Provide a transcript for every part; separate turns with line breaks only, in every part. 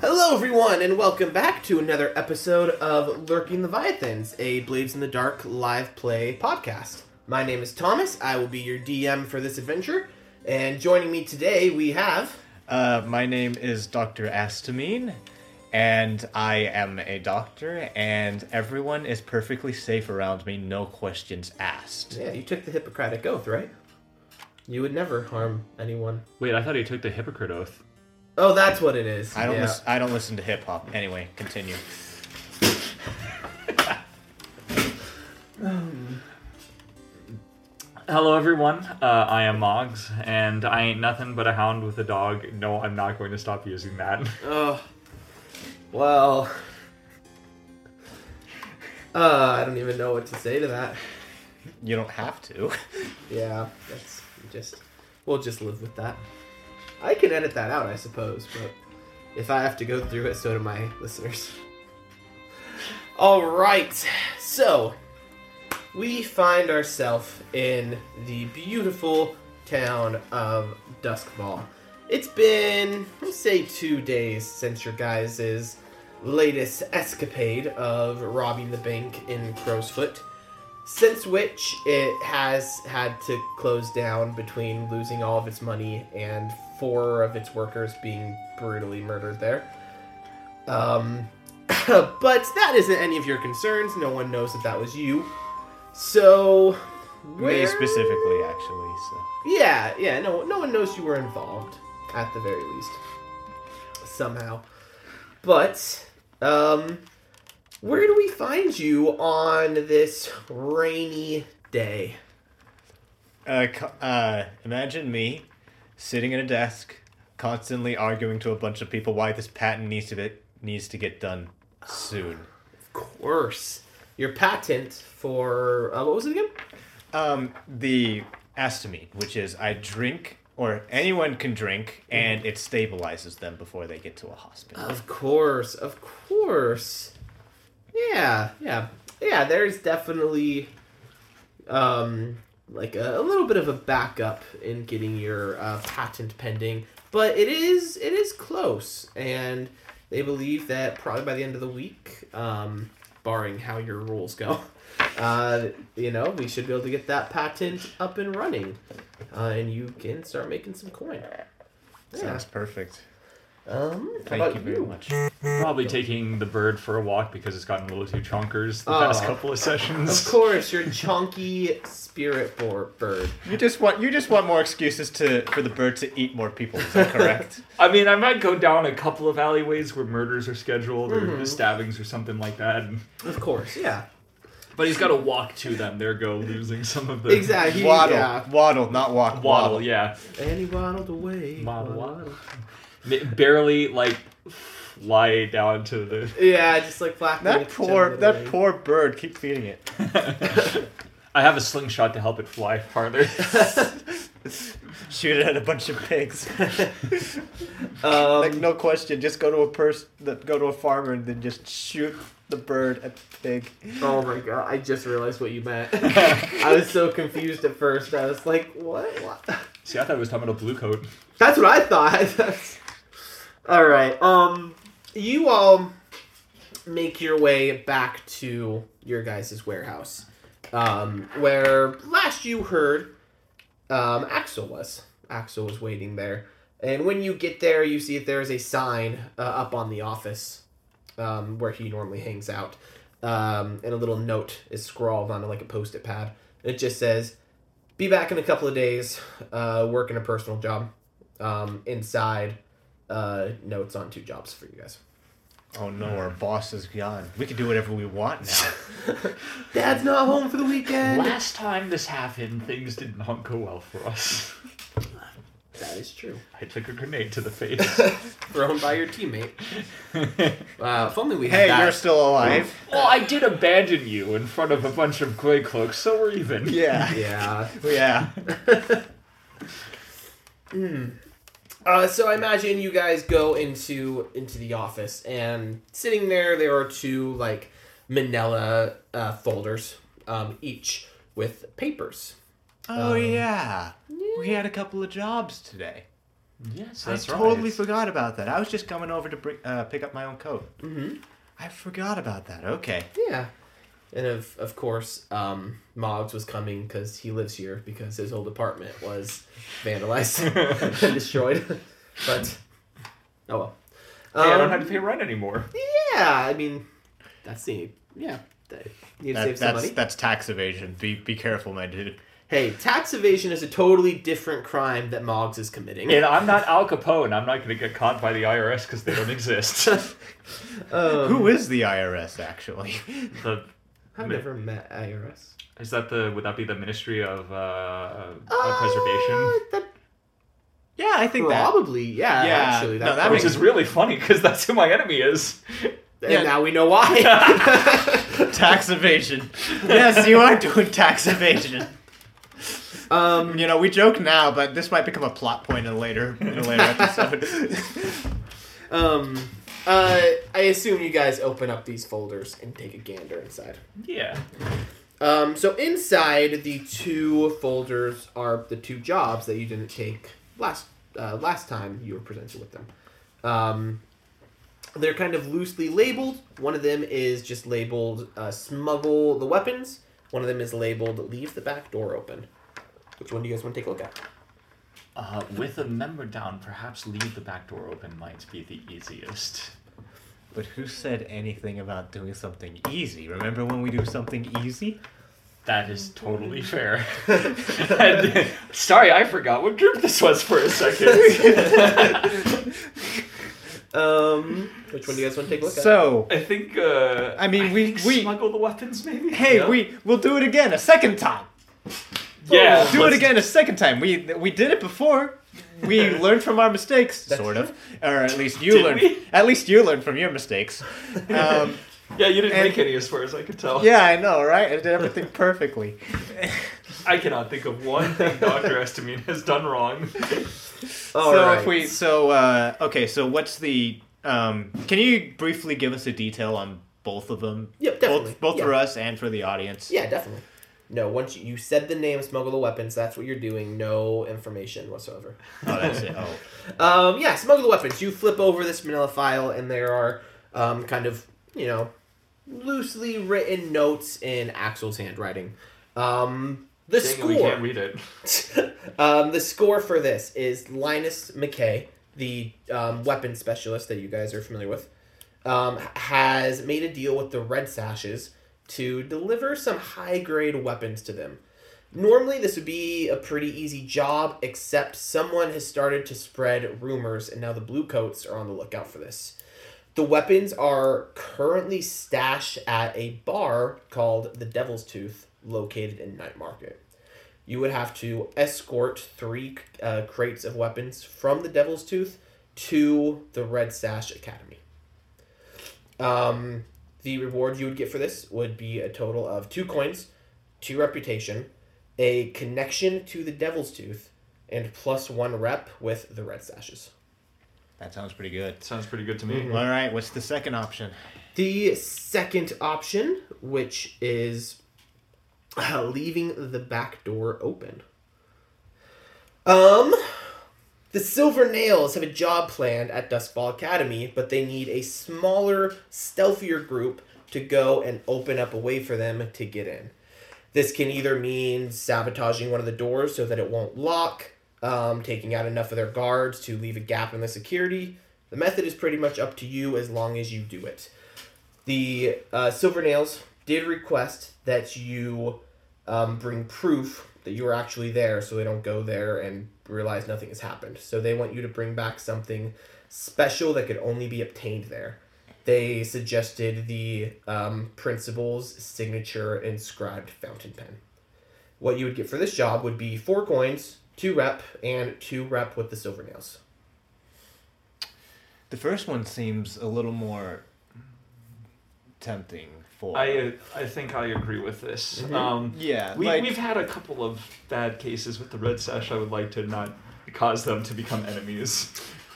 Hello, everyone, and welcome back to another episode of Lurking Leviathans, a Blades in the Dark live play podcast. My name is Thomas. I will be your DM for this adventure. And joining me today, we have.
Uh, my name is Dr. Astamine, and I am a doctor, and everyone is perfectly safe around me, no questions asked.
Yeah, you took the Hippocratic Oath, right? You would never harm anyone.
Wait, I thought he took the hypocrite oath.
Oh, that's what it is.
I don't,
Yeah.
lis- I don't listen to hip hop. Anyway, continue.
Hello, everyone. Uh, I am Moggs, and I ain't nothing but a hound with a dog. No, I'm not going to stop using that.
Oh. Well. Uh, I don't even know what to say to that.
You don't have to.
Yeah, that's just we'll just live with that. I can edit that out, I suppose, but if I have to go through it, so do my listeners. All right, so we find ourselves in the beautiful town of Duskfall. It's been, let's say, two days since your guys' latest escapade of robbing the bank in Crowsfoot since which it has had to close down between losing all of its money and four of its workers being brutally murdered there. Um, but that isn't any of your concerns. No one knows that that was you. So,
Me
where-
specifically, actually. So.
yeah, yeah. No, no one knows you were involved, at the very least. Somehow, but um, where do we find you on this rainy day?
Uh, co- uh, imagine me sitting at a desk, constantly arguing to a bunch of people why this patent needs to be, needs to get done soon.
Of course, your patent for uh, what was it again?
Um, the astamine, which is I drink or anyone can drink, and it stabilizes them before they get to a hospital.
Of course, of course. Yeah, yeah, yeah. There's definitely, um, like a, a little bit of a backup in getting your uh, patent pending, but it is it is close, and they believe that probably by the end of the week, um, barring how your rules go, uh, you know, we should be able to get that patent up and running, uh, and you can start making some coin. Yeah.
Sounds perfect.
Um, how
Thank
about
you very much.
Probably taking the bird for a walk because it's gotten a little too chonkers the
Oh.
past couple Ah. of sessions.
Of course, your chunky spirit boar bird.
You just want you just want more excuses to for the bird to eat more people. Is that correct?
I mean, I might go down a couple of alleyways where murders are scheduled or stabbings or something like that.
Of course, yeah.
But he's got to walk to them. There go losing some of the
Exactly.
waddle,
Yeah.
waddle, not walk.
waddle. Yeah.
And he waddled away.
Model. Ma- barely like fly down to the.
Yeah, just like flapping.
That
its
poor
gently
that
away.
poor bird. Keep feeding it.
I have a slingshot to help it fly farther.
Shoot it at a bunch of pigs.
Um,
like no question. Just go to a person. Go to a farmer and then just shoot the bird at the pig.
Oh my god! I just realized what you meant. I was so confused at first. I was like, "What? what?
See, I thought it was talking about a blue coat.
That's what I thought. That's- all right. Um, you all make your way back to your guys' warehouse, um, where last you heard, um, Axel was. Axel was waiting there, and when you get there, you see that there is a sign uh, up on the office, um, where he normally hangs out, um, and a little note is scrawled onto like a post-it pad. It just says, "Be back in a couple of days. Uh, working a personal job." um, inside uh, notes on two jobs for you guys.
Oh no, our boss is gone. We can do whatever we want now.
Dad's not home for the weekend.
Last time this happened, things did not go well for us.
That is true.
I took a grenade to the face.
Thrown by your teammate.
well,
Wow, if only we
hey,
had that.
you're still alive.
I did abandon you in front of a bunch of gray cloaks, so we're even.
Yeah.
yeah.
Yeah.
Uh, so I imagine you guys go into into the office, and sitting there, there are two like Manila uh, folders, um, each with papers.
Oh yeah. We had a couple of jobs today.
Yes, that's
I
right.
totally forgot about that. I was just coming over to bring, uh, pick up my own coat.
Mm-hmm.
I forgot about that. Okay.
Yeah. And of, of course, um, Moggs was coming because he lives here because his old apartment was vandalized and destroyed. but, oh well.
Hey, I
Um,
don't have to pay rent anymore.
Yeah, I mean, that's the yeah. That, you need to
That-
save some
that's
money.
that's tax evasion. Be be careful, my dude.
Hey, tax evasion is a totally different crime that Moggs is committing.
And I'm not Al Capone. I'm not going to get caught by the IRS because they don't exist.
Um,
Who is the IRS actually?
the,
I've never met IRS.
is that the? Would that be the Ministry of uh, uh, Preservation?
Uh, that-
yeah, I think that.
probably, yeah,
Yeah,
Actually,
no,
that,
that
Which
probably-
makes-
is really funny because that's who my enemy is.
and
yeah.
now we know why.
Tax evasion. yes, you are doing tax evasion.
um,
You know, we joke now, but this might become a plot point in a later in a later episode.
um, uh, I assume you guys open up these folders and take a gander inside.
Yeah.
Um, so inside the two folders are the two jobs that you didn't take last uh, last time you were presented with them. Um, they're kind of loosely labeled. One of them is just labeled uh, "smuggle the weapons." One of them is labeled "leave the back door open." Which one do you guys want to take a look at?
Uh, with a member down, perhaps leave the back door open might be the easiest.
but who said anything about doing something easy? Remember when we do something easy?
That is totally fair. And- sorry, I forgot what group this was for a second.
Um, which one do you guys want to take a look at?
So,
I think. Uh,
I mean, we-
think
we-
smuggle the weapons, maybe.
hey,
Yeah.
we we'll do it again a second time.
yeah
do it
let's-
again a second time. We we did it before. We learned from our mistakes, sort of, or at least you
Did
learned.
we?
At least you learned from your mistakes. Um,
Yeah, you didn't
And-
make any as far as I could tell.
yeah, I know, right? I did everything perfectly.
I cannot think of one thing Doctor Estamine has done wrong.
All
so
right.
if we, so uh, okay, so what's the? Um, can you briefly give us a detail on both of them?
Yep, definitely,
Both, both
yeah.
for us and for the audience.
Yeah, definitely. No, once you, you said the name "smuggle the weapons," that's what you're doing. No information whatsoever.
Oh, that's it. Oh,
Um, yeah, smuggle the weapons. You flip over this manila file, and there are um, kind of, you know, loosely written notes in Axel's handwriting. Um, the
Dang it, we can't
score.
read it.
um, the score for this is Linus McKay, the um, weapons specialist that you guys are familiar with, um, has made a deal with the Red Sashes to deliver some high grade weapons to them. Normally, this would be a pretty easy job, except someone has started to spread rumors, and now the Bluecoats are on the lookout for this. The weapons are currently stashed at a bar called the Devil's Tooth, located in Night Market. You would have to escort three uh, crates of weapons from the Devil's Tooth to the Red Sash Academy. Um, the reward you would get for this would be a total of two coins, two reputation, a connection to the Devil's Tooth, and plus one rep with the Red Sashes.
that sounds pretty good.
Sounds pretty good to me.
All right, what's the second option?
The second option, which is uh, leaving the back door open. Um, the Silver Nails have a job planned at Dustball Academy, but they need a smaller, stealthier group to go and open up a way for them to get in. This can either mean sabotaging one of the doors so that it won't lock, um, taking out enough of their guards to leave a gap in the security. The method is pretty much up to you as long as you do it. The uh, Silver Nails did request that you um, bring proof that you were actually there so they don't go there and realize nothing has happened. So they want you to bring back something special that could only be obtained there. They suggested the um, principal's signature inscribed fountain pen. What you would get for this job would be four coins, two rep, and two rep with the silver nails.
The first one seems a little more tempting for.
I uh, I think I agree with this.
Mm-hmm.
Mhm.
Um,
yeah,
we,
like
we've had a couple of bad cases with the Red Sash. I would like to not cause them to become enemies.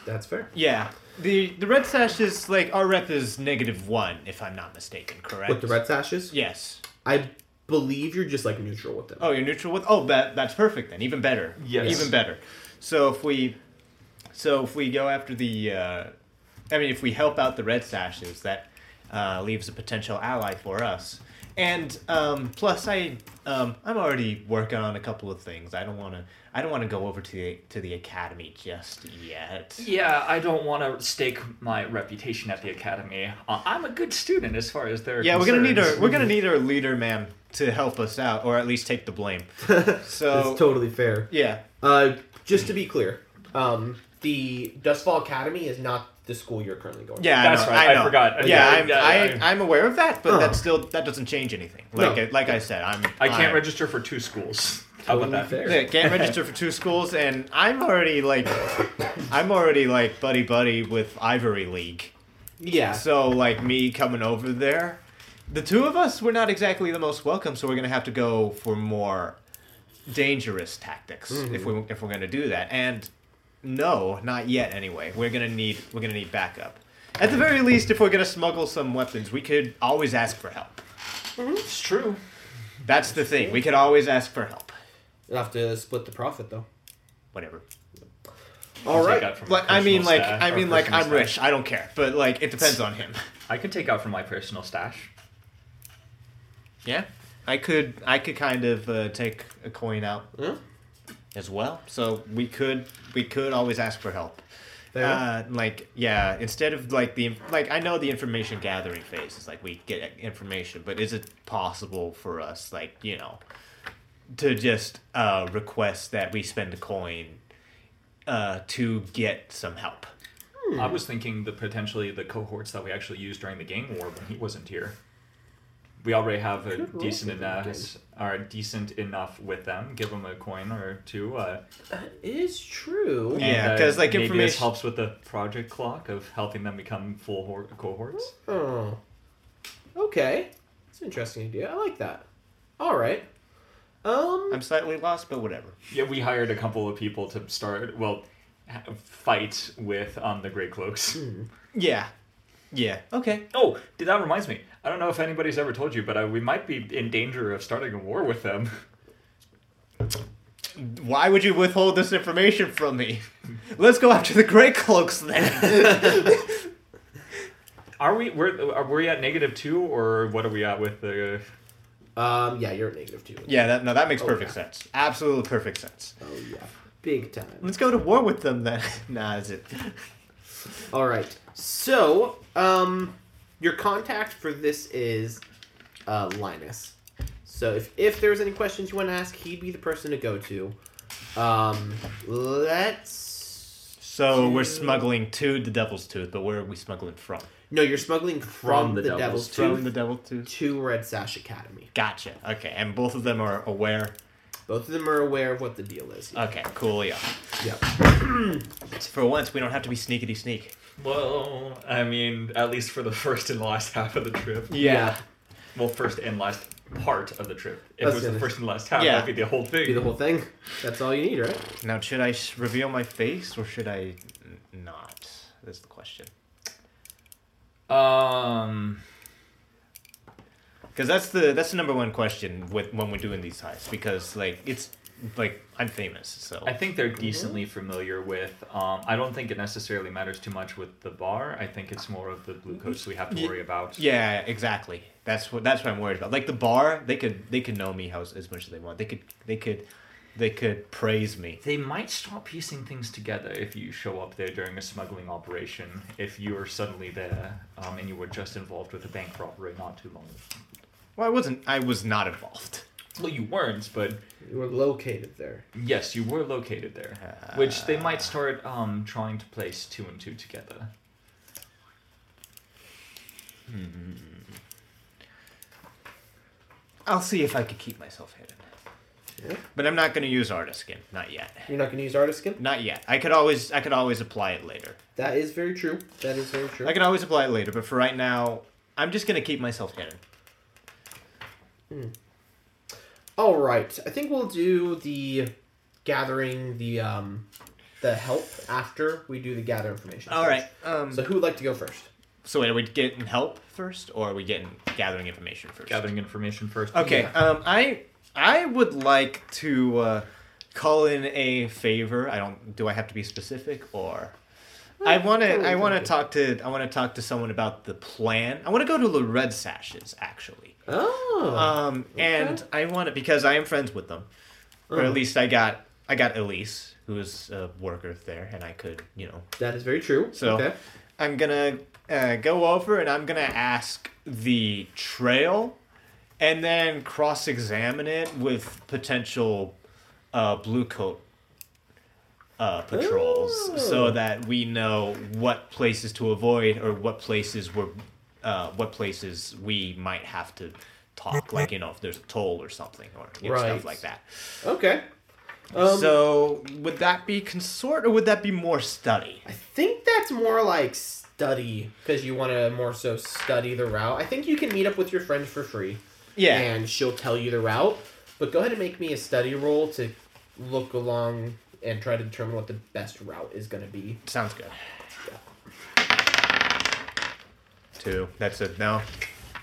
That's fair.
yeah. The the red sash is like our rep is negative one, if I'm not mistaken. Correct.
With the red sashes,
Yes.
I believe you're just like neutral with them.
Oh, you're neutral with. Oh, that that's perfect then. Even better.
Yes.
Even better. So if we, So if we go after the, uh, I mean, if we help out the Red Sashes, that uh, leaves a potential ally for us. And um, plus, I um, I'm already working on a couple of things. I don't want to I don't want to go over to the to the academy just yet.
Yeah, I don't want to stake my reputation at the academy. Uh, I'm a good student as far as their
Yeah, we're gonna need our
concerns.
we're gonna need our leader man to help us out, or at least take the blame. So
That's totally fair.
yeah,
Uh, just to be clear, um, the Dustfall Academy is not the school you're currently going. to.
yeah,
That's
I know,
right, I
know.
forgot.
Yeah,
Yeah,
I'm,
yeah,
I,
yeah.
I'm aware of that, but
Huh.
that still that doesn't change anything. Like
No.
I- like I said, I'm
I can't
I'm-
register for two schools. How
Totally
about that?
fair.
Yeah, can't register for two schools, and I'm already like, I'm already like buddy buddy with Ivory League.
Yeah.
So like me coming over there, the two of us we're not exactly the most welcome, so we're gonna have to go for more dangerous tactics if we if we're gonna do that. And no, not yet. Anyway, we're gonna need we're gonna need backup. At the very least, if we're gonna smuggle some weapons, we could always ask for help.
It's true.
That's the thing. We could always ask for help.
You'll have to split the profit though.
Whatever.
All
take
right.
out from
Like I mean,
personal
like
stash-
I
or
mean, like
personal
I'm
stash.
rich. I don't care. But like it depends on him.
I can take out from my personal stash.
Yeah, I could I could kind of uh, take a coin out
Yeah.
as well. So we could we could always ask for help.
There.
Uh, like yeah, instead of like the like I know the information gathering phase is like we get information, but is it possible for us like you know to just uh, request that we spend a coin uh, to get some help?
I was thinking the potentially the cohorts that we actually used during the game war when he wasn't here. We already have a
Good roll
decent
for them,
enough, are decent enough with them. Give them a coin or two. Uh,
That is true.
Yeah.
and, uh,
'cause, like,
maybe this
information-
helps with the project clock of helping them become full hor- cohorts.
Oh. Okay. It's an interesting idea. I like that. All right. Um.
I'm slightly lost, but whatever.
Yeah, we hired a couple of people to start. Well, ha- fight with um the Grey Cloaks.
Yeah, yeah. Okay.
Oh, dude, that reminds me. I don't know if anybody's ever told you, but uh, we might be in danger of starting a war with them.
Why would you withhold this information from me? Let's go after the Grey Cloaks then.
Are we? We're are we at negative two, or what are we at with the?
Um. Yeah. You're at negative two.
Oh, yeah, that, no, that makes perfect
Okay.
sense. Absolutely perfect sense.
Oh yeah. Big time.
Let's go to war with them then. nah, is it?
All right. So, um, your contact for this is uh, Linus. So if if there's any questions you want to ask, he'd be the person to go to. Um, let's.
So we we're smuggling to the Devil's Tooth, but where are we smuggling from?
No, you're smuggling from, the, Devil's, Tooth
From the Devil's Tooth.
to Red Sash Academy.
Gotcha. Okay, and both of them are aware.
Both of them are aware of what the deal is.
Okay, cool. Yeah.
Yep.
For once, we don't have to be sneakity sneak.
Well, I mean, at least for the first and last half of the trip.
Yeah.
Well, first and last part of the trip. If
That's
it was the
good.
first and last half,
Yeah.
that'd be the whole thing.
Do the whole thing. That's all you need, right?
Now, should I sh- reveal my face or should I n- not? That's the question.
um.
Because that's the that's the number one question with when we're doing these heists. Because like it's like I'm famous, so
I think they're decently familiar with. Um, I don't think it necessarily matters too much with the bar. I think it's more of the blue coats we have to
Ye-
worry about.
yeah, exactly. That's what that's what I'm worried about. Like the bar, they could they could know me how as much as they want. They could they could they could praise me.
They might start piecing things together if you show up there during a smuggling operation. If you are suddenly there um, and you were just involved with a bank robbery not too long. ago.
Well, I wasn't. I was not involved.
Well, you weren't, but
You were located there.
yes, you were located there. Which they might start um, trying to place two and two together.
I'll see if I could keep myself hidden.
Yeah.
But I'm not gonna use artist skin. Not yet.
You're not going to use artist skin.
Not yet. I could always I could always apply it later.
That is very true. That is very true.
I can always apply it later, but for right now, I'm just gonna keep myself hidden.
All right. I think we'll do the gathering the um the help after we do the gather information.
All right.
first.
Um,
So who would like to go first?
So wait, are we getting help first, or are we getting gathering information first? um,
Gathering information first.
Okay.
Yeah.
Um, I I would like to uh, call in a favor. I don't. Do I have to be specific or? I want to. I want to talk to. I want to talk to someone about the plan. I want to go to the Red Sashes actually.
Oh.
Um, and I want to because I am friends with them, or at
Uh-huh.
least I got. I got Elise, who is a worker there, and I could, you know,
that is very true.
so
okay.
I'm gonna uh, go over and I'm gonna ask the trail, and then cross-examine it with potential uh, blue coat uh, patrols,
Oh.
so that we know what places to avoid or what places we're, uh, what places we might have to talk, like you know if there's a toll or something or you know,
Right.
stuff like that.
Okay. Um,
so would that be consort or would that be more study?
I think that's more like study because you want to more so study the route. I think you can meet up with your friend for free.
Yeah.
And she'll tell you the route. But go ahead and make me a study roll to look along and try to determine what the best route is going to be.
Sounds good. Two. That's it. No.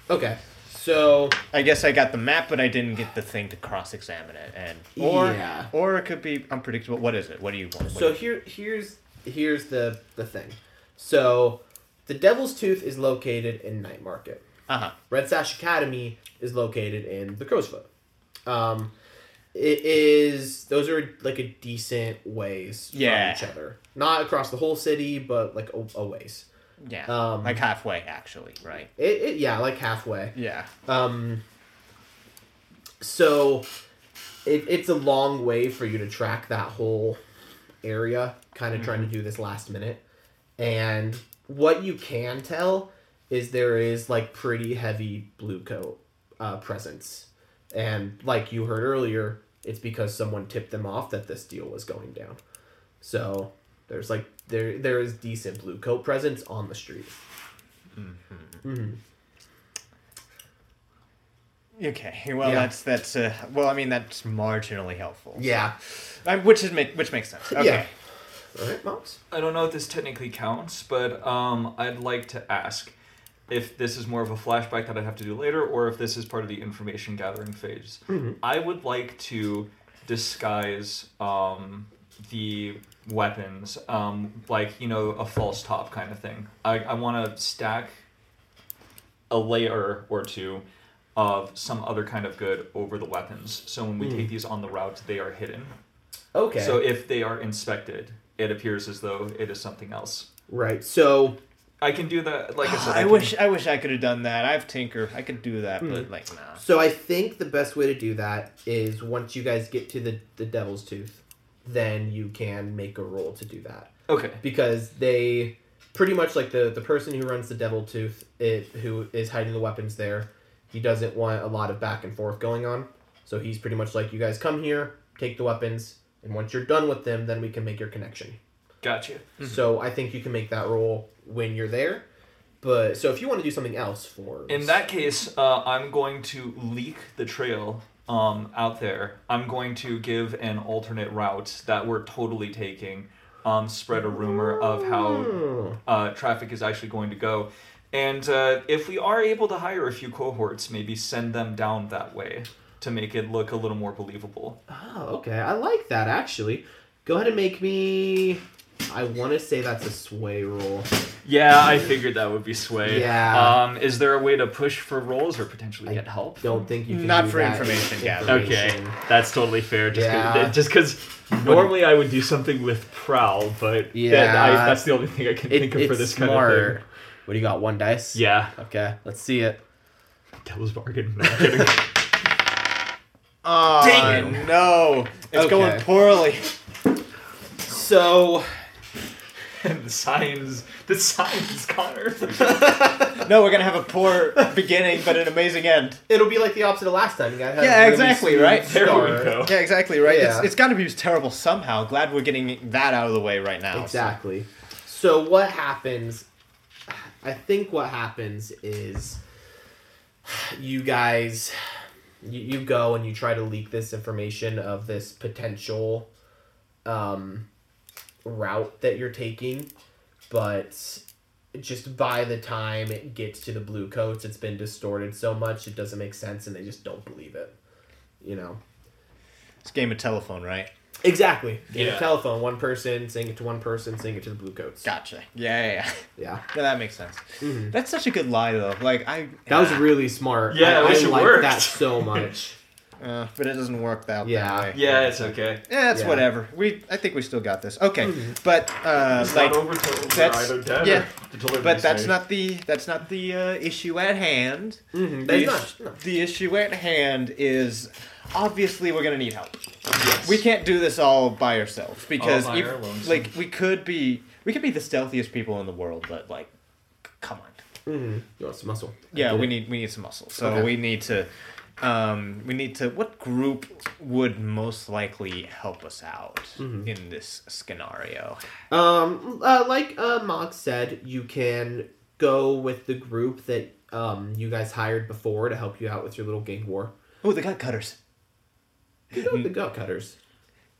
Okay. So
I guess I got the map, but I didn't get the thing to cross-examine it, and or
Yeah.
or it could be unpredictable. What is it? What do you want? What
so
do you-
here here's here's the the thing. So the Devil's Tooth is located in Night Market.
uh-huh.
Red Sash Academy is located in the Crow's Foot. Um, it is those are like a decent ways
Yeah.
from each other. Not across the whole city, but like a, a ways.
Yeah.
Um,
like halfway, actually. Right.
It, it yeah, like halfway.
Yeah.
Um, so it, it's a long way for you to track that whole area, kind of trying to do this last minute. And what you can tell is there is like pretty heavy blue coat uh, presence. And like you heard earlier, it's because someone tipped them off that this deal was going down. So there's like there there is decent blue coat presence on the street.
Okay. Well,
Yeah.
that's that's uh, well. I mean, that's marginally helpful.
Yeah.
I, which is make which makes sense. Okay.
Yeah. All right, Mox.
I don't know if this technically counts, but um, I'd like to ask if this is more of a flashback that I have to do later, or if this is part of the information gathering phase. I would like to disguise um, the weapons, um, like you know, a false top kind of thing. I, I want to stack a layer or two of some other kind of good over the weapons. So when we take these on the route, they are hidden.
Okay.
So if they are inspected, it appears as though it is something else.
right. So
I can do that. Like I said,
I
can-
wish I wish I could have done that. I have Tinker. I could do that,
Hmm.
but like nah.
so I think the best way to do that is once you guys get to the the Devil's Tooth, then you can make a roll to do that
Okay.
because they pretty much like the the person who runs the Devil Tooth it, who is hiding the weapons there. He doesn't want a lot of back and forth going on, so he's pretty much like you guys come here, take the weapons, and once you're done with them, then we can make your connection.
Gotcha.
So I think you can make that roll when you're there. But so if you want to do something else for
In that case, uh, I'm going to leak the trail um, out there. I'm going to give an alternate route that we're totally taking, um, spread a rumor of how
Hmm.
uh, traffic is actually going to go. And uh, if we are able to hire a few cohorts, maybe send them down that way to make it look a little more believable.
Oh, okay. I like that actually. Go ahead and make me. I want to say that's a sway roll.
Yeah, I figured that would be sway.
Yeah.
Um, is there a way to push for roles or potentially
I
get help?
Don't think you can.
Not
do
for
that.
information gathering.
Okay, that's totally fair. Just
Yeah.
cause, just because normally I would do something with prowl, but yeah, I,
Yeah.
that's the only thing I can
It,
think of
it's
for this kind
smart.
of thing.
What do you got? One dice.
Yeah,
Okay. Let's see it.
devil's bargain. No, I'm kidding.
Oh
Dang
no! It's
Okay.
going poorly.
So
and the signs, the signs, Connor.
No, we're gonna have a poor beginning, but an amazing end.
it'll be like the opposite of last time. You gotta have
Yeah,
a really
exactly,
smooth
right?
There we
start.
go.
Yeah, exactly right.
Yeah.
It's, it's got to be terrible somehow. Glad we're getting that out of the way right now. so-
Exactly. So what happens? I think what happens is you guys you, you go and you try to leak this information of this potential um, route that you're taking, but just by the time it gets to the blue coats, it's been distorted so much it doesn't make sense, and they just don't believe it. You know.
It's a game of telephone, right?
Exactly. Game
Yeah.
of telephone. One person saying it to one person, saying it to the blue coats.
Gotcha. Yeah, yeah, yeah.
yeah.
Yeah, that makes sense. That's such a good lie, though. Like I.
Mm-hmm. That was
yeah.
really smart.
Yeah, I wish it
liked
worked.
that so much.
Uh, but it doesn't work that,
Yeah.
that way.
Yeah, it's okay.
Yeah,
Yeah.
it's
Mm-hmm.
whatever. We I think we still got this. Okay, but uh,
It's
like,
not over till we're
that's-
either dead
yeah.
or delivered
but that's
safe.
not the that's not the uh, issue at hand.
Mhm,
The,
that's
is-
not- no.
the issue at hand is obviously we're gonna need help.
Yes.
We can't do this all by ourselves because
by
if-
our lonesome.
like we could be we could be the stealthiest people in the world, but like, c- come on.
Mm, no, it's muscle. I
Yeah,
get
we
it.
need we need some muscle. So
Okay.
we need to um we need to what group would most likely help us out
Mm-hmm.
in this scenario?
Um, uh, like uh, Mox said, you can go with the group that um you guys hired before to help you out with your little gang war.
Oh, the gut cutters.
You go with the gut cutters.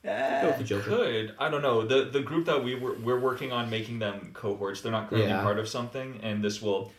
Go
Uh,
with Oh, the Joker.
Could I don't know the the group that we were we're working on making them cohorts. They're not currently
Yeah.
part of something, and this will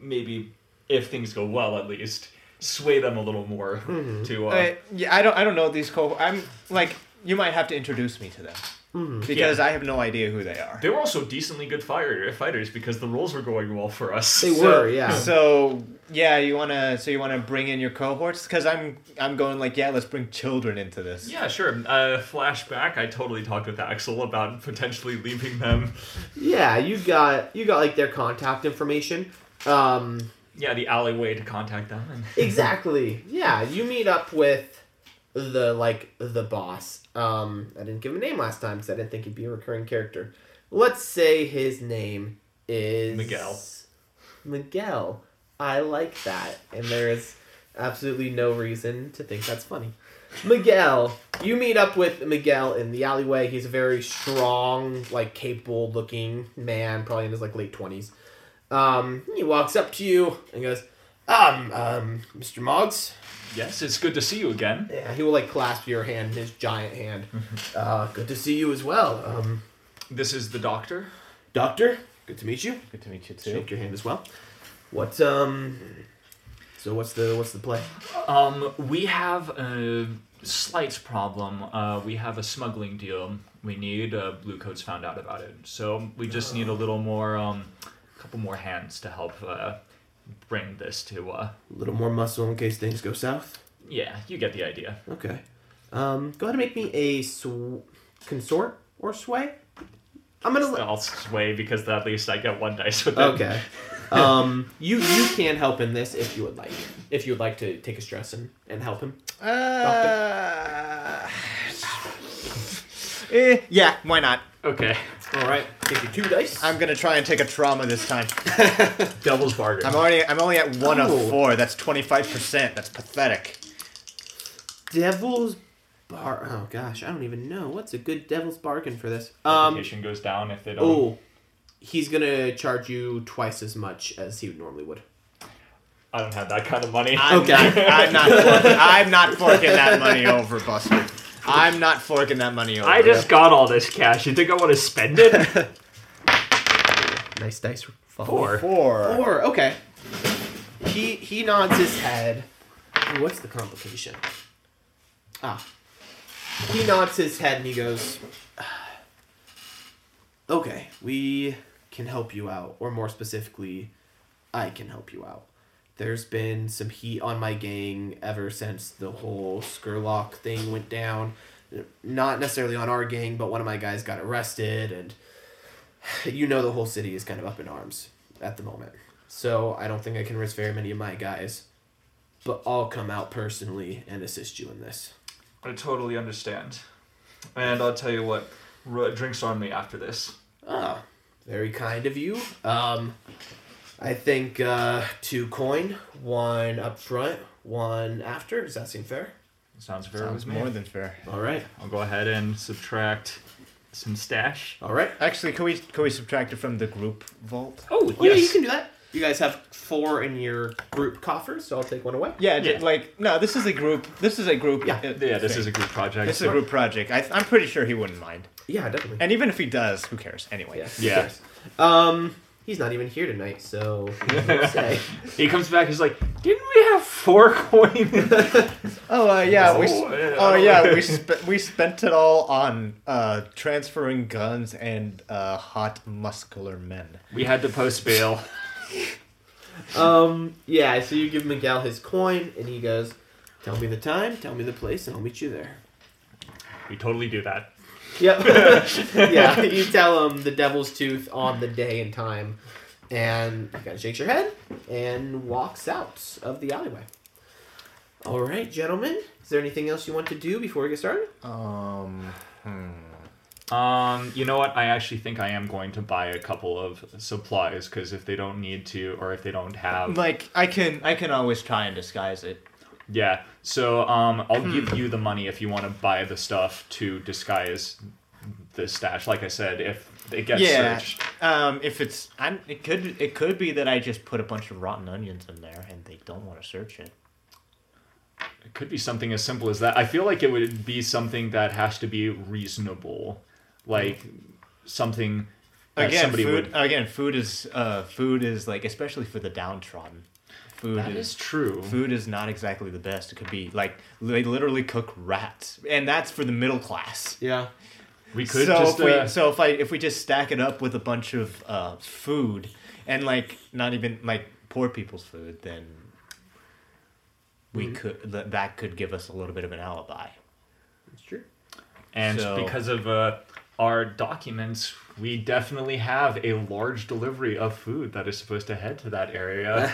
maybe, if things go well, at least sway them a little more
Mm-hmm.
to. Uh,
Uh, yeah, I don't I don't know these co I'm like you might have to introduce me to them.
Mm-hmm.
Because I have no idea who they are.
They were also decently good fire fighters because the roles were going well for us.
They
So-
were, yeah.
So yeah, you wanna so you wanna bring in your cohorts? Because I'm I'm going like yeah, let's bring children into this.
Yeah, sure. Uh, flashback. I totally talked with Axel about potentially leaving them.
Yeah, you got you got like their contact information. Um,
Yeah, the alleyway to contact them. And
exactly. Yeah, you meet up with the like the boss. Um, I didn't give him a name last time, so I didn't think he'd be a recurring character. Let's say his name is
Miguel.
Miguel. I like that, and there is absolutely no reason to think that's funny. Miguel, you meet up with Miguel in the alleyway. He's a very strong, like capable looking man, probably in his like late twenties. Um, he walks up to you and goes, um, um, Mr. Moggs.
yes, it's good to see you again.
Yeah, he will like clasp your hand in his giant hand. uh, good to see you as well. Um,
This is the doctor.
doctor, good to meet you.
Good to meet you too.
Shake your hand as well. What um? So what's the what's the play?
Um, we have a slight problem. Uh, we have a smuggling deal. We need uh, blue coats found out about it, so we just need a
Oh.
little more, um, a couple more hands to help uh, bring this to. Uh,
A little more muscle in case things go south.
yeah, you get the idea.
Okay. Um, go ahead and make me a sw- consort or sway. I'm gonna. let
I'll sway because at least I get one dice with it.
okay. Um, you you can help in this if you would like. If you would like to take a stress and, and help him.
Uh, eh, yeah, why not?
Okay.
All right. Take your two dice.
I'm gonna try and take a trauma this time.
Devil's bargain.
I'm already I'm only at one
Oh.
of four. That's twenty five percent. That's pathetic.
Devil's bar. Oh gosh, I don't even know what's a good devil's bargain for this. Um.
Reputation goes down if they don't.
Oh, he's gonna charge you twice as much as he normally would.
I don't have that kind of money.
I'm
Okay.
Not, I'm not. Forking, I'm not forking that money over, Buster. I'm not forking that money over.
I just got all this cash. You think I want to spend it?
Nice dice. roll.
Four.
four.
Or okay. He he nods his head. Ooh, what's the complication? Ah. He nods his head and he goes, "Ah, "Okay, we can help you out, or more specifically, I can help you out. There's been some heat on my gang ever since the whole Skurlock thing went down. Not necessarily on our gang, but one of my guys got arrested and you know the whole city is kind of up in arms at the moment. So I don't think I can risk very many of my guys. But I'll come out personally and assist you in this.
I totally understand. And I'll tell you what, r- drinks on me after this.
Ah, very kind of you. Um, I think uh, two coin, one up front, one after. Does that seem fair?
Sounds fair
Sounds
with me.
more than fair.
All right.
I'll go ahead and subtract some stash.
All right.
Actually, can we can we subtract it from the group vault?
Oh,
Oh, yeah, you can do that. You guys have four in your group coffers, so I'll take one away.
Yeah, ju-
Yeah.
like no, this is a group. This is a group.
Yeah.
uh,
Yeah, this
thing.
is a group project.
This is a group project. I, I'm pretty sure he wouldn't mind.
Yeah, definitely.
And even if he does, who cares? Anyway.
Yeah.
Yeah.
yes. Um, he's not even here tonight, so. what can I say?
He comes back. He's like, "Didn't we have four coins?
Oh uh, yeah, we. s-
Oh, yeah.
Oh yeah, we sp- we spent it all on uh, transferring guns and uh, hot muscular men.
we had to post bail.
Um, yeah, so you give Miguel his coin, and he goes, Tell me the time, tell me the place, and I'll meet you there.
We totally do that.
Yep. yeah, you tell him the devil's tooth on the day and time, and he kind of shakes your head and walks out of the alleyway. All right, gentlemen, is there anything else you want to do before we get started?
Um. hmm.
Um, you know what? I actually think I am going to buy a couple of supplies because if they don't need to, or if they don't have,
Like I can I can always try and disguise it.
yeah. So, um, I'll
Hmm.
give you the money if you want to buy the stuff to disguise the stash. Like I said, if it gets
yeah.
searched,
Um. If it's I'm, it could it could be that I just put a bunch of rotten onions in there and they don't want to search it.
it could be something as simple as that. I feel like it would be something that has to be reasonable, like something that
Again,
somebody
food.
would.
Again, food is uh food is like especially for the downtrodden. Food
That is true.
food is not exactly the best. It could be like they literally cook rats, and that's for the middle class.
Yeah.
We could
so
just
if we,
uh,
so if I if we just stack it up with a bunch of uh, food and like not even like poor people's food, then
Mm-hmm.
we could th- that could give us a little bit of an alibi.
That's true.
And
So-
because of uh, our documents, we definitely have a large delivery of food that is supposed to head to that area.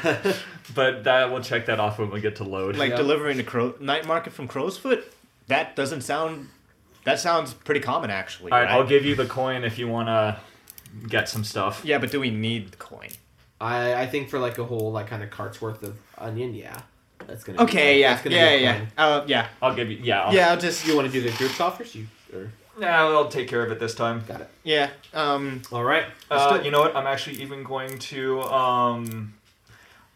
but that we'll check that off when we get to load.
Like
Yeah.
delivering to crow night market from Crow's Foot, that doesn't sound. That sounds pretty common actually.
all right, I'll
right?
give you the coin if you want to get some stuff.
yeah, but do we need the coin?
I, I think for like a whole like kind of cart's worth of onion, yeah. That's gonna
Okay,
be,
yeah,
that's gonna
yeah,
be Oh.
yeah,
fine.
uh, yeah,
I'll give you. Yeah. I'll,
yeah. I'll just
You want to do the group offers? You or
Nah, I'll take care of it this time.
got it.
yeah. Um,
All right.
Uh,
Still-
you know what? I'm actually even going to. Um,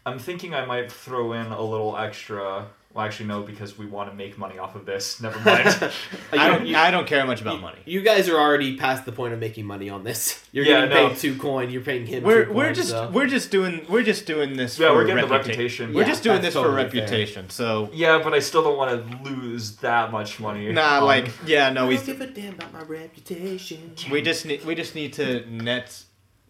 I'm thinking I might throw in a little extra. Well, actually, no, because we want to make money off of this. Never mind.
Uh,
I
you-
don't.
you-
I don't care much about
you,
money.
You guys are already past the point of making money on this. You're
Yeah,
getting
no.
paid two coin. You're paying him.
We're
two
we're
coin,
just
so.
we're just doing we're just doing this.
yeah,
for
we're getting the
reputa-
reputation.
We're
Yeah,
just doing
that's
this for
totally fair.
reputation. So
Yeah, but I still don't want to lose that much money.
nah,
Um,
like yeah, no,
I
we
don't give a damn about my reputation.
we just need we just need to net.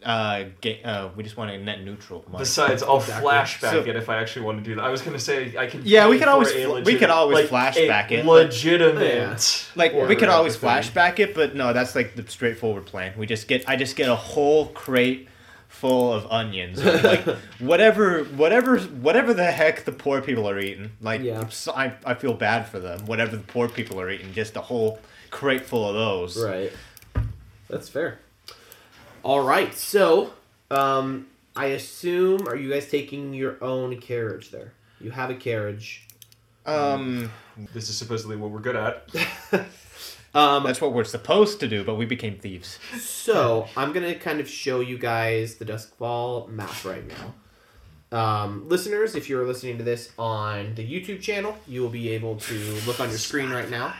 Uh, ga- uh, we just want to net neutral money.
Besides, I'll
Exactly.
flashback
So-
it if I actually want to do that. I was gonna say I can.
Yeah, we
pay
could
for
always
a
fl- we could always flashback
a
it, but-
Legitimate.
like
Or
we could always
reputation.
flashback it, but no, that's like the straightforward plan. We just get I just get a whole crate full of onions, like whatever whatever whatever the heck the poor people are eating. Like
Yeah.
I'm so- I I feel bad for them. Whatever the poor people are eating, just a whole crate full of those.
Right. That's fair. All right. So, um, I assume are you guys taking your own carriage there? You have a carriage.
Um,
This is supposedly what we're good at.
Um,
that's what we're supposed to do, but we became thieves.
so I'm gonna kind of show you guys the Duskfall map right now. Um, listeners, if you're listening to this on the YouTube channel, you will be able to look on your screen right now.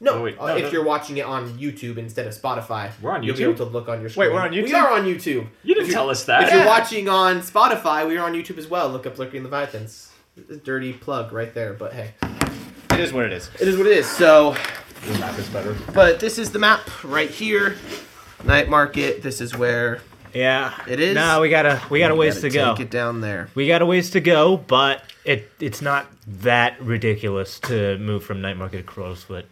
No,
Oh, wait,
uh,
no,
if
no.
you're watching it on YouTube instead of Spotify,
We're on
You'll be
YouTube?
able to look on your screen.
we're on
We
YouTube?
are on YouTube.
You
If
didn't
you-
tell us
If
that.
you're watching on Spotify, we are on YouTube as well. Look up Lurking Leviathans. Dirty plug right there, but hey,
It is what it is.
it is what it is. So,
The map is better.
but this is the map right here. Night Market. This is where
Yeah,
It is?
No, we got a we got a ways
gotta
to go.
Take it down there.
We got a ways to go, but it it's not that ridiculous to move from night market to crowsfoot.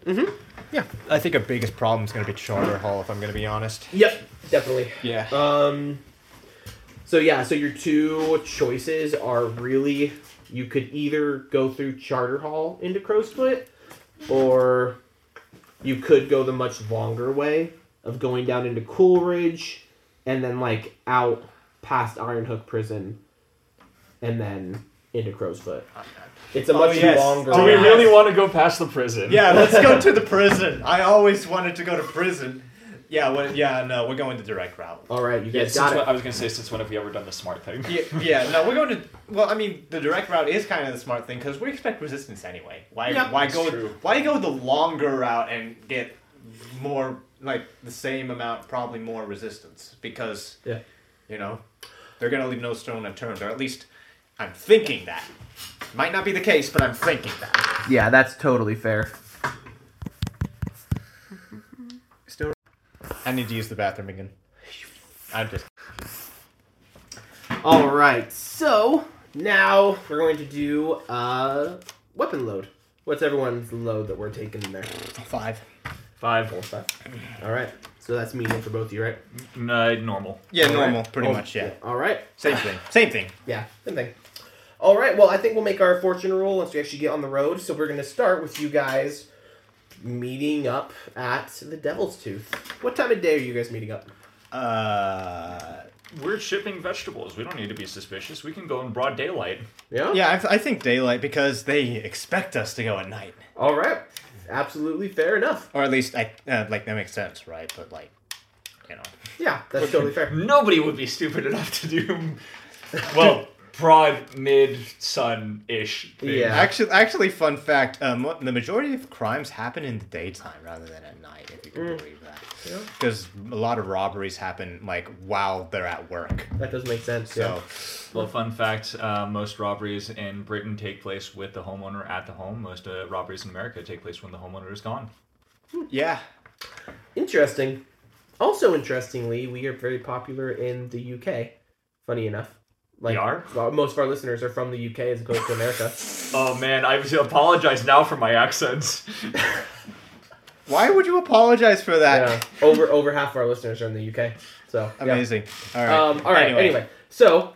Yeah, I think our biggest problem is going to be Charter Hall, if I'm going to be honest.
Yep, definitely.
Yeah.
Um. So yeah, so your two choices are really you could either go through Charter Hall into Crowsplit, or you could go the much longer way of going down into Coolridge, and then like out past Iron Hook Prison, and then into Crowsfoot. It's a
Oh,
much
yes.
longer.
Do
Do
Oh,
we
yeah.
really want to go past the prison?
Yeah, let's go to the prison. I always wanted to go to prison. Yeah, well, yeah, no, we're going the direct route.
All right, you
Yeah,
guys
since
got it.
when- I was gonna say since when have we ever done the smart thing?
Yeah, yeah, no, we're going to. Well, I mean, the direct route is kind of the smart thing because we expect resistance anyway. Why?
Yeah,
why
that's
go?
true.
Why go the longer route and get more like the same amount, probably more resistance because
Yeah.
you know they're gonna leave no stone unturned, or at least I'm thinking that. Might not be the case, but I'm thinking that.
Yeah, that's totally fair. Stone.
I need to use the bathroom again. I'm just.
All right. So now we're going to do uh, weapon load. What's everyone's load that we're taking in there?
Five.
Five.
Four, five. All right. So that's medium for both of you, right?
No, normal.
Yeah,
All right.
normal, pretty
Oh,
much, yeah.
All right.
Same thing. Same thing.
Yeah, same thing. All right. Well, I think we'll make our fortune roll once we actually get on the road. So we're going to start with you guys meeting up at the Devil's Tooth. What time of day are you guys meeting up?
Uh,
We're shipping vegetables. We don't need to be suspicious. We can go in broad daylight.
Yeah.
yeah, I, I think daylight because they expect us to go at night.
All right. Absolutely fair enough.
Or at least, I uh, like, that makes sense, right? But, like, you know.
Yeah, that's totally fair.
Nobody would be stupid enough to do
Well,
broad mid sun ish.
Yeah.
actually, actually, fun fact um, mo- the majority of crimes happen in the daytime rather than at night, if you can believe that.
Mm. Yeah.
Because a lot of robberies happen, like, while they're at work.
That does make sense.
So,
Yeah.
Well, fun fact: uh, most robberies in Britain take place with the homeowner at the home. Most uh, robberies in America take place when the homeowner is gone.
yeah.
Interesting. Also, interestingly, we are very popular in the UK. Funny enough, like
We are?
well, most of our listeners are from the UK as opposed to America.
Oh man, I apologize now for my accents.
Why would you apologize for that?
yeah, over over half of our listeners are in the UK. So yeah.
Amazing. All right.
Um, all right. Anyway. so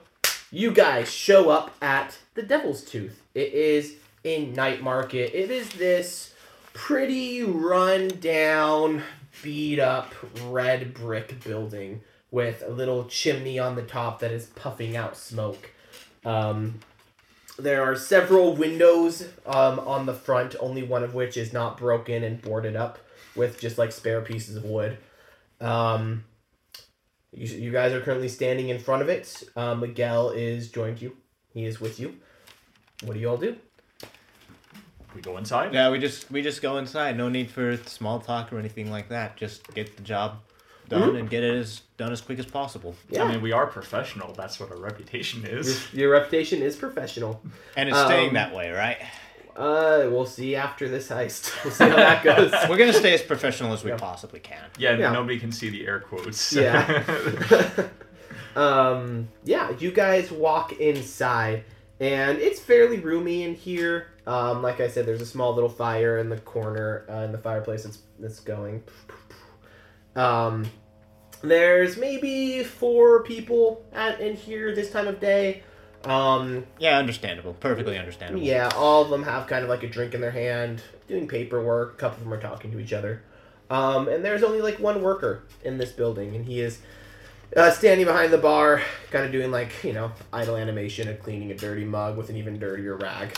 you guys show up at the Devil's Tooth. It is in Night Market. It is this pretty run down, beat up red brick building with a little chimney on the top that is puffing out smoke. Um, there are several windows um, on the front, only one of which is not broken and boarded up with just like spare pieces of wood. Um, you, you guys are currently standing in front of it. Um, Miguel is joined you. He is with you. What do you all do?
We go inside.
Yeah, we just we just go inside. No need for small talk or anything like that. Just get the job done
Mm-hmm.
and get it as done as quick as possible.
I mean, we are professional. That's what our reputation
Your,
is.
your reputation is professional.
And it's
Um,
staying that way, right?
Uh, we'll see after this heist. We'll see how that goes.
We're gonna stay as professional as we
Yeah.
possibly can.
Yeah,
Yeah.
nobody can see the air quotes.
Yeah. um, yeah, you guys walk inside, and it's fairly roomy in here. Um, like I said, there's a small little fire in the corner uh, in the fireplace that's that's going. Um, there's maybe four people at in here this time of day. Um,
Yeah, understandable. Perfectly understandable.
yeah, all of them have kind of like a drink in their hand, doing paperwork. A couple of them are talking to each other. Um, and there's only like one worker in this building, and he is uh, standing behind the bar, kind of doing like, you know, idle animation of cleaning a dirty mug with an even dirtier rag.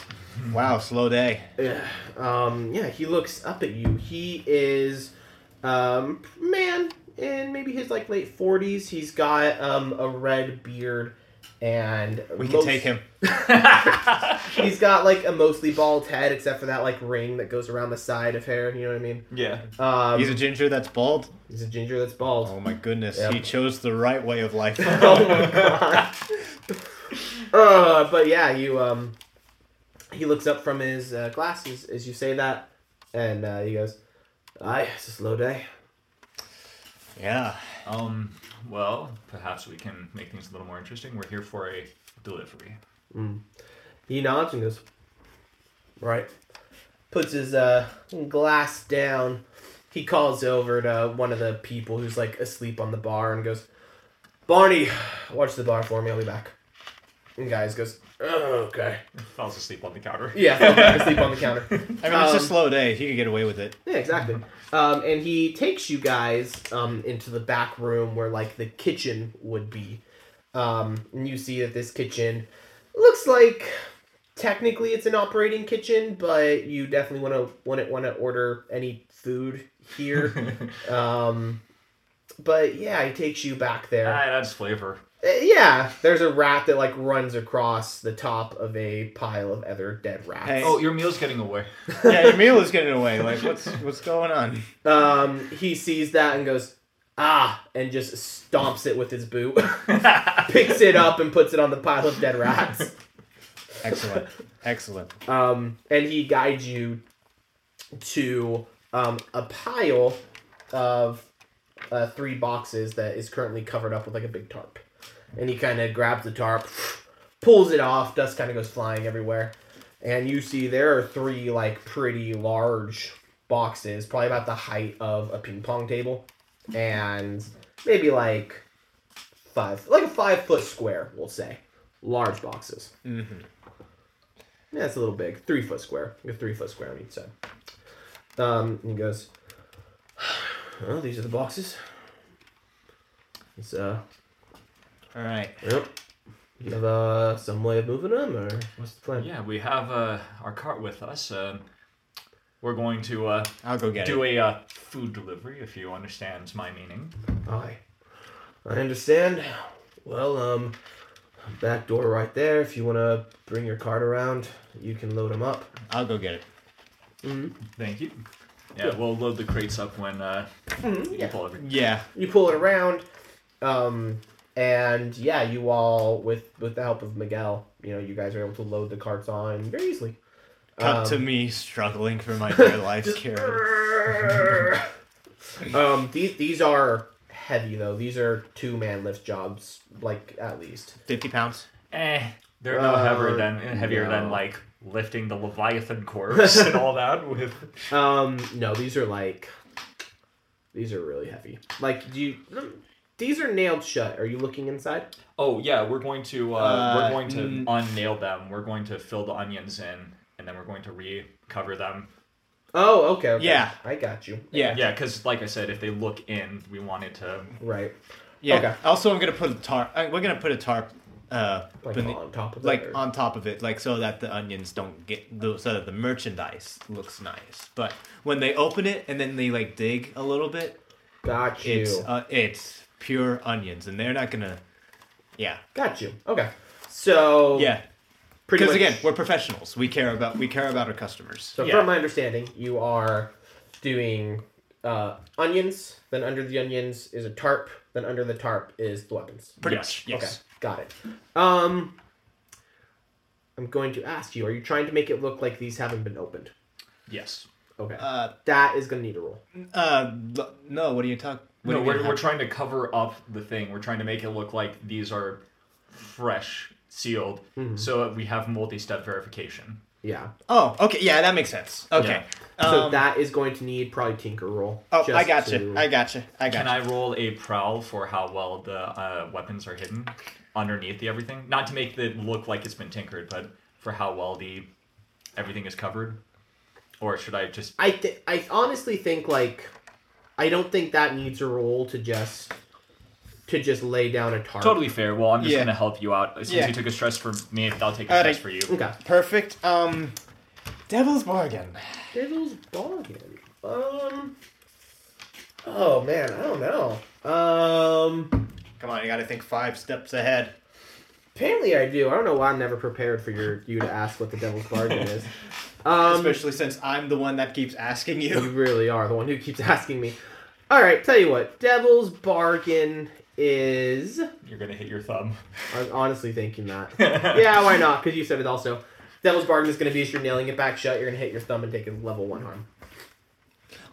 Wow, slow day.
Yeah. Um, yeah, he looks up at you. He is um man in maybe his like late 40s. He's got um a red beard and
We can
most-
take him.
He's got like a mostly bald head, except for that like ring that goes around the side of hair. You know what I mean?
yeah.
Um,
He's a ginger that's bald.
he's a ginger that's bald.
Oh my goodness,
Yeah.
he chose the right way of life.
Oh my god. uh, but yeah, you um, he looks up from his uh, glasses as you say that, and uh, he goes, "Aye, it's a slow day."
yeah.
Um. Well, perhaps we can make things a little more interesting. We're here for a delivery.
He nods and goes, "Right." Puts his uh, glass down. He calls over to one of the people who's like asleep on the bar and goes, "Barney, watch the bar for me. I'll be back." And guys goes, oh, "Okay."
Falls asleep on the counter.
Yeah, fell back asleep on the counter.
I mean, it's
Um,
a slow day. He could get away with it.
Yeah, exactly. Um, and he takes you guys um, into the back room where like the kitchen would be. Um, and you see that this kitchen looks like technically it's an operating kitchen, but you definitely want to wouldn't want to order any food here. um, but yeah, he takes you back there.
Ah, that's flavor.
Uh, yeah, there's a rat that like runs across the top of a pile of other dead rats.
Hey.
Oh, your meal's getting away.
yeah, your meal is getting away. Like, what's what's going on?
Um, he sees that and goes, ah, and just stomps it with his boot, picks it up and puts it on the pile of dead rats.
Excellent. Excellent.
um, and he guides you to um, a pile of uh, three boxes that is currently covered up with like a big tarp. And he kind of grabs the tarp, pulls it off, dust kind of goes flying everywhere. And you see there are three like pretty large boxes, probably about the height of a ping pong table, and maybe like five, like a five foot square, we'll say. Large boxes. Yeah, it's a little big. Three foot square. You have three foot square on each side. Um, and he goes, Well, these are the boxes. It's, uh,
All right.
yep. You have, uh, some way of moving them, or what's the plan?
Yeah, we have uh, our cart with us. Um, we're going to uh,
I'll go get
do
it.
a uh, food delivery, if you understand my meaning.
I, Oh, I understand. Well, um, back door right there. If you want to bring your cart around, you can load them up.
I'll go get it.
Thank you. Yeah, we'll load the crates up when uh, you pull
Mm,
everything.
Yeah.
you pull it around um and yeah you all with with the help of miguel you know you guys are able to load the carts on very easily
Cut to me struggling for my dear life, Karen.
um these these are heavy though these are two man lift jobs like at least
50 pounds?
Eh, they're no heavier
Uh,
than heavier
no.
than like lifting the Leviathan corpse and all that with.
um no these are like these are really heavy like do you mm, these are nailed shut are you looking inside
Oh yeah, we're going to uh,
Uh,
we're going to
mm.
unnail them. We're going to fill the onions in, and then we're going to recover them.
oh okay, okay.
Yeah.
i got you
Yeah.
Yeah, because like I said, if they look in, we wanted to.
right
Yeah.
Okay.
Also, I'm gonna put a tarp. uh, We're gonna put a tarp, uh,
like
bene-
on top of
like
that, or-
on top of it, like so that the onions don't get the, so that the merchandise looks nice. But when they open it and then they like dig a little bit,
got you
it's uh, it's pure onions, and they're not gonna. Yeah.
Got you. Okay. So
Yeah.
pretty
Because
much.
again, we're professionals. We care about we care about our customers.
so
yeah.
from my understanding, you are doing uh, onions. Then under the onions is a tarp. Then under the tarp is the weapons.
Pretty
Yes.
much. Yes.
Okay. Got it. Um, I'm going to ask you: Are you trying to make it look like these haven't been opened?
Yes.
Okay.
Uh,
that is gonna need a roll.
uh, l- no. What are you talking?
no, we're, we're trying to cover up the thing. We're trying to make it look like these are fresh, sealed,
Mm-hmm.
so we have multi-step verification.
Yeah.
Oh, okay. Yeah, that makes sense. Okay.
So
Um,
that is going to need probably tinker roll.
Oh, I
just
got you.
to-
I got you. I got
Can
you.
I roll a prowl for how well the uh, weapons are hidden underneath the everything? Not to make it look like it's been tinkered, but for how well the everything is covered. Or should I just?
I th- I honestly think like I don't think that needs a roll to just to just lay down a target.
Totally fair. Well, I'm just
Yeah.
gonna help you out. Since
Yeah.
you took a stress for me, I'll take a
Alright.
stress for you.
Okay.
Perfect. Um, Devil's Bargain.
Devil's bargain. Um. Oh man, I don't know. Um.
Come on, you gotta think five steps ahead.
Apparently, I do. I don't know why I'm never prepared for your you to ask what the devil's bargain is. Um,
Especially since I'm the one that keeps asking
You
you.
really are the one who keeps asking me. All right, tell you what. Devil's bargain is.
You're gonna hit your thumb.
I was honestly thinking that. yeah, why not? Because you said it also. Devil's bargain is going to be if you're nailing it back shut, you're going to hit your thumb and take a level one harm.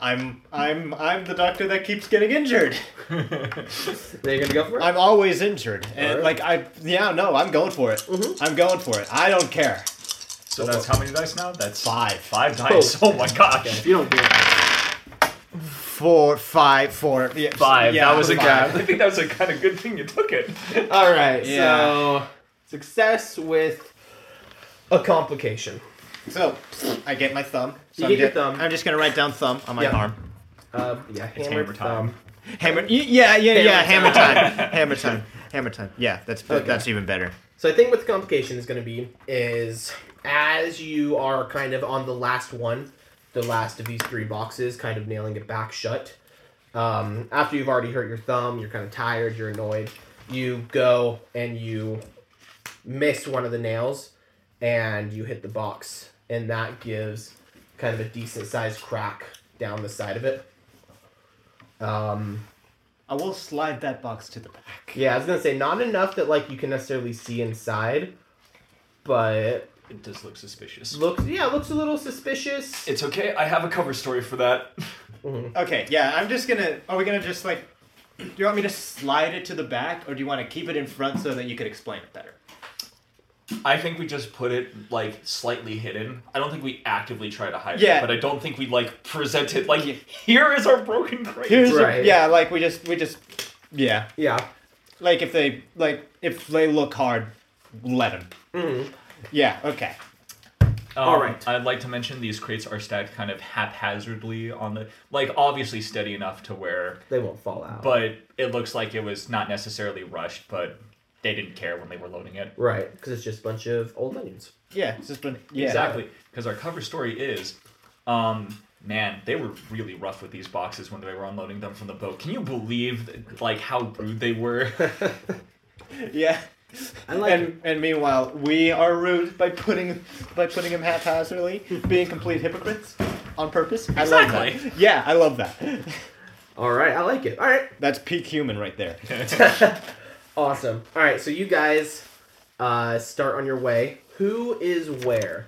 I'm I'm I'm the doctor that keeps getting injured.
They're going to go for it.
I'm always injured, and
Alright.
like I yeah no I'm going for it.
Mhm.
I'm going for it. I don't care.
So that's how many dice now? That's
Five,
Five dice. Oh, my gosh.
If you don't do it,
four, five, four. Yeah,
Five. that was a
five.
I think that was a kind of good thing you took it.
all right.
Yeah.
So success with a complication.
So I get my thumb. So
You
I'm
get your
ju-
thumb.
I'm just gonna write down thumb on my
Yeah.
arm.
Uh, yeah, hammer,
hammer time.
thumb.
Hammer. y- Yeah, yeah, yeah.
Hammer
Hammer time. hammer time. Hammer time. Yeah, that's
Okay.
that's even better.
So I think what the complication is going to be is as you are kind of on the last one, the last of these three boxes, kind of nailing it back shut. Um, after you've already hurt your thumb, you're kind of tired, you're annoyed. You go and you miss one of the nails, and you hit the box, and that gives kind of a decent sized crack down the side of it. Um,
I will slide that box to the back.
yeah, I was gonna say not enough that like you can necessarily see inside, but
It does look suspicious.
Looks yeah, looks a little suspicious.
It's okay. I have a cover story for that.
Okay, yeah, I'm just gonna. Are we gonna just like? Do you want me to slide it to the back, or do you want to keep it in front so that you could explain it better?
I think we just put it like slightly hidden. I don't think we actively try to hide
Yeah.
it, but I don't think we like present it like here is our broken crate.
a- Right. yeah,
like we just we just yeah,
Yeah.
like if they like if they look hard, let them.
Mm-hmm.
Yeah. Okay.
Um,
All right.
I'd like to mention these crates are stacked kind of haphazardly on the like obviously steady enough to where,
They won't fall out.
but it looks like it was not necessarily rushed, but they didn't care when they were loading it.
right, because it's just a bunch of old onions.
Yeah. It's just been yeah.
Exactly, because our cover story is, um, man, they were really rough with these boxes when they were unloading them from the boat. Can you believe like how rude they were?
Yeah.
I like
and and meanwhile, we are rude by putting by putting him haphazardly, being complete hypocrites on purpose. I love that.
Exactly.
Yeah, I love that.
All right, I like it. All right,
That's peak human right there.
awesome. All right, so you guys uh, start on your way. Who is where?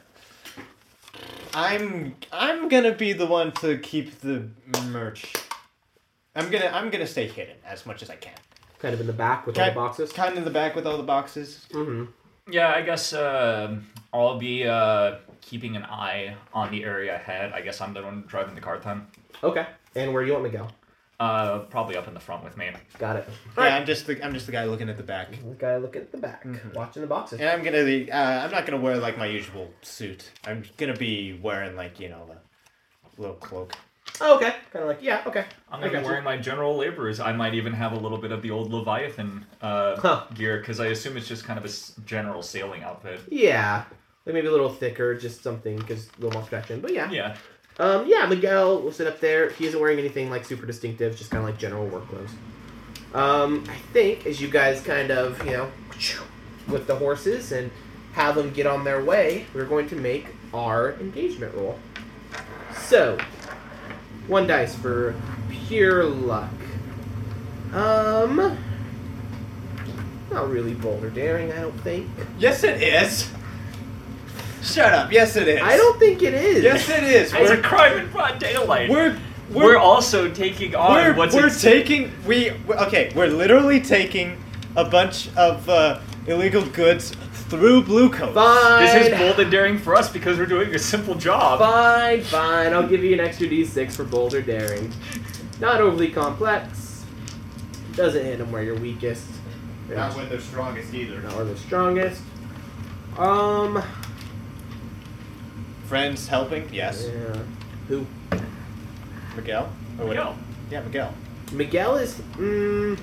I'm I'm gonna be the one to keep the merch. I'm gonna I'm gonna stay hidden as much as I can.
Kind of in the back with all
Okay.
the boxes.
Kind of in the back with all the boxes.
Mm-hmm.
yeah, I guess um I'll be uh, keeping an eye on the area ahead. I guess I'm the one driving the cart then.
Okay. And where you want me to go?
Uh, probably up in the front with me.
Got it. All
Yeah,
right.
I'm just the I'm just the guy looking at the back.
Gotta look at the back,
Mm-hmm.
watching the boxes.
And I'm gonna be uh, I'm not gonna wear like my usual suit. I'm gonna be wearing like you know the little cloak.
Oh, okay. Kind of like yeah. Okay. I
I'm gonna
got
be
you.
wearing my general laborers. I might even have a little bit of the old Leviathan uh,
Huh.
gear because I assume it's just kind of a s- general sailing outfit.
Yeah. Like maybe a little thicker, just something because a little more protection. But yeah.
Yeah.
Um. Yeah. Miguel will sit up there. He isn't wearing anything like super distinctive. Just kind of like general work clothes. Um. I think as you guys kind of you know with the horses and have them get on their way, we're going to make our engagement roll. So, one dice for pure luck. Um. Not really bold or daring, I don't think.
Yes, it is. Shut up. Yes, it is.
I don't think it is.
Yes, it is.
It's a
We're
crime in broad daylight.
we're
We're, also taking on
we're,
what's
we're
at-
taking we we- okay we're literally taking a bunch of uh, illegal goods through blue coats.
Fine.
This is bold and daring for us because we're doing a simple job.
Fine, fine. I'll give you an extra d6 for bold or daring. Not overly complex. Doesn't hit them where you're weakest. They're not,
when they're strongest either.
not where they're strongest. Um.
Friends helping? Yes.
Yeah. Who?
Miguel? Or what-
Miguel.
Yeah, Miguel.
Miguel is mm,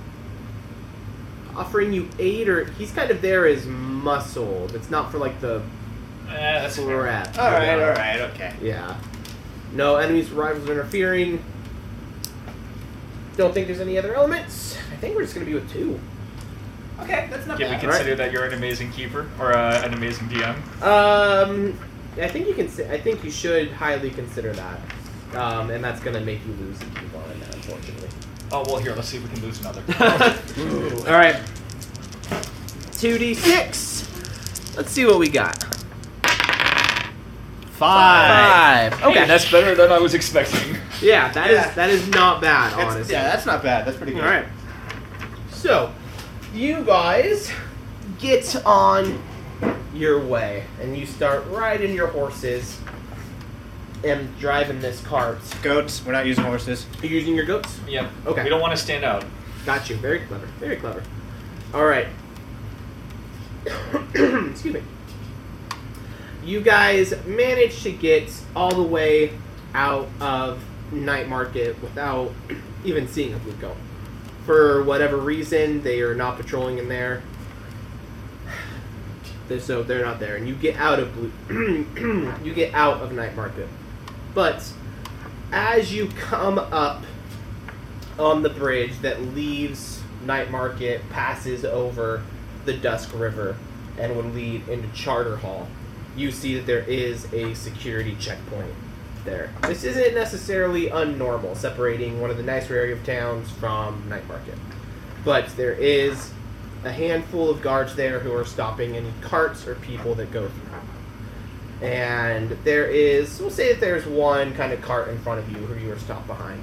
offering you aid, or he's kind of there as muscle. It's not for like the
Eh, that's fair.
rep.
All right,
yeah.
all right, okay.
Yeah. No enemies, rivals are interfering. Don't think there's any other elements. I think we're just gonna be with two.
Okay, that's not
Can we consider that you're an amazing keeper or uh, an amazing DM?
Um, I think you can. Say, I think you should highly consider that. Um, and that's gonna make you lose if you want it, unfortunately.
Oh well, here let's see if we can lose another.
All right. Two d six. Let's see what we got.
Five.
Five. Okay.
that's better than I was expecting.
yeah, that is
Yeah.
that is not bad,
It's-
honestly.
yeah, that's not bad. That's pretty
All
good.
right. So, you guys get on your way, and you start riding your horses and driving this cart.
Goats. We're not using horses.
You're using your goats.
Yep.
Okay.
We don't want to stand out.
Got you. Very clever. Very clever. All right. Excuse me. You guys managed to get all the way out of Night Market without even seeing a blue goat. For whatever reason, they are not patrolling in there. They're- So they're not there, and you get out of blue. you get out of Night Market, but as you come up on the bridge that leaves Night Market, passes over the Dusk River, and would lead into Charter Hall, you see that there is a security checkpoint there. This isn't necessarily unnormal, separating one of the nicer area of towns from Night Market. But there is a handful of guards there who are stopping any carts or people that go through. and there is we'll say that there's one kind of cart in front of you who you are stopped behind.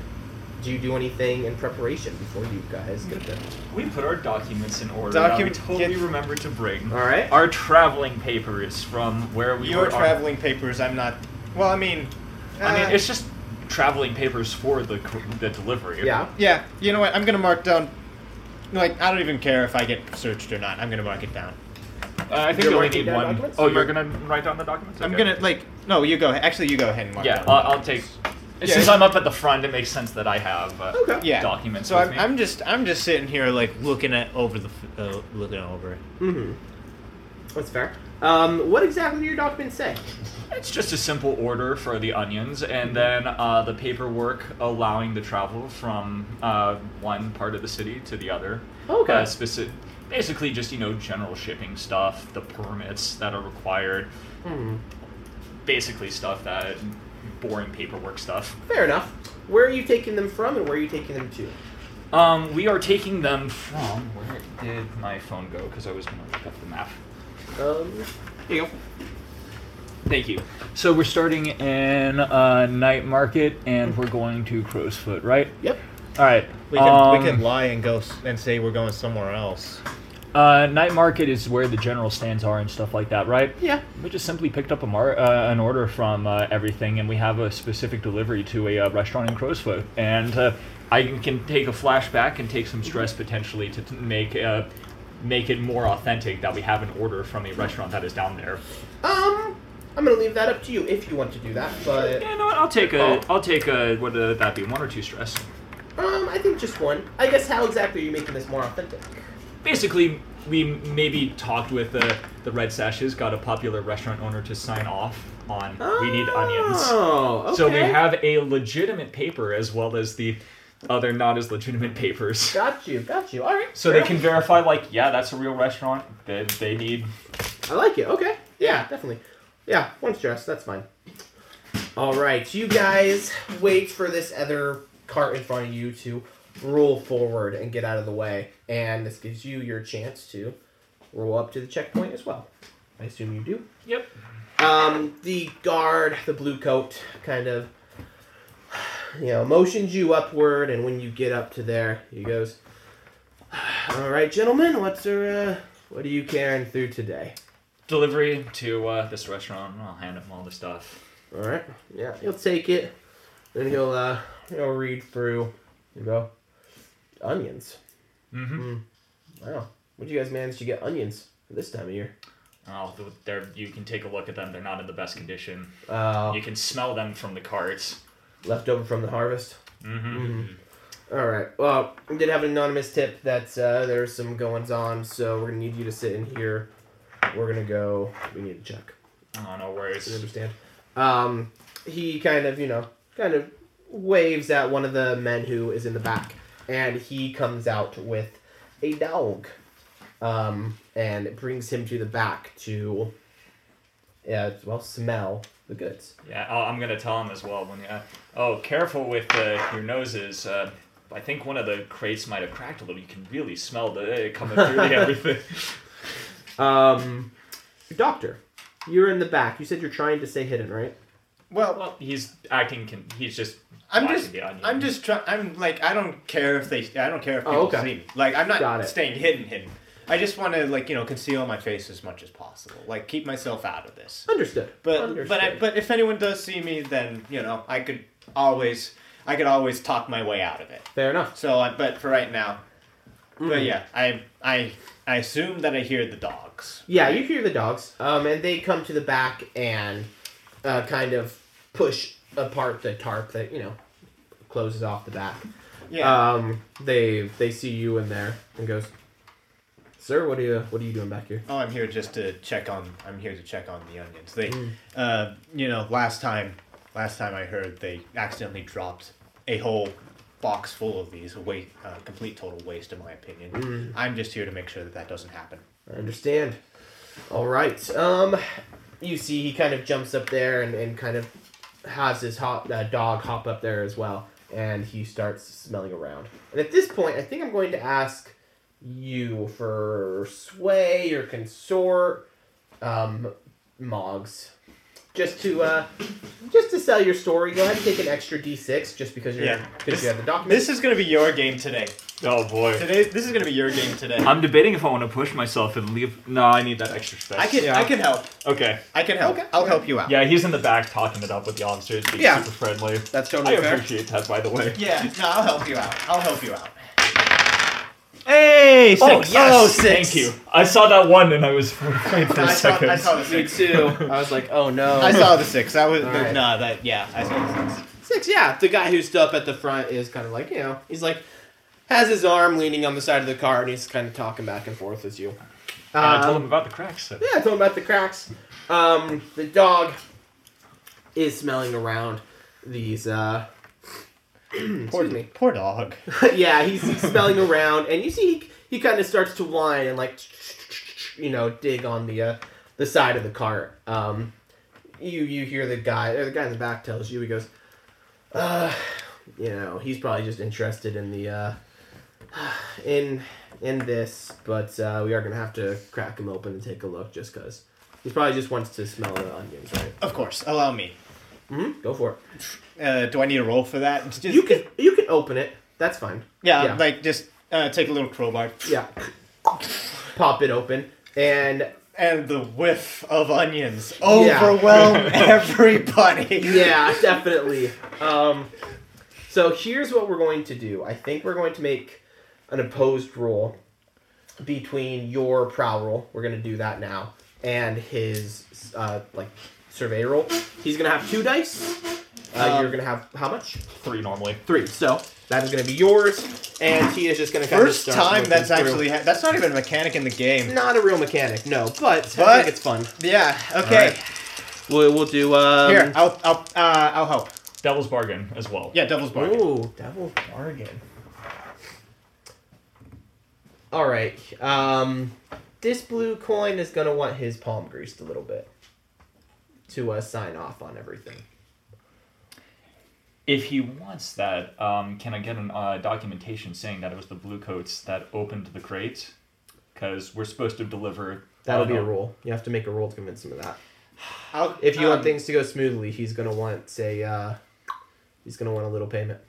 Do you do anything in preparation before you guys get there?
We put our documents in order.
Document-
that we totally
get-
remember to bring.
All right.
Our traveling papers from where we
Your
were on-
traveling papers, I'm not. Well, I mean.
I mean,
uh,
it's just traveling papers for the cr- the delivery.
Yeah.
Yeah, you know what? I'm gonna mark down. Like, I don't even care if I get searched or not. I'm gonna mark it down.
Uh, I think
You're
you only
writing
need
down
one.
documents?
Oh, you're gonna write down the documents.
I'm
Okay.
gonna like. No, you go. ahead. Actually, you go ahead and mark.
Yeah,
down.
I'll, I'll take.
Yeah.
Since I'm up at the front, it makes sense that I have uh,
Okay.
yeah.
documents.
So
with
I'm,
me.
I'm just I'm just sitting here like
Looking at over the f- uh, looking over.
Mm-hmm. That's fair. Um, what exactly do your documents say?
It's just a simple order for the onions, and then uh, the paperwork allowing the travel from uh, one part of the city to the other.
Okay.
Uh, speci- basically, just you know, general shipping stuff, the permits that are required,
Hmm.
basically stuff that boring paperwork stuff.
Fair enough. Where are you taking them from, and where are you taking them to?
Um, we are taking them from. Where did my phone go? Because I was going to look up the map.
Um,
There you go. Thank you. So we're starting in uh, night market, and we're going to Crowsfoot, right?
yep.
All right.
We can
um,
we can lie and go s- and say we're going somewhere else.
Uh, night market is where the general stands are and stuff like that, right?
Yeah.
We just simply picked up a mar- uh, an order from uh, everything, and we have a specific delivery to a uh, restaurant in Crowsfoot. And uh, I can take a flashback and take some stress potentially to t- make uh, make it more authentic that we have an order from a restaurant that is down there.
Um, I'm gonna leave that up to you if you want to do that, but
Yeah, no, I'll take a
Oh.
will take a what would that be one or two stress.
um, I think just one. I guess how exactly are you making this more authentic?
Basically, we maybe talked with the the red sashes, got a popular restaurant owner to sign off on. We need onions.
Oh, okay.
So we have a legitimate paper as well as the other not as legitimate papers.
Got you, got you. All right.
So they
fair.
can verify, like, yeah, that's a real restaurant. They, they need.
I like it. Okay. Yeah, definitely. Yeah, one stress. That's fine. All right, you guys wait for this other cart in front of you to roll forward and get out of the way, and this gives you your chance to roll up to the checkpoint as well. I assume you do.
Yep.
Um, the guard, the blue coat, kind of, you know, motions you upward, and when you get up to there, he goes, "All right, gentlemen, what's your, uh, what are you carrying through today?"
Delivery to uh, this restaurant. I'll hand them all the stuff.
All right. Yeah, he'll take it. Then he'll uh he'll read through. You go. Onions.
Mm-hmm.
Wow. Would you guys manage to get onions for this time of year?
Oh, th- they're, you can take a look at them. They're not in the best condition.
Uh,
You can smell them from the carts.
left over from the harvest.
Mm-hmm.
All right. Well, we did have an anonymous tip that uh, there's some goings on, so we're gonna need you to sit in here. We're gonna go. We need to check.
Oh, no
You
worries.
understand? Um, he kind of, you know, kind of waves at one of the men who is in the back, and he comes out with a dog, um, and brings him to the back to, uh, well, smell the goods.
Yeah, i I'm gonna tell him as well. When uh, oh, careful with uh, your noses. Uh, I think one of the crates might have cracked a little. You can really smell the it coming through the everything.
Um, doctor, you're in the back. You said you're trying to stay hidden, right?
well.
Well, he's acting. Can he's just.
I'm
watching
just
the onion.
I'm just trying. I'm like I don't care if they I don't care if people
Oh, okay.
see me. Like I'm
Got it.
not staying hidden hidden. I just want to like you know conceal my face as much as possible. Like keep myself out of this.
Understood.
But
Understood.
but I, but if anyone does see me, then you know I could always I could always talk my way out of it.
fair enough.
So I, but for right now, but
Mm.
Mhm.
yeah, I I I assume that I hear the dogs.
Yeah, you hear the dogs, um, and they come to the back and uh, kind of push apart the tarp that you know closes off the back.
Yeah.
Um, they they see you in there and goes, "Sir, what are you what are you doing back here?"
oh, I'm here just to check on. I'm here to check on the onions. They,
Mm.
uh, you know, last time, last time I heard they accidentally dropped a whole box full of these. A waste, uh, complete total waste, in my opinion.
Mm.
I'm just here to make sure that that doesn't happen.
I understand. All right. Um, you see, he kind of jumps up there and, and kind of has his hop, uh, dog hop up there as well, and he starts smelling around. And at this point, I think I'm going to ask you for sway or consort, um, Mogs. just to uh, just to sell your story. Go ahead and take an extra d6 just because you're
Yeah.
because you have the document.
This is gonna be your game today.
Oh boy.
Today, this is gonna be your game today.
I'm debating if I want to push myself and leave. No, I need that extra space.
I can,
Yeah.
I can help.
Okay.
I can help. I'll help you out.
Yeah, he's in the back talking it up with the officers, being
Yeah.
super friendly.
That's
I
totally fair.
appreciate that, by the way.
Yeah, no, I'll help you out. I'll help you out.
Hey, six.
Oh, yes!
Oh, six.
Thank you. I saw that one and I was afraid for a
I saw,
second.
I saw the
Me
six.
too. I was like, oh no.
I saw the six. I was
All right.
no, that yeah. I saw the six.
Six, yeah. The guy who's up at the front is kind of like, you know, he's like, has his arm leaning on the side of the car and he's kind of talking back and forth as you.
And I told
Um,
him about the cracks. So.
yeah, I told him about the cracks. Um, the dog is smelling around these, uh,
Poor,
excuse me.
poor dog.
yeah, he's, he's smelling around, and you see he, he kind of starts to whine and like, you know, dig on the uh, the side of the cart. Um, you you hear the guy, or the guy in the back tells you, he goes, uh, you know, he's probably just interested in the uh, in in this, but uh, we are gonna have to crack him open and take a look just cause. He probably just wants to smell the onions, right?
Of course, allow me.
Mm-hmm. Go for it.
Uh, do I need a roll for that? Just,
You can you can open it. That's fine.
yeah,
yeah.
like just uh, take a little crowbar
Yeah. Pop it open. And
and the whiff of onions
Yeah.
overwhelm everybody.
yeah, definitely. Um, so here's what we're going to do. I think we're going to make an opposed roll between your prowl roll. We're going to do that now, and his uh, like survey roll. He's going to have two dice. Uh,
Um,
you're going to have how much?
Three normally.
Three. So that is going to be yours, and he is just going to kind
First
of
time that's actually ha- that's not even a mechanic in the game.
not a real mechanic. No, but, I
But-
think it's fun.
Yeah. Okay.
We'll, we'll do um,
Here, I'll I'll uh, I'll help.
Devil's bargain as well.
Yeah, devil's bargain.
Ooh, devil bargain. All right. Um, this blue coin is gonna want his palm greased a little bit to uh, sign off on everything.
If he wants that, um, can I get an uh, documentation saying that it was the blue coats that opened the crate? Because we're supposed to deliver.
That'll
uh,
be a
no.
rule. You have to make a roll to convince him of that.
I'll,
If you want
um,
things to go smoothly, he's gonna want say uh, he's gonna want a little payment.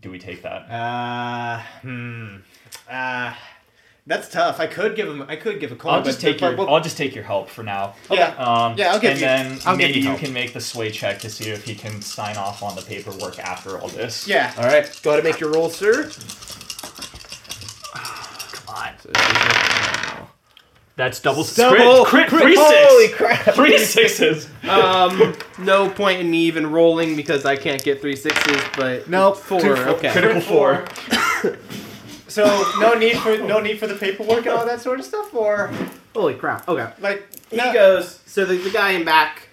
Do we take that?
Uh, hmm. Uh, that's tough. I could give him. I could give a coin.
I'll
but-
just take
but-
your.
but-
I'll just take your help for now.
Yeah.
Um,
Yeah, I'll give
and
you-
then
I'll give
maybe
you
you
help.
can make the sway check to see if he can sign off on the paperwork after all this.
yeah.
All right, go ahead and make your roll, sir.
Come on. That's double six.
Double
crit,
crit.
three six.
Holy crap.
Three sixes.
Um, no point in me even rolling because I can't get three sixes, but
Nope.
four.
Two four-
okay.
Critical four.
So no need for no need for the paperwork and all Oh, that sort of stuff, or
Holy crap. Okay.
like
He
no.
goes. So the, the guy in back,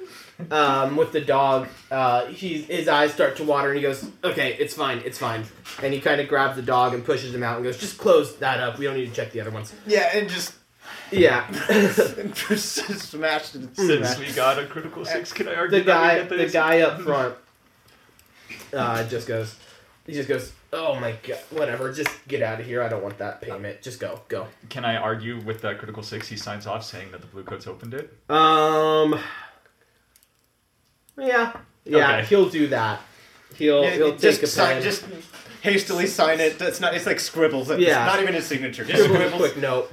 um, with the dog, uh, he's, his eyes start to water, and he goes, "Okay, it's fine, it's fine." And he kind of grabs the dog and pushes him out, and goes, "Just close that up. We don't need to check the other ones."
Yeah, and just
Yeah.
and just smashed it.
Since
smashed.
we got a critical six, can I argue
the guy,
that we
the
get this?
guy up front, uh, just goes. He just goes. Oh my god. Whatever. Just get out of here. I don't want that payment. Just go. Go.
Can I argue with that critical six? He signs off saying that the blue coats opened it.
Um. Yeah. Yeah.
Okay.
He'll do that. He'll
Yeah,
he'll
just
take a
sign,
pen.
just hastily sign it. That's not. It's like scribbles. It's
Yeah.
not even his signature. Just
scribbles a
scribbles.
quick note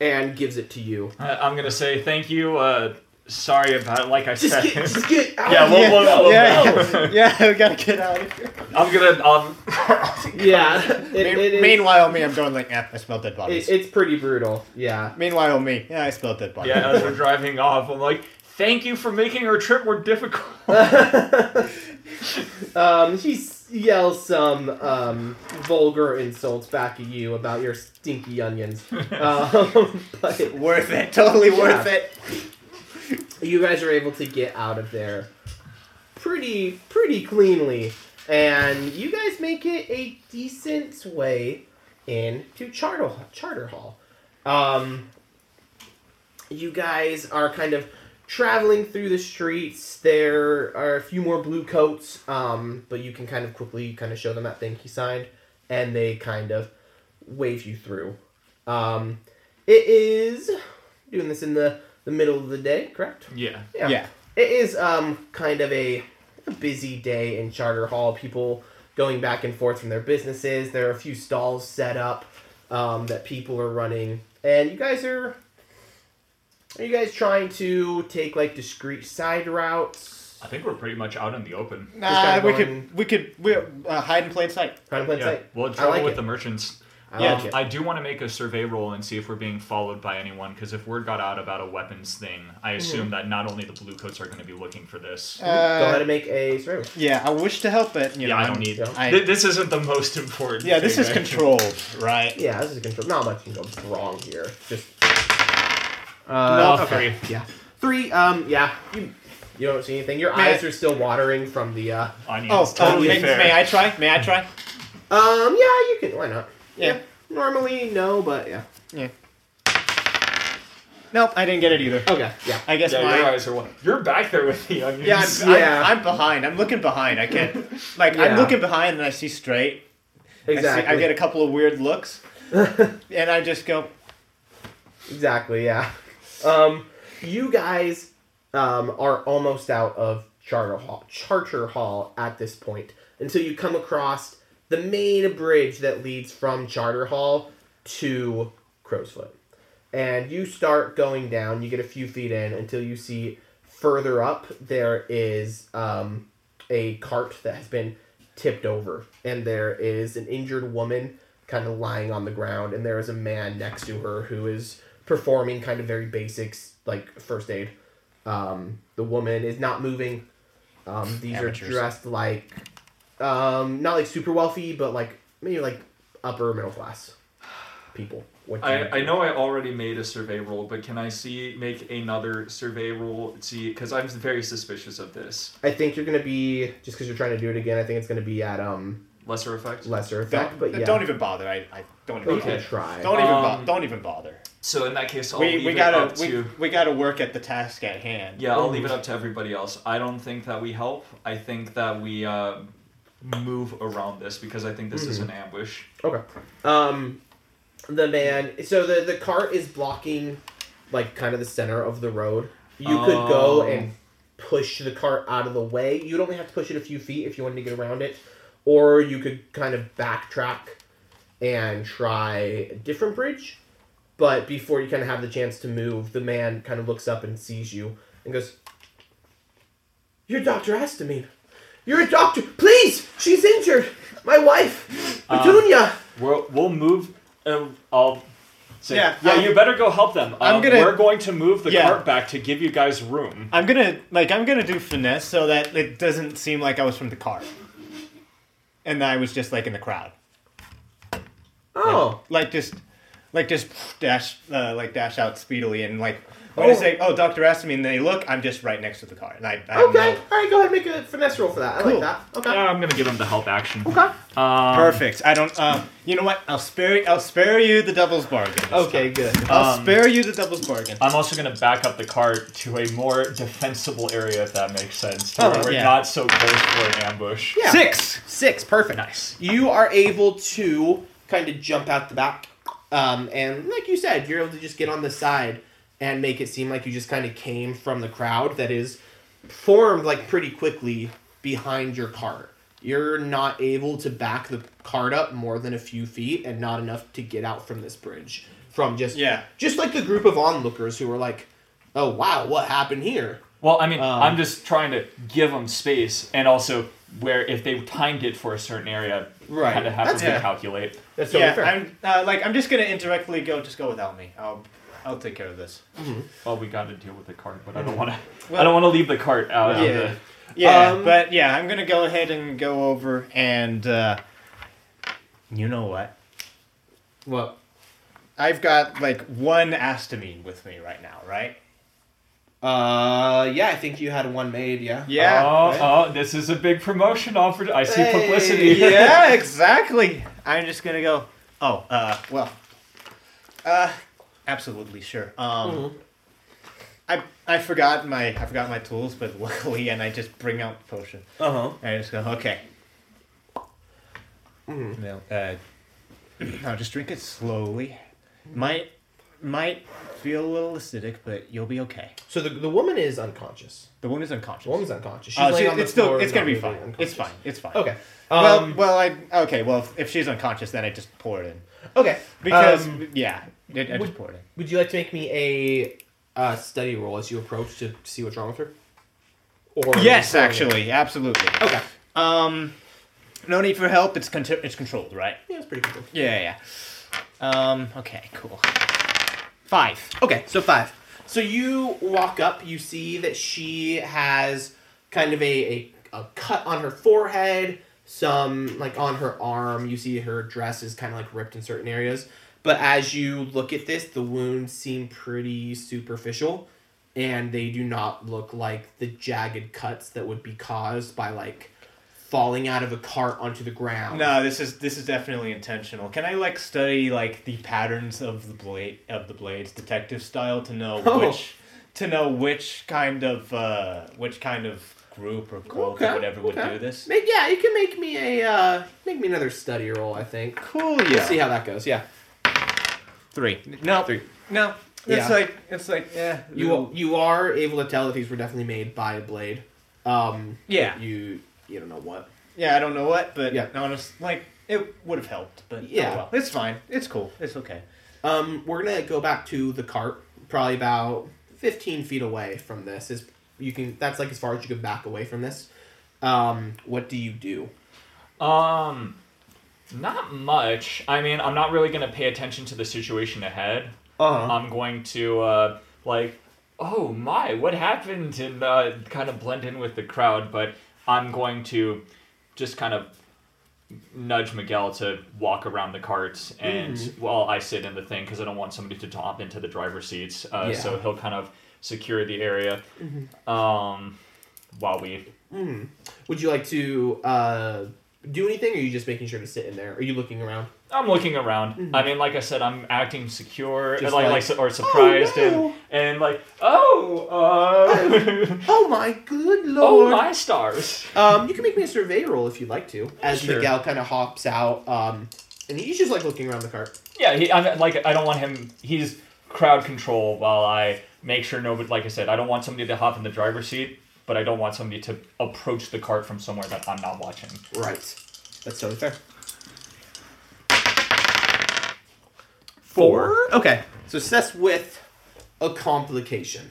and gives it to you.
Uh, I'm gonna say thank you. Uh, sorry about it. Like I
Just
said,
get, just get out.
Yeah,
of
well,
here.
well, well,
Yeah, yeah, we gotta get out of here.
I'm gonna. Um,
yeah. It,
Mean-
it is,
meanwhile, me, I'm going like, eh, I smell dead bodies.
it, it's pretty brutal. Yeah.
meanwhile, me, yeah, I smell dead bodies.
yeah, as we're driving off, I'm like, thank you for making our trip more difficult.
um, she s- yells some um, vulgar insults back at you about your stinky onions. Um, but
worth it. Totally worth
Yeah.
it.
you guys are able to get out of there pretty pretty cleanly and you guys make it a decent way into charter charter hall um, you guys are kind of traveling through the streets there are a few more blue coats um, but you can kind of quickly kind of show them that thing he signed and they kind of wave you through um, it is doing this in the the middle of the day, correct?
Yeah.
Yeah.
Yeah.
It is um kind of a, a busy day in Charter Hall. People going back and forth from their businesses. There are a few stalls set up um, that people are running, and you guys are. Are you guys trying to take like discreet side routes?
I think we're pretty much out in the open.
Nah,
kinda
we
going-
could we could we uh, hide in plain sight.
Trying to play
yeah.
tight?
We'll
I
travel
like
with
it.
the merchants.
I
yeah,
like it. Uh,
I do want to make a survey roll and see if we're being followed by anyone, because if word got out about a weapons thing, I
Hmm.
assume that not only the blue coats are going to be looking for this.
Go
Uh,
ahead and make a survival.
yeah, I wish to help, but you
yeah,
know,
I don't need.
yeah.
I-
Th- this isn't the most important.
Yeah, this
thing,
is
right?
controlled, right?
Yeah, this is control. Not much can go wrong here. Just
No,
Uh,
okay.
three.
yeah, three. Um, yeah, you you don't see anything. Your
May I-
eyes are still watering from the. Uh,
Onions.
Oh,
totally
uh, may,
fair.
may I try? May I try?
um, yeah, you can. Why not?
Yeah.
Normally, no, but yeah.
Yeah. Nope, I didn't get it either.
Okay, yeah.
I guess
Yeah,
my
your eyes are what? You're back there with the onions.
yeah, I'm,
Yeah.
I'm, I'm behind. I'm looking behind. I can't like
Yeah.
I'm looking behind and I see straight. I see-
Exactly.
I, get a couple of weird looks, and I just go.
Exactly, yeah. Um, you guys um, are almost out of Charter Hall, Charter Hall at this point until you come across the main bridge that leads from Charter Hall to Crowsfoot. And you start going down, you get a few feet in until you see further up there is um, a cart that has been tipped over, and there is an injured woman kind of lying on the ground, and there is a man next to her who is performing kind of very basics like first aid. Um, the woman is not moving. Um, these
Amateurs.
are dressed like um, not like super wealthy, but like maybe like upper middle class people. What do you
I, I
do?
know I already made a survey roll, but can I see make another survey roll? See, because I'm very suspicious of this
I think you're gonna be just because you're trying to do it again. I think it's gonna be at um
lesser effect.
lesser effect,
Don't,
but yeah,
don't even bother. I, I don't even.
But you
Bother.
can try.
Don't even.
Um,
bo- don't even bother.
So in that case, I'll
We,
leave
we
it
gotta
up
we,
to
we gotta work at the task at hand.
yeah, I'll leave it up to everybody else. I don't think that we help. I think that we uh, move around this because I think this
Hmm.
is an ambush.
Okay. Um, the man. So the the cart is blocking, like kind of the center of the road. You could go
Oh.
and push the cart out of the way. You'd only have to push it a few feet if you wanted to get around it, or you could kind of backtrack and try a different bridge. But before you kind of have the chance to move, the man kind of looks up and sees you and goes, "You're Doctor Astamine. You're a doctor. Please, she's injured. My wife, Petunia."
We'll, we'll move. Uh, I'll. Say,
Yeah,
yeah,
I'm-
you better go help them.
I'm
Um,
gonna-
We're going to move the
Yeah.
cart back to give you guys room.
I'm gonna like I'm gonna do finesse so that it doesn't seem like I was from the car, and I was just like in the crowd,
Oh,
like just like just dash uh, like dash out speedily and like when I
Oh.
say oh Doctor asked me and they look I'm just right next to the car and I, I
okay.
know.
All right, go ahead and make a finesse roll for that. I
Cool.
like that. Okay.
Yeah, I'm gonna give them the help action.
Okay.
perfect um, I don't um you know what I'll spare I'll spare you the devil's bargain
Okay, good.
I'll
Um,
spare you the devil's bargain
I'm also gonna back up the cart to a more defensible area if that makes sense.
Oh,
To where we're
yeah.
not so close for an ambush.
Yeah.
six
Six, perfect.
Nice.
You are able to kind of jump out the back. Um, and like you said, you're able to just get on the side and make it seem like you just kind of came from the crowd that is formed like pretty quickly behind your cart. You're not able to back the cart up more than a few feet and not enough to get out from this bridge. From just
Yeah.
just like the group of onlookers who were like, Oh wow, what happened here?
Well, I mean,
Um,
I'm just trying to give them space, and also where if they timed it for a certain area,
Right.
kind of have
That's
to
fair.
recalculate.
That's totally
yeah
fair.
I'm uh, like I'm just gonna indirectly go just go without me I'll I'll take care of this
Well, we got to deal with the cart, but I don't want to.
Mm-hmm. Well-
I don't want to leave the cart out.
Yeah.
Of the,
Yeah,
Um,
but yeah, I'm gonna go ahead and go over and uh, you know what?
What?
I've got like one astamine with me right now, right?
Uh, yeah, I think you had one made, yeah.
Yeah.
oh,
right?
oh, this is a big promotion offer. I see
Hey.
publicity.
yeah, exactly. I'm just gonna go. Oh, uh, well, uh, absolutely sure. Um,
Mm-hmm.
I I forgot my I forgot my tools, but luckily, and I just bring out the potion.
Uh huh.
I just go, okay.
Mm-hmm.
No, uh, no, just drink it slowly. Might might feel a little acidic, but you'll be okay.
So the, the woman is unconscious.
The woman's unconscious.
The woman's unconscious. She's
Uh,
laying
she-
on the
it's still
floor,
it's gonna
not
be
moving,
fine. It's
unconscious.
fine. It's fine.
Okay.
Well,
Um,
well, I okay. Well, if, if she's unconscious, then I just pour it in
okay.
because
Um,
yeah, I- I
would-
just pour it in.
would you like to make me a uh, study roll as you approach to see what's wrong with her? Or
Yes, actually, absolutely.
Okay.
Um, no need for help. It's con- it's controlled, right?
Yeah, it's pretty cool.
Yeah, yeah. yeah. Um. Okay. Cool. Five.
Okay, so five. So you walk up, you see that she has kind of a, a, a cut on her forehead, some like on her arm. You see her dress is kind of like ripped in certain areas. But as you look at this, the wounds seem pretty superficial and they do not look like the jagged cuts that would be caused by like falling out of a cart onto the ground.
No, this is this is definitely intentional. Can I like study like the patterns of the blade of the blades, detective style, to know
Oh.
which to know which kind of uh, which kind of group or cult
Okay,
or whatever would
okay.
do this?
Make, yeah, you can make me a uh, make me another study roll, I think.
Cool.
We'll see how that goes. Yeah.
three. No. Three. No.
Yeah.
It's like it's like eh. yeah.
You you are able to tell that these were definitely made by a blade. Um,
yeah
you you don't know what.
yeah. I don't know what, but
Yeah.
yeah. honest like it would have helped, but yeah,
Yeah.
well. it's fine. It's cool. It's okay.
Um, we're gonna go back to the cart, probably about fifteen feet away from this. Is you can that's like as far as you can back away from this. Um, what do you do?
Um, not much. I mean, I'm not really gonna pay attention to the situation ahead.
Uh
I'm going to uh, like, oh my, what happened, and uh, kind of blend in with the crowd. But I'm going to just kind of nudge Miguel to walk around the cart, and
Mm-hmm.
while I sit in the thing, because I don't want somebody to top into the driver's seats. Uh,
Yeah. Mm-hmm.
So he'll kind of secure the area um, while we.
Would you like to uh do anything, or are you just making sure to sit in there? Are you looking around?
I'm looking around. I mean, like I said, I'm acting secure,
Mm-hmm. Just
like,
like, "Oh,
like su- or surprised,
no.
and, and like, oh, uh,
Oh my good
Oh
lord!
my stars!
Um, you can make me a survey roll if you'd like to. As
Sure.
Miguel kind of hops out, um, and he's just like looking around the cart.
Yeah, he, I'm like I don't want him. He's crowd control while I make sure nobody. Like I said, I don't want somebody to hop in the driver's seat, but I don't want somebody to approach the cart from somewhere that I'm not watching.
Right. That's totally fair.
Four.
Okay. So success with a complication.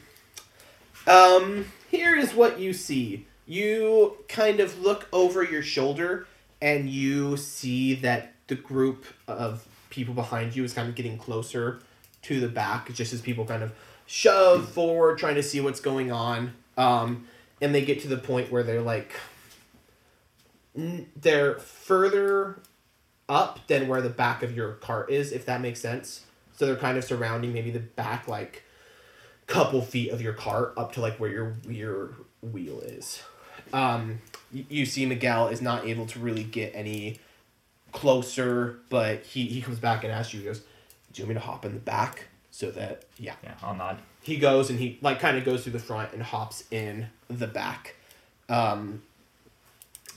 Um, here is what you see. You kind of look over your shoulder and you see that the group of people behind you is kind of getting closer to the back just as people kind of shove forward trying to see what's going on. Um, and they get to the point where they're like n- they're further up than where the back of your cart is, if that makes sense. So they're kind of surrounding maybe the back like couple feet of your cart up to like where your your wheel is. Um, y- you see Miguel is not able to really get any closer, but he he comes back and asks you, he goes, "Do you want me to hop in the back so that yeah?"
Yeah, I'll nod.
He goes and he like kind of goes through the front and hops in the back. Um,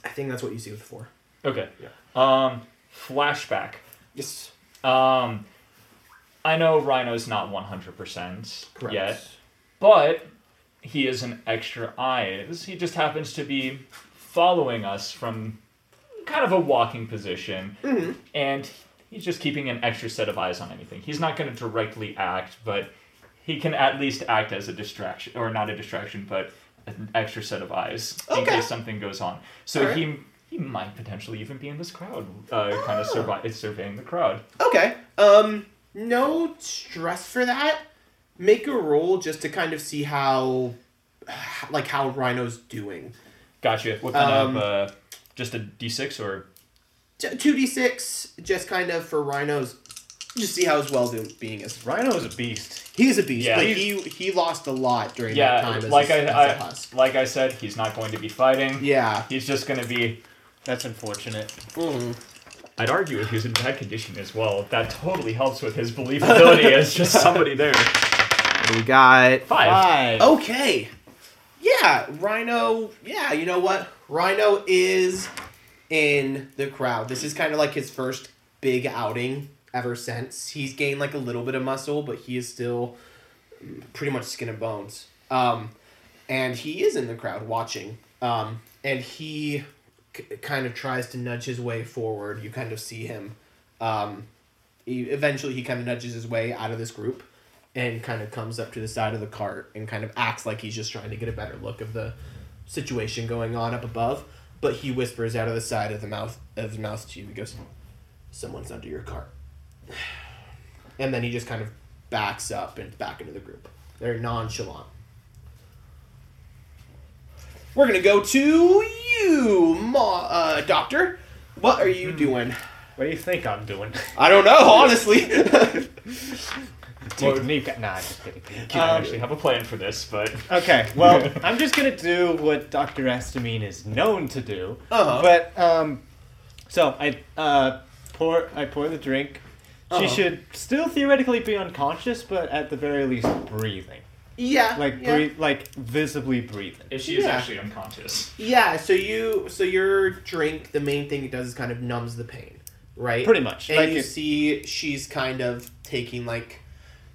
I think that's what you see with the four.
Okay. Um, flashback.
Yes,
Um, I know Rhino's not 100%
correct.
yet, but he is an extra eyes. He just happens to be following us from kind of a walking position,
Mm-hmm.
and he's just keeping an extra set of eyes on anything. He's not going to directly act, but he can at least act as a distraction, or not a distraction, but an extra set of eyes in
Okay.
case something goes on. So
Alright.
he he might potentially even be in this crowd, uh,
Ah.
kind of survi- surveying the crowd.
Okay. Um, no stress for that. Make a roll just to kind of see how, like how Rhino's doing.
Gotcha. What kind
Um,
of uh, just a d6 or
Two d six, just kind of for Rhino's, just see how his well do- being is.
Rhino is a beast.
He's a beast.
Yeah.
like he he lost a lot during that
yeah,
time. As
like
a,
I,
as a
I
husk.
like I said, he's not going to be fighting.
Yeah.
He's just going to be.
That's unfortunate.
Mm.
I'd argue if he's in bad condition as well, that totally helps with his believability as just somebody there.
We got
Five.
Oh.
Okay. Yeah, Rhino. Yeah, you know what? Rhino is in the crowd. This is kind of like his first big outing ever since. He's gained like a little bit of muscle, but he is still pretty much skin and bones. Um, and he is in the crowd watching. Um, and he c- kind of tries to nudge his way forward. You kind of see him. Um, he, eventually, he kind of nudges his way out of this group and kind of comes up to the side of the cart and kind of acts like he's just trying to get a better look of the situation going on up above. But he whispers out of the side of the mouth of his mouth to you. He goes, "Someone's under your cart," and then he just kind of backs up and back into the group. They're nonchalant. We're gonna go to you, Ma, uh, Doctor. What are you doing?
What do you think I'm doing?
I don't know, honestly.
Well, me- nah, I'm just kidding.
I
Um,
actually have a plan for this, but
uh,
Okay, well, I'm just gonna do what Dr. Astamine is known to do.
Uh-huh.
But um, so I uh, pour I pour the drink.
Uh-huh.
She should still theoretically be unconscious, but at the very least breathing,
yeah.
like
yeah.
breathe, like visibly breathing.
if she is
Yeah.
actually unconscious,
Yeah, so you so your drink, the main thing it does is kind of numbs the pain, right?
Pretty much,
And
like
you
it-
see she's kind of taking like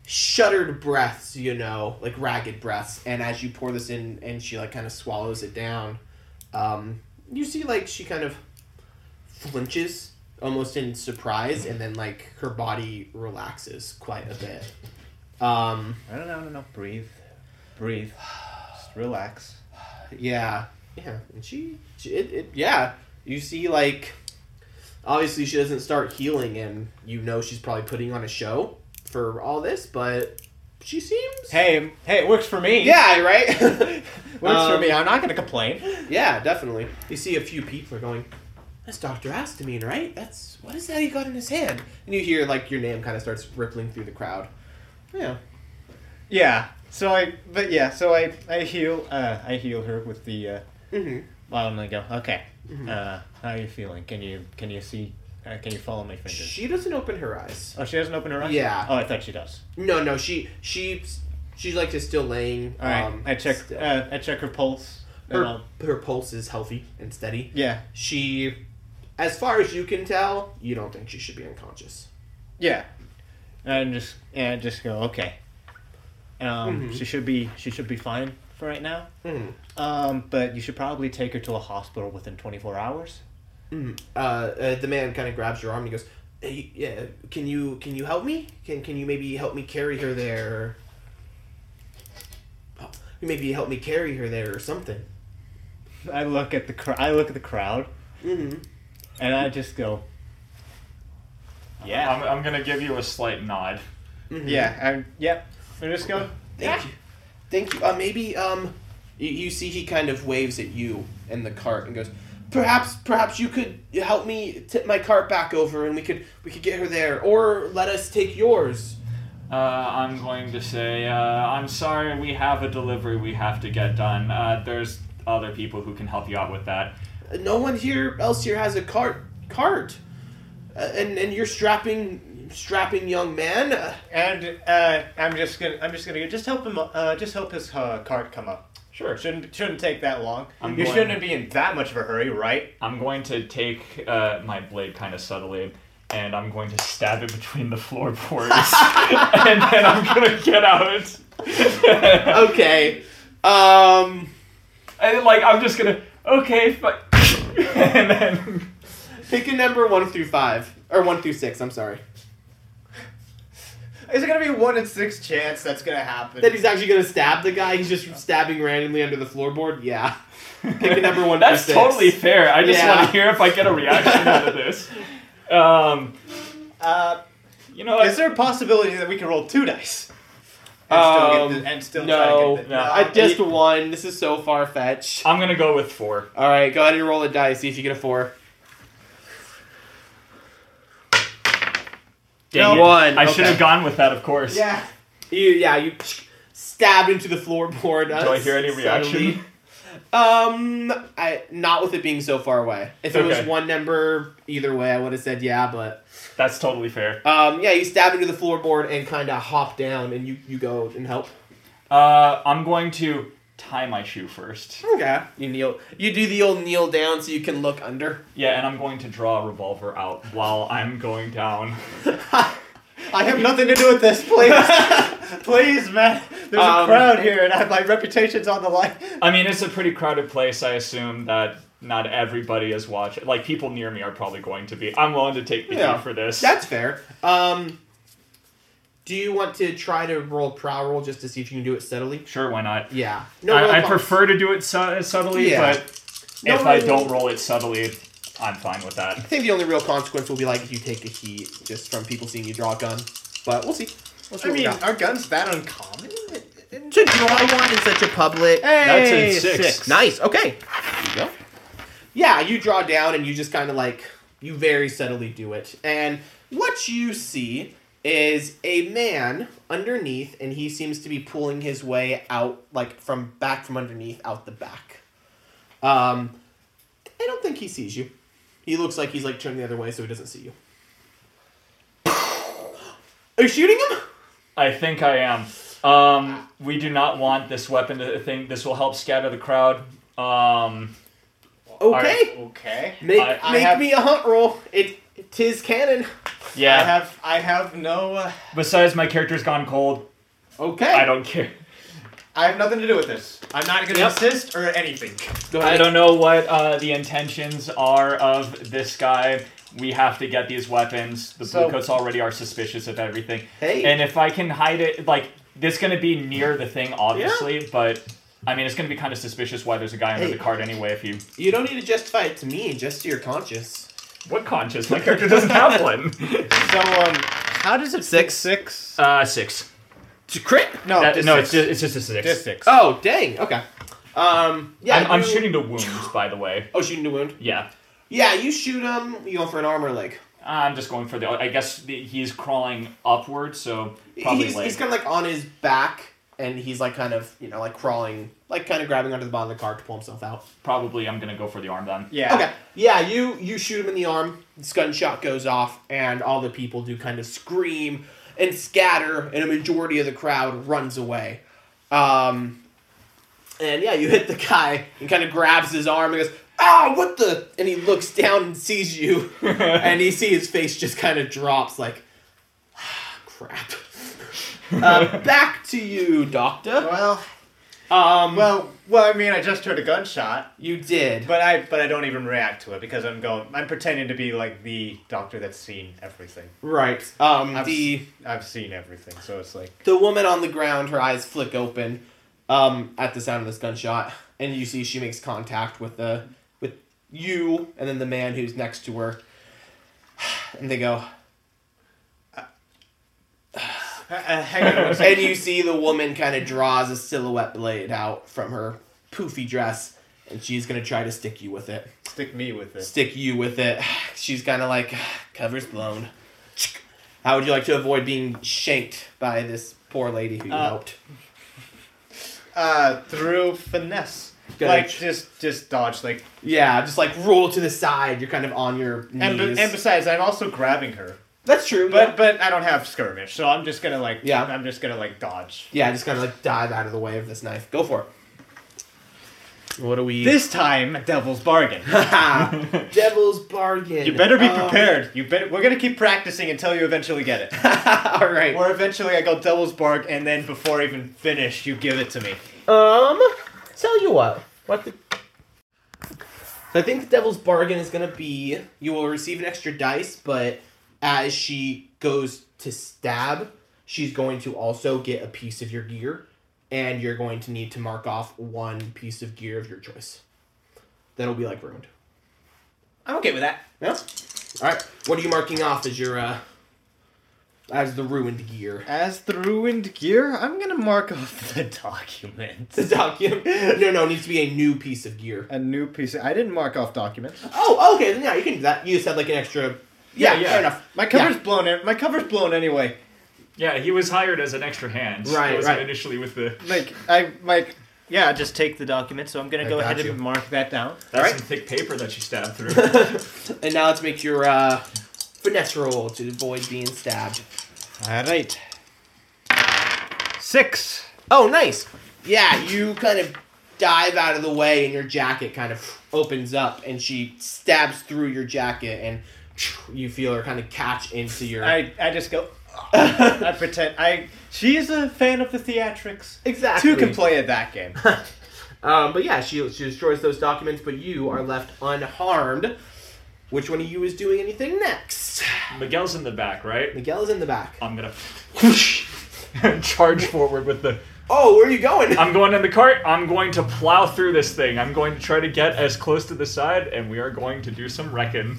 shuddered breaths, you know, like ragged breaths. And as you pour this in and she like kind of swallows it down, um, you see like she kind of flinches almost in surprise and then like her body relaxes quite a bit. Um,
I don't know, no, no, breathe, breathe, just relax.
Yeah, yeah, and she, she it, it, yeah. You see, like, obviously she doesn't start healing, and you know she's probably putting on a show for all this, but she seems.
Hey, hey, it works for me.
Yeah, right.
works for
Um,
me. I'm not gonna complain.
yeah, definitely. You see a few people are going. That's Doctor Astamine, right? That's what is that he got in his hand? And you hear like your name kind of starts rippling through the crowd. Yeah.
Yeah. So I, but yeah, so I, I heal, uh, I heal her with the. Uh,
Mm-hmm.
Well, I'm gonna go. Okay. Uh, how are you feeling? Can you can you see? Uh, can you follow my fingers?
She doesn't open her eyes.
oh, she doesn't open her eyes.
Yeah.
Oh, I thought she does.
No, no, she she she's like just still laying.
All right.
um,
I check.
still.
Uh, I check her pulse. and um,
her,
I'll-
her pulse is healthy and steady.
yeah.
She, as far as you can tell, you don't think she should be unconscious.
Yeah. And just and just go. Okay. Um,
Mm-hmm.
Mhm.
she should be she should be fine for right now.
Mhm.
Um, but you should probably take her to a hospital within 24 hours.
Uh, uh, the man kind of grabs your arm and he goes, hey, "Yeah, can you can you help me? Can can you maybe help me carry her there? Or, maybe help me carry her there or something."
I look at the cr- I look at the crowd
Mm-hmm.
and I just go. Yeah.
I'm, I'm gonna give you a slight nod.
Mm-hmm.
yeah. I'm, yep. I just go.
Thank you. Thank you. Uh, maybe um, you, you see he kind of waves at you and the cart and goes, perhaps perhaps you could help me tip my cart back over and we could we could get her there or let us take yours.
Uh, I'm going to say, uh, I'm sorry, we have a delivery we have to get done. Uh, there's other people who can help you out with that.
Uh, No one here else here has a cart cart, uh, and and you're strapping strapping young man. Uh,
And uh, I'm just gonna, I'm just gonna go. Just help him. Uh, just help his uh, cart come up.
Sure.
Shouldn't shouldn't take that long.
I'm
you
going-
shouldn't be in that much of a hurry, right?
I'm going to take uh, my blade kind of subtly, and I'm going to stab it between the floorboards, and then I'm gonna get out.
okay, um,
and like I'm just gonna, okay, but and then
pick a number one through five or one through six. I'm sorry.
Is it gonna be one in six chance that's gonna happen?
That he's actually gonna stab the guy. He's just stabbing randomly under the floorboard. Yeah. Pick a number one. through
That's
six.
totally fair. I just
Yeah.
want to hear if I get a reaction out of this. Um,
uh,
you know, what?
is there a possibility that we can roll two dice? And still get
Um,
the, and still
no,
try to get the,
no.
I just won. This is so far fetched.
I'm gonna go with four.
All right, go ahead and roll a dice. See if you get a four.
Dang
No.
it.
One,
I
okay.
should have gone with that, of course.
yeah.
You, yeah, you stabbed into the floorboard.
Do I hear any reaction?
Um, I not with it being so far away. If it was
Okay.
one number, either way, I would have said yeah. But
That's totally fair.
um, yeah, you stab into the floorboard and kind of hop down, and you you go and help.
Uh, I'm going to tie my shoe first.
Okay. You kneel. You do the old kneel down so you can look under.
Yeah, and I'm going to draw a revolver out while I'm going down.
I have nothing to do with this, please. please, Matt. There's
Um,
a crowd here, and I, my reputation's on the line.
I mean, it's a pretty crowded place. I assume that not everybody is watching. Like people near me are probably going to be. I'm willing to take the
Yeah.
heat for this.
That's fair. Um, do you want to try to roll prowl roll just to see if you can do it steadily?
sure, why not?
Yeah. roll
I, I
con-
prefer to do it su- subtly,
Yeah.
but
No,
if I
no, no.
don't roll it subtly, I'm fine with that.
I think the only real consequence will be like if you take a heat just from people seeing you draw a gun. But we'll see. We'll see
I
what we
mean,
got.
are guns that uncommon? Hey,
to draw one in such a public.
That's
six.
Nice. Okay. There you go. Yeah, you draw down and you just kind of like you very subtly do it. And what you see is a man underneath and he seems to be pulling his way out like from back from underneath out the back. Um I don't think he sees you. He looks like he's like turning the other way so he doesn't see you. Are you shooting him?
I think I am. Um, we do not want this weapon to think this will help scatter the crowd. Um,
Okay.
Okay.
Make,
I- I
make
have-
me a hunt roll. It tis cannon.
yeah.
I have I have no uh,
Besides, my character's gone cold.
Okay.
I don't care.
I have nothing to do with this. I'm not gonna
Yep.
assist or anything.
Go
I don't know what uh, the intentions are of this guy. We have to get these weapons. The
So-
bluecoats already are suspicious of everything.
Hey.
And if I can hide it, like, this going to be near the thing, obviously, but I mean, it's going to be kind of suspicious why there's a guy under
Hey.
the cart anyway. If you.
You don't need to justify it to me, just to your conscience.
What conscience? My character doesn't have one.
So um, how does it
Six.
six?
Uh, six.
To crit?
No,
That-
just
no,
six.
it's just, it's just a six.
Just six.
Oh, dang. Okay. Um, yeah.
I'm, I'm
you-
shooting to wounds, by the way.
Oh, shooting to wound.
Yeah.
Yeah, you shoot him. You go for an armor leg.
I'm just going for the. I guess the, he's crawling upward, so probably
he's,
leg.
he's kind of like on his back, and he's like kind of you know like crawling, like kind of grabbing onto the bottom of the cart to pull himself out.
Probably I'm gonna go for the arm then.
yeah.
Okay. Yeah, you you shoot him in the arm. This gunshot goes off, and all the people do kind of scream and scatter, and a majority of the crowd runs away. Um, and yeah, you hit the guy and kind of grabs his arm and goes, "Ah, what the?" And he looks down and sees you, and you see his face just kind of drops, like, ah, "Crap." uh, back to you, Doctor.
Well,
Um,
well, well. I mean, I just heard a gunshot,
you did.
but I but I don't even react to it because I'm going. I'm pretending to be like the doctor that's seen everything.
right. Um,
I've,
the
I've seen everything, so it's like
The woman on the ground, her eyes flick open um, at the sound of this gunshot, and you see she makes contact with the with you, and then the man who's next to her, and they go.
uh, uh, hang on. one second.
And you see the woman kind of draws a silhouette blade out from her poofy dress, and she's gonna try to stick you with it.
Stick me with it.
Stick you with it. She's kind of like covers blown. How would you like to avoid being shanked by this poor lady who you
Uh,
helped?
Uh, through finesse.
Good.
Like just just dodge like
Yeah, just like roll to the side. You're kind of on your knees.
and, be- and besides I'm also grabbing her.
That's true.
But
yeah.
but I don't have skirmish, so I'm just gonna like
Yeah.
I'm just gonna like dodge.
yeah, just kind of like dive out of the way of this knife. Go for it. What do we?
This time, devil's bargain.
devil's bargain.
You better be
Um,
prepared. You better. We're gonna keep practicing until you eventually get it.
all right.
or eventually, I go devil's bargain, and then before I even finish, you give it to me.
Um, tell you what. What the? So I think the devil's bargain is gonna be you will receive an extra dice, but as she goes to stab, she's going to also get a piece of your gear, and you're going to need to mark off one piece of gear of your choice. That'll be like ruined.
I'm okay with that.
Yeah. All right. What are you marking off as your uh as the ruined gear?
As the ruined gear, I'm gonna mark off the documents.
The document. No, no, it needs to be a new piece of gear.
A new piece. Of, I didn't mark off documents.
Oh, okay. Then yeah, you can do that. You just had like an extra. Yeah,
Yeah, yeah.
fair enough.
My cover's blown. in- My cover's blown anyway.
Yeah, he was hired as an extra hand.
Right,
It wasn't
right.
Initially with the
Like I like. Yeah, just take the document. So I'm gonna
I
go
got
ahead
you.
and mark that down.
that's
right.
some thick paper that she stabbed through.
And now let's make your uh, finesse roll to avoid being stabbed.
All right. Six.
Oh, nice. Yeah, you kind of dive out of the way, and your jacket kind of opens up, and she stabs through your jacket, and you feel her kind of catch into your.
I I just go. I pretend I. She's a fan of the theatrics.
Exactly.
Two can play at that game.
Um, but yeah, she, she destroys those documents, but you are left unharmed. Which one of you is doing anything next?
Miguel's in the back, right?
Miguel's in the back.
I'm gonna whoosh and charge forward with the.
Oh, where are you going?
I'm going in the cart. I'm going to plow through this thing. I'm going to try to get as close to the side, and we are going to do some wrecking.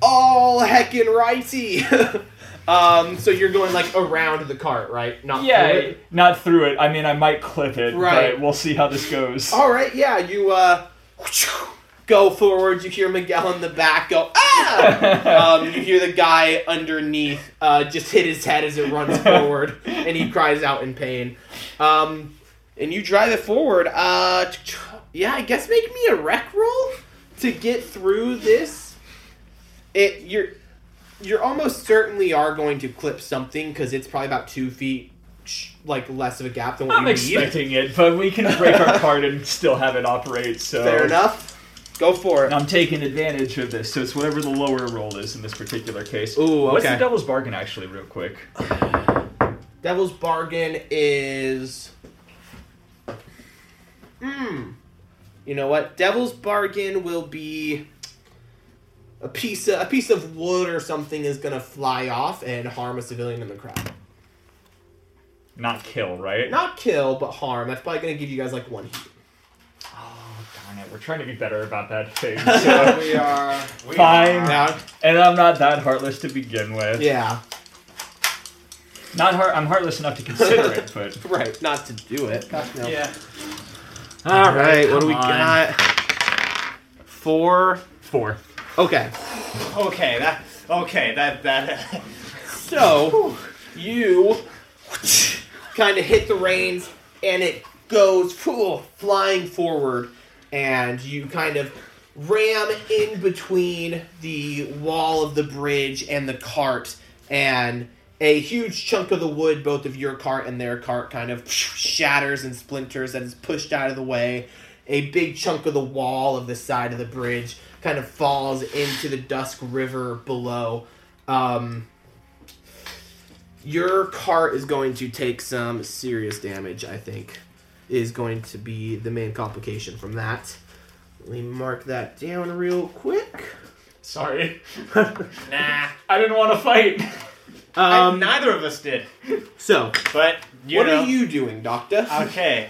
All heckin' righty. um, so you're going like around the cart, right? Not through
Yeah,
it?
not through it. I mean, I might clip it,
Right.
but we'll see how this goes.
All right, yeah. You uh, go forward. You hear Miguel in the back go ah. um, you hear the guy underneath uh, just hit his head as it runs forward, and he cries out in pain. Um, and you drive it forward. Uh, yeah, I guess make me a wreck roll to get through this. It you're you're almost certainly are going to clip something because it's probably about two feet sh- like less of a gap than what
I'm
you need.
expecting it, but we can break our cart and still have it operate. So
Fair enough. Go for it.
I'm taking advantage of this, so it's whatever the lower roll is in this particular case.
Ooh,
What's
okay.
the devil's bargain actually, real quick?
Devil's Bargain is. Hmm. You know what? Devil's Bargain will be. A piece of, a piece of wood or something is gonna fly off and harm a civilian in the crowd.
Not kill, right?
Not kill, but harm. That's probably gonna give you guys like one hit.
Oh darn it! We're trying to be better about that thing. So.
we are. We
Fine.
Are.
Yeah.
and I'm not that heartless to begin with.
Yeah.
Not heart. I'm heartless enough to consider it, but
Right. Not to do it. God, no.
Yeah.
All right. What do we
come on.
got? Four.
four.
Okay.
Okay. That. Okay. That. That.
So you kind of hit the reins and it goes phew, flying forward and you kind of ram in between the wall of the bridge and the cart and a huge chunk of the wood both of your cart and their cart kind of shatters and splinters and is pushed out of the way a big chunk of the wall of the side of the bridge kind of falls into the dusk river below um, your cart is going to take some serious damage, I think, is going to be the main complication from that. Let me mark that down real quick.
Sorry,
nah.
I didn't want to fight.
Um.
Um,
neither of us did.
so,
But you
what
know.
are you doing, Doctor?
Okay.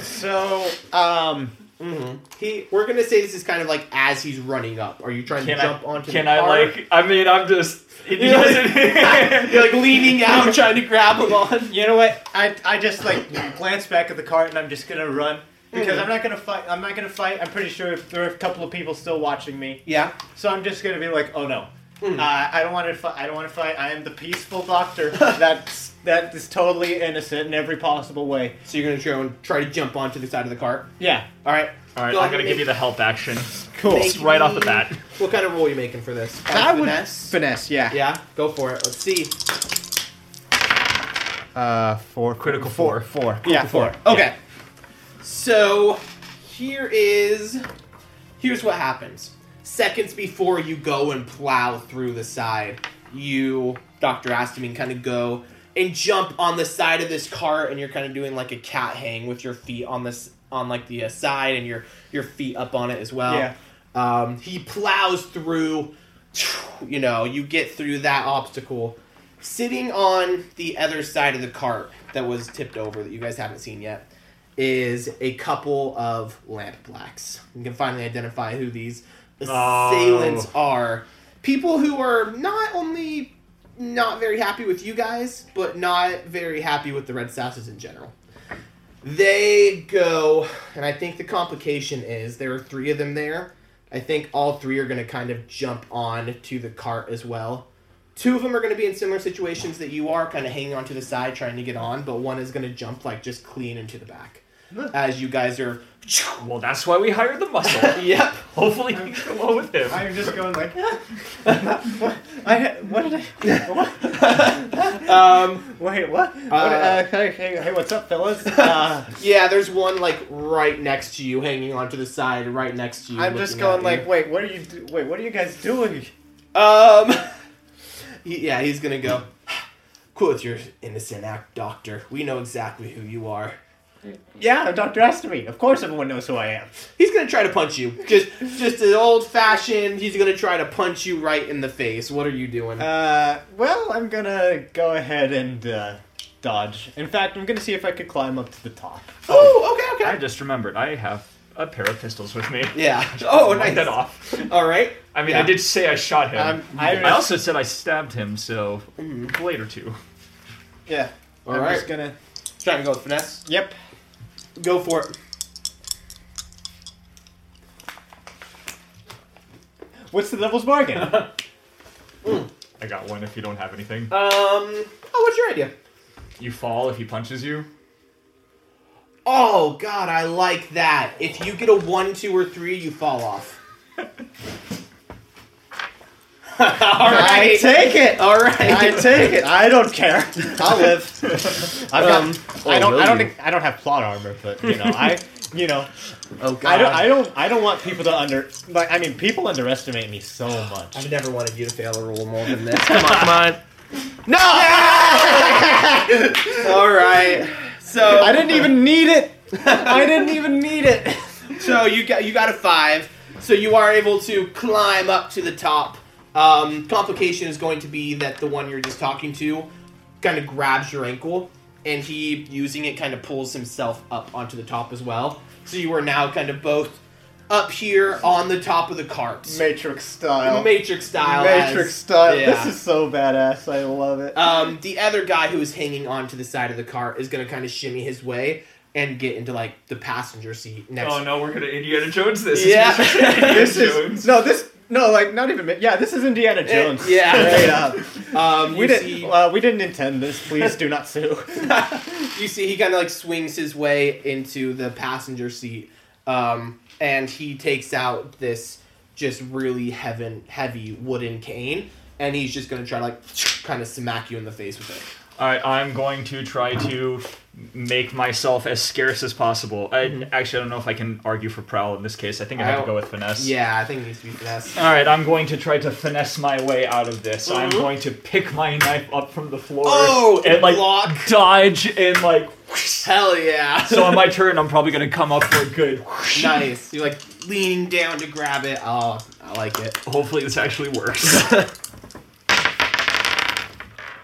so um.
hmm He, we're gonna say this is kind of like as he's running up. Are you trying
Can
to
I-
jump onto?
Can
the
I
cart?
like? I mean, I'm just. It
You're like-
doesn't-
You're like leaning out, trying to grab him on.
You know what? I, I just like glance back at the cart and I'm just gonna run because
Mm-hmm.
I'm not gonna fight. I'm not gonna fight. I'm pretty sure if there are a couple of people still watching me,
Yeah.
so I'm just gonna be like, oh no,
Mm.
uh, I don't want to fight. I don't want to fight. I am the peaceful doctor. That's that is totally innocent in every possible way.
So you're gonna try and try to jump onto the side of the cart.
Yeah.
All right.
All right,
Go ahead
I'm gonna
and
give
make-
you the help action
Cool.
Thank
just right off the bat.
What kind of roll are you making for this?
I would
Finesse?
finesse. Yeah.
Yeah. Go for it. Let's see.
Uh, four.
Critical four.
Four. yeah, four.
Okay. So here is here's what happens. Seconds before you go and plow through the side, you, Dr. Astamine, kind of go and jump on the side of this cart and you're kind of doing like a cat hang with your feet on this on like the uh, side and your your feet up on it as well.
Yeah.
Um, he plows through you know, you get through that obstacle sitting on the other side of the cart that was tipped over that you guys haven't seen yet is a couple of lamp blacks. You can finally identify who these assailants are. People who are not only not very happy with you guys, but not very happy with the Red Sasses in general. They go, and I think the complication is there are three of them there. I think all three are going to kind of jump on to the cart as well. Two of them are going to be in similar situations that you are, kind of hanging onto the side trying to get on, but one is going to jump like just clean into the back as you guys are.
Well, that's why we hired the muscle.
Yep.
Hopefully, we can go with him.
I'm just going like. I what did I? What?
Um,
Wait, what? what
Uh,
uh, hey, hey, hey, what's up, fellas? Uh,
yeah, there's one like right next to you, hanging onto the side, right next to you.
I'm just
looking
going
at
like,
you.
wait, what are you? Do- wait, what are you guys doing?
Um, he- yeah, he's gonna go. Quote your innocent act, doctor. We know exactly who you are.
Yeah, I'm Dr. Astery. Of course everyone knows who I am.
He's gonna try to punch you. Just, just an old fashioned. He's gonna try to punch you right in the face. What are you doing?
Uh, well, I'm gonna go ahead and uh, dodge. In fact, I'm gonna see if I could climb up to the top.
oh, okay,
I
okay.
just remembered I have a pair of pistols with me.
Yeah. Oh,
Wipe
nice.
that off.
All right.
I mean,
Yeah.
I did say I shot him.
Um,
I,
I-
also said I stabbed him, so later two.
Yeah.
All
I'm
right.
just gonna.
Trying to go with finesse.
Yep.
Go for it.
What's the devil's bargain?
I got one. If you don't have anything,
Um. Oh, what's your idea?
you fall if he punches you.
Oh God, I like that. If you get a one, two, or three, you fall off. All
I
right.
take it.
All right.
I take it. I don't care. I'll live. I've got,
Um,
I don't.
will
I don't.
you?
I don't have plot armor, but you know, I. You know,
Oh God.
I don't. I don't. I don't want people to under. Like, I mean, people underestimate me so much.
have never wanted you to fail a roll more than this.
Come on, come on.
No,
All right. So
I didn't even need it. I didn't even need it.
So you got you got a five. So you are able to climb up to the top. Um, complication is going to be that the one you're just talking to kind of grabs your ankle, and he using it kind of pulls himself up onto the top as well. So you are now kind of both up here on the top of the cart,
Matrix style.
Matrix style.
Matrix
as-
style.
Yeah.
This is so badass. I love it.
Um, the other guy who is hanging onto the side of the cart is going to kind of shimmy his way and get into like the passenger seat next.
Oh no, we're gonna Indiana Jones this.
Yeah.
It's gonna be Indiana
this
Jones.
is no. This no. Like not even. Yeah, this is Indiana Jones.
Eh, yeah.
Straight up.
Um,
We
you
didn't.
see-
Uh, we didn't intend this. Please do not sue.
you see he kind of like swings his way into the passenger seat um, and he takes out this just really heaven, heavy wooden cane and he's just going to try to like kind of smack you in the face with it
All right, I'm going to try to make myself as scarce as possible. I actually I don't know if I can argue for prowl in this case. I think I have
I-
to go with finesse.
yeah i think it needs to be finesse
All right, I'm going to try to finesse my way out of this. I'm
Mhm.
going to pick my knife up from the floor
oh
and like
block
dodge and like. whoosh.
hell yeah
So on my turn, I'm probably going to come up for a good. whoosh.
nice you're like leaning down to grab it oh i like it
Hopefully, this actually works.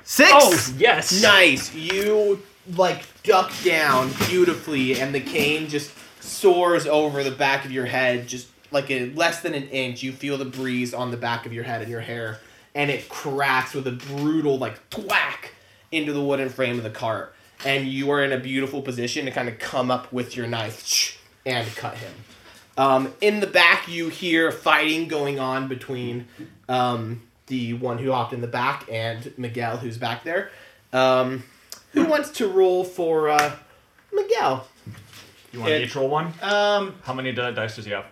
Six.
oh yes.
Nice. You like duck down beautifully, and the cane just soars over the back of your head, just like a less than an inch. You feel the breeze on the back of your head and your hair, and it cracks with a brutal like thwack into the wooden frame of the cart. And you are in a beautiful position to kind of come up with your knife and cut him. Um, in the back, you hear fighting going on between um, the one who hopped in the back and Miguel, who's back there. Um, who wants to roll for uh, Miguel?
You want a
It-
neutral one?
Um,
How many di- dice does he have?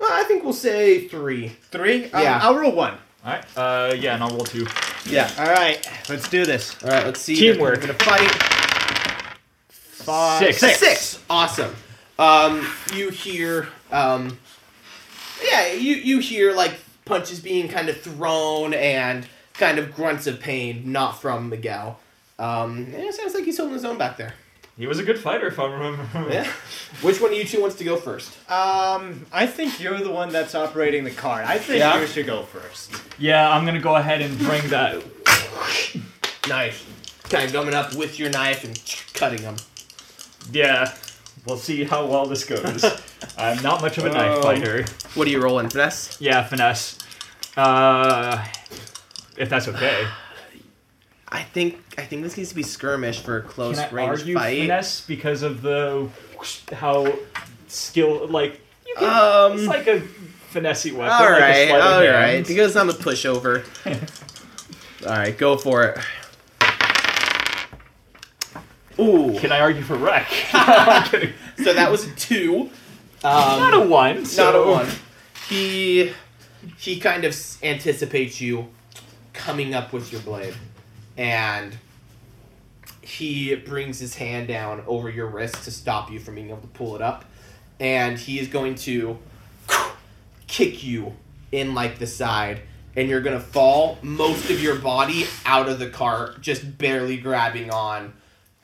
Well, Uh, I think we'll say three.
three. Um,
Yeah.
I'll roll one.
All right. Uh, yeah, and I'll roll two.
Yeah.
All right. Let's do this.
All right. Let's see.
Teamwork.
We're gonna fight.
Five.
Six.
Six. Awesome. Um, you hear. Um, yeah, you you hear like punches being kind of thrown and kind of grunts of pain, not from Miguel. Um, and it sounds like he's holding his own back there.
He was a good fighter, if I remember.
Yeah. Which one of you two wants to go first?
Um, I think you're the one that's operating the card. I think
Yeah.
you should go first.
Yeah, I'm gonna go ahead and bring that.
Knife. Kind of coming up with your knife and cutting him.
Yeah, we'll see how well this goes. I'm not much of a knife
Oh.
fighter.
What are you rolling, Finesse?
Yeah, finesse. Uh, if that's okay.
I think I think this needs to be skirmish for a close
Can I
range
argue
fight.
finesse because of the how skill like you can, it's
Um.
like a finesse weapon.
All
like a
right.
sleight of
All right.
hand.
Because I'm a pushover. all right. Go for it. Ooh.
Can I argue for wreck? I'm kidding.
So that was a two. Um,
Not a one.
not a
so-
one. He he kind of s- anticipates you coming up with your blade, and he brings his hand down over your wrist to stop you from being able to pull it up, and he is going to kick you in like the side, and you're gonna fall, most of your body out of the cart, just barely grabbing on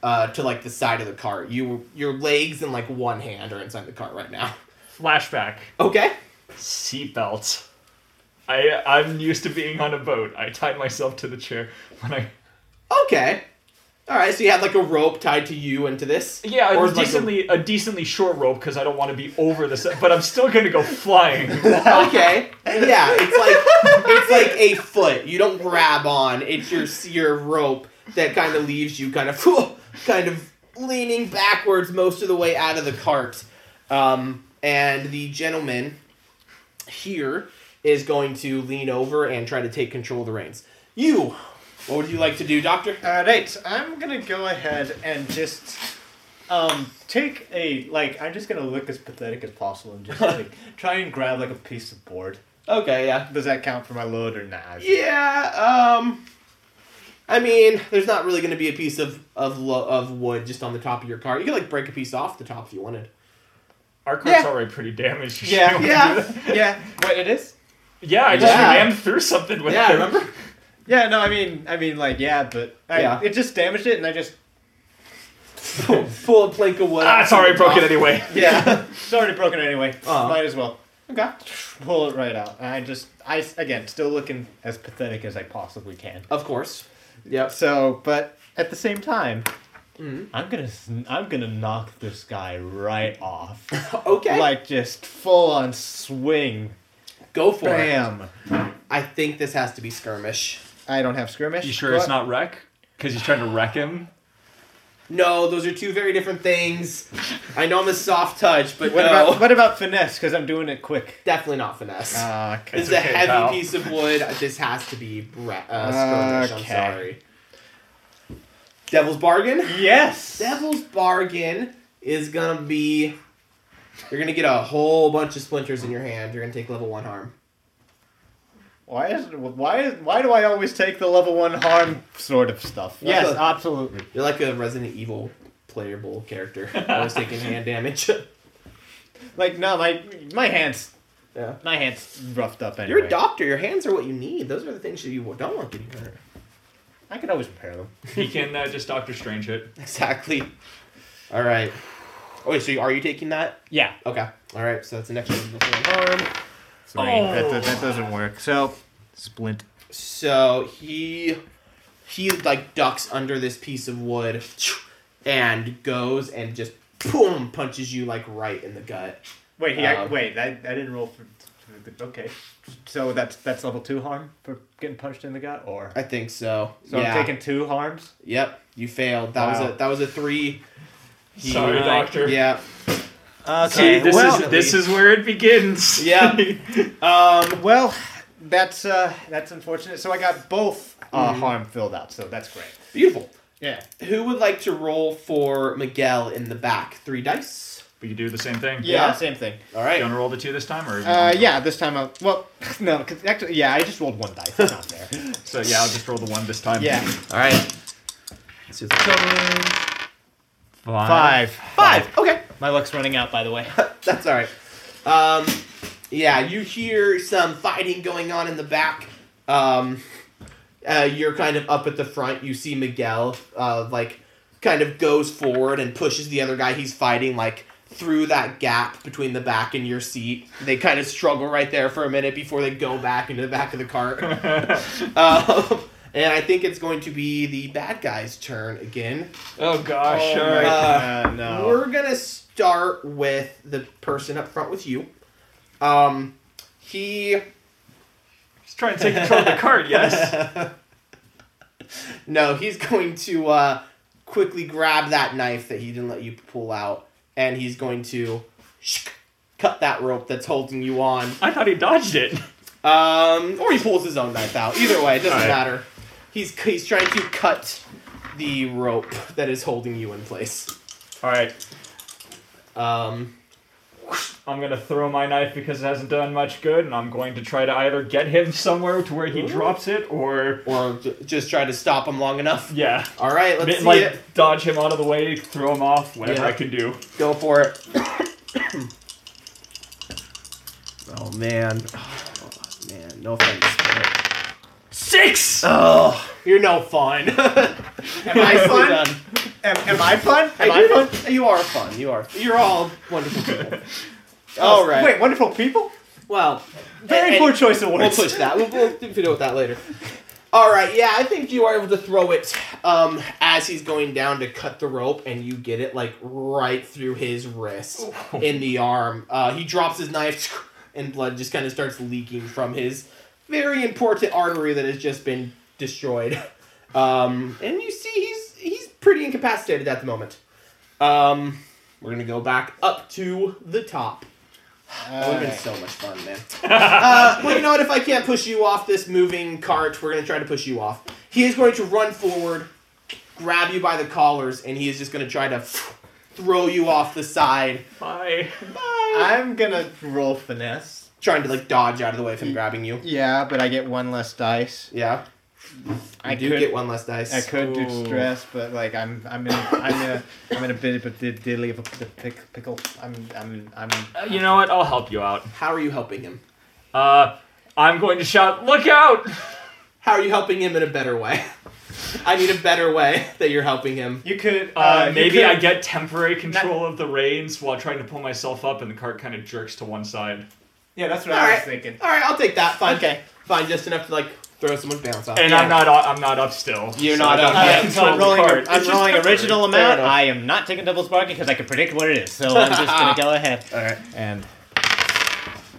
uh, to like the side of the cart. You your legs and like one hand are inside the cart right now.
Flashback.
Okay.
Seatbelt. I I'm used to being on a boat. I tied myself to the chair when I
Okay. All right. So you had like a rope tied to you into this.
yeah it
Or,
was
like, a-
decently a... decently short rope because I don't want to be over the set, but I'm still gonna go flying.
okay. Yeah, it's like it's like a foot. You don't grab on. It's your your rope that kind of leaves you kind of kind of leaning backwards most of the way out of the cart. Um, and the gentleman here is going to lean over and try to take control of the reins. You, what would you like to do, Doctor?
All right, I'm gonna go ahead and just um take a like. I'm just gonna look as pathetic as possible and just like try and grab like a piece of board.
Okay, yeah.
Does that count for my load or not?
Yeah, um I mean, there's not really going to be a piece of of lo- of wood just on the top of your car. You could like break a piece off the top if you wanted.
Our cart's
Yeah.
already pretty damaged.
Yeah,
You wanna do that?
Yeah.
Yeah. What it is?
Yeah, I just
Yeah.
rammed through something with
Yeah,
it.
remember?
Yeah. No, I mean, I mean, like, yeah, but I,
Yeah.
it just damaged it, and I just
full, full plank of wood.
Ah, it's already broken anyway.
Yeah.
it's already broken anyway.
Uh-huh.
Might as well
okay.
pull it right out. And I just, I again, still looking as pathetic as I possibly can.
Of course. Yep.
So, but at the same time,
Mhm.
I'm gonna sn- I'm gonna knock this guy right off.
Okay.
Like just full on swing.
go for it.
Bam.
I think this has to be skirmish.
I don't have skirmish.
You sure
but-
it's not wreck? Because he's trying to wreck him.
No, those are two very different things. I know I'm a soft touch, but
What
no,
about what about finesse? Because I'm doing it quick.
definitely not finesse.
Uh,
this
It's
is a
okay,
heavy
pal.
piece of wood. This has to be bra- uh, skirmish.
Okay.
I'm sorry. Devil's bargain.
yes.
Devil's bargain is gonna be. You're gonna get a whole bunch of splinters in your hand. You're gonna take level one harm.
Why is why why do I always take the level one harm sort of stuff? Yes,
That's a-
absolutely.
You're like a Resident Evil playable character. Always taking hand damage.
Like no, my my hands
yeah.
my hands roughed up anyway.
You're a doctor. Your hands are what you need. Those are the things that you don't want getting hurt.
I could always repair them.
He can uh, just Doctor Strange it.
Exactly. All right. Oh, wait, so you- are you taking that?
Yeah.
Okay. All right. So that's an extra level of
Um,
harm.
Sorry, that, that, that doesn't work. So splint.
So he he like ducks under this piece of wood and goes and just boom punches you like right in the gut.
Wait, he, I,
Um,
wait, I, I didn't roll for. Okay, so that's that's level two harm for getting punched in the gut, or
I think so.
so
yeah.
I'm taking two harms.
Yep. You failed. That was
Wow.
a that was a three. He-
Sorry,
Right.
Doctor.
Yeah.
See, this
well-
is this is where it begins.
Yeah. Um.
well, that's uh, that's unfortunate. So I got both uh, harm filled out, so that's great.
Beautiful.
Yeah.
Who would like to roll for Miguel in the back? Three dice.
We can do the same thing.
Yeah,
Yeah.
same thing.
All
You
right.
want to roll the two this time, or
Uh, yeah, this time I well, no, 'cause actually, yeah, I just rolled one dice. It's not fair.
So yeah, I'll just roll the one this time.
Yeah,
All right.
five.
Five. Okay.
My luck's running out, by the way.
That's all right. Um, yeah, you hear some fighting going on in the back. Um, uh, you're kind of up at the front. You see Miguel, uh, like, kind of goes forward and pushes the other guy he's fighting, like, through that gap between the back and your seat. They kind of struggle right there for a minute before they go back into the back of the cart. um, and I think it's going to be the bad guy's turn again.
Oh gosh. all right.
Uh,
Uh, no.
We're gonna start with the person up front with you. Um, he
Just try and take control of the card. Yes.
no, he's going to uh, quickly grab that knife that he didn't let you pull out, and he's going to shk, cut that rope that's holding you on.
I thought he dodged it.
Um, or he pulls his own knife out. Either way, it doesn't
Alright.
matter. He's he's trying to cut the rope that is holding you in place.
All right.
Um,
I'm gonna throw my knife because it hasn't done much good, and I'm going to try to either get him somewhere to where he
Ooh.
drops it, or
or j- just try to stop him long enough.
yeah,
All right, let's see
like
it.
dodge him out of the way, throw him off, whatever
Yeah.
I can do.
Go for it. oh man. Oh man, No offense. but-
Six!
Oh,
You're no fun. am
am I fun?
Am, am I fun? Am
I
I,
do-
fun?
You are fun. You are. You're all wonderful people.
Oh,
all right.
Wait, wonderful people?
Well,
Very
and-
poor choice of
We'll
words.
push that. We'll, we'll deal with that later. All right, yeah, I think you are able to throw it um, as he's going down to cut the rope, and you get it like right through his wrist in the arm. Uh, he drops his knife, and blood just kind of starts leaking from his very important artery that has just been destroyed. Um, and you see, he's he's pretty incapacitated at the moment. Um, we're gonna go back up to the top. That would have been so much fun, man. uh, well, you know what? If I can't push you off this moving cart, we're going to try to push you off. He is going to run forward, grab you by the collars, and he is just going to try to throw you off the side,
Bye.
I'm gonna roll finesse.
trying to like dodge out of the way from grabbing you.
Yeah, but I get one less dice.
Yeah,
I
do
could,
get one less dice.
I could do
Ooh.
stress, but like I'm, I'm in, I'm in, a, I'm in a bit of a did- diddly of a p- pick, pickle. I'm, I'm, I'm.
Uh, you know what? I'll help you out.
How are you helping him?
Uh, I'm going to shout, look out!
How are you helping him in a better way? I need a better way that you're helping him.
You could.
Uh, maybe I get temporary control of the reins while trying to pull myself up, and the cart kind of jerks to one side.
Yeah, that's what
All
I was
right.
thinking.
All right, I'll take that. Fine.
Okay.
Fine, just enough to like throw someone bounce off.
And I'm not, u- I'm not up still.
You're
so
not
I don't
up
have
yet.
Uh, so
control
I'm
of the
rolling,
cart.
I'm
It's just
rolling
temporary.
original
Fair
amount.
enough.
I am not taking doubles bargain because I can predict what it is. So I'm just gonna go ahead
All right.
and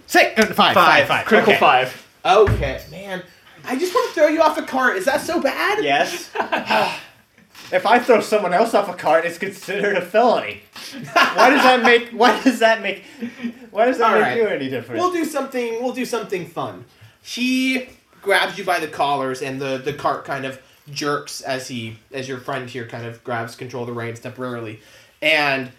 six, uh, five,
Five.
five, five.
Critical
Okay.
five.
Okay, man. I just want to throw you off the cart. Is that so bad?
Yes. if I throw someone else off a cart, it's considered a felony. why does that make? Why does that make? Why does that
All
make
right.
you any different?
We'll do something. We'll do something fun. He grabs you by the collars, and the the cart kind of jerks as he as your friend here kind of grabs control of the reins temporarily, and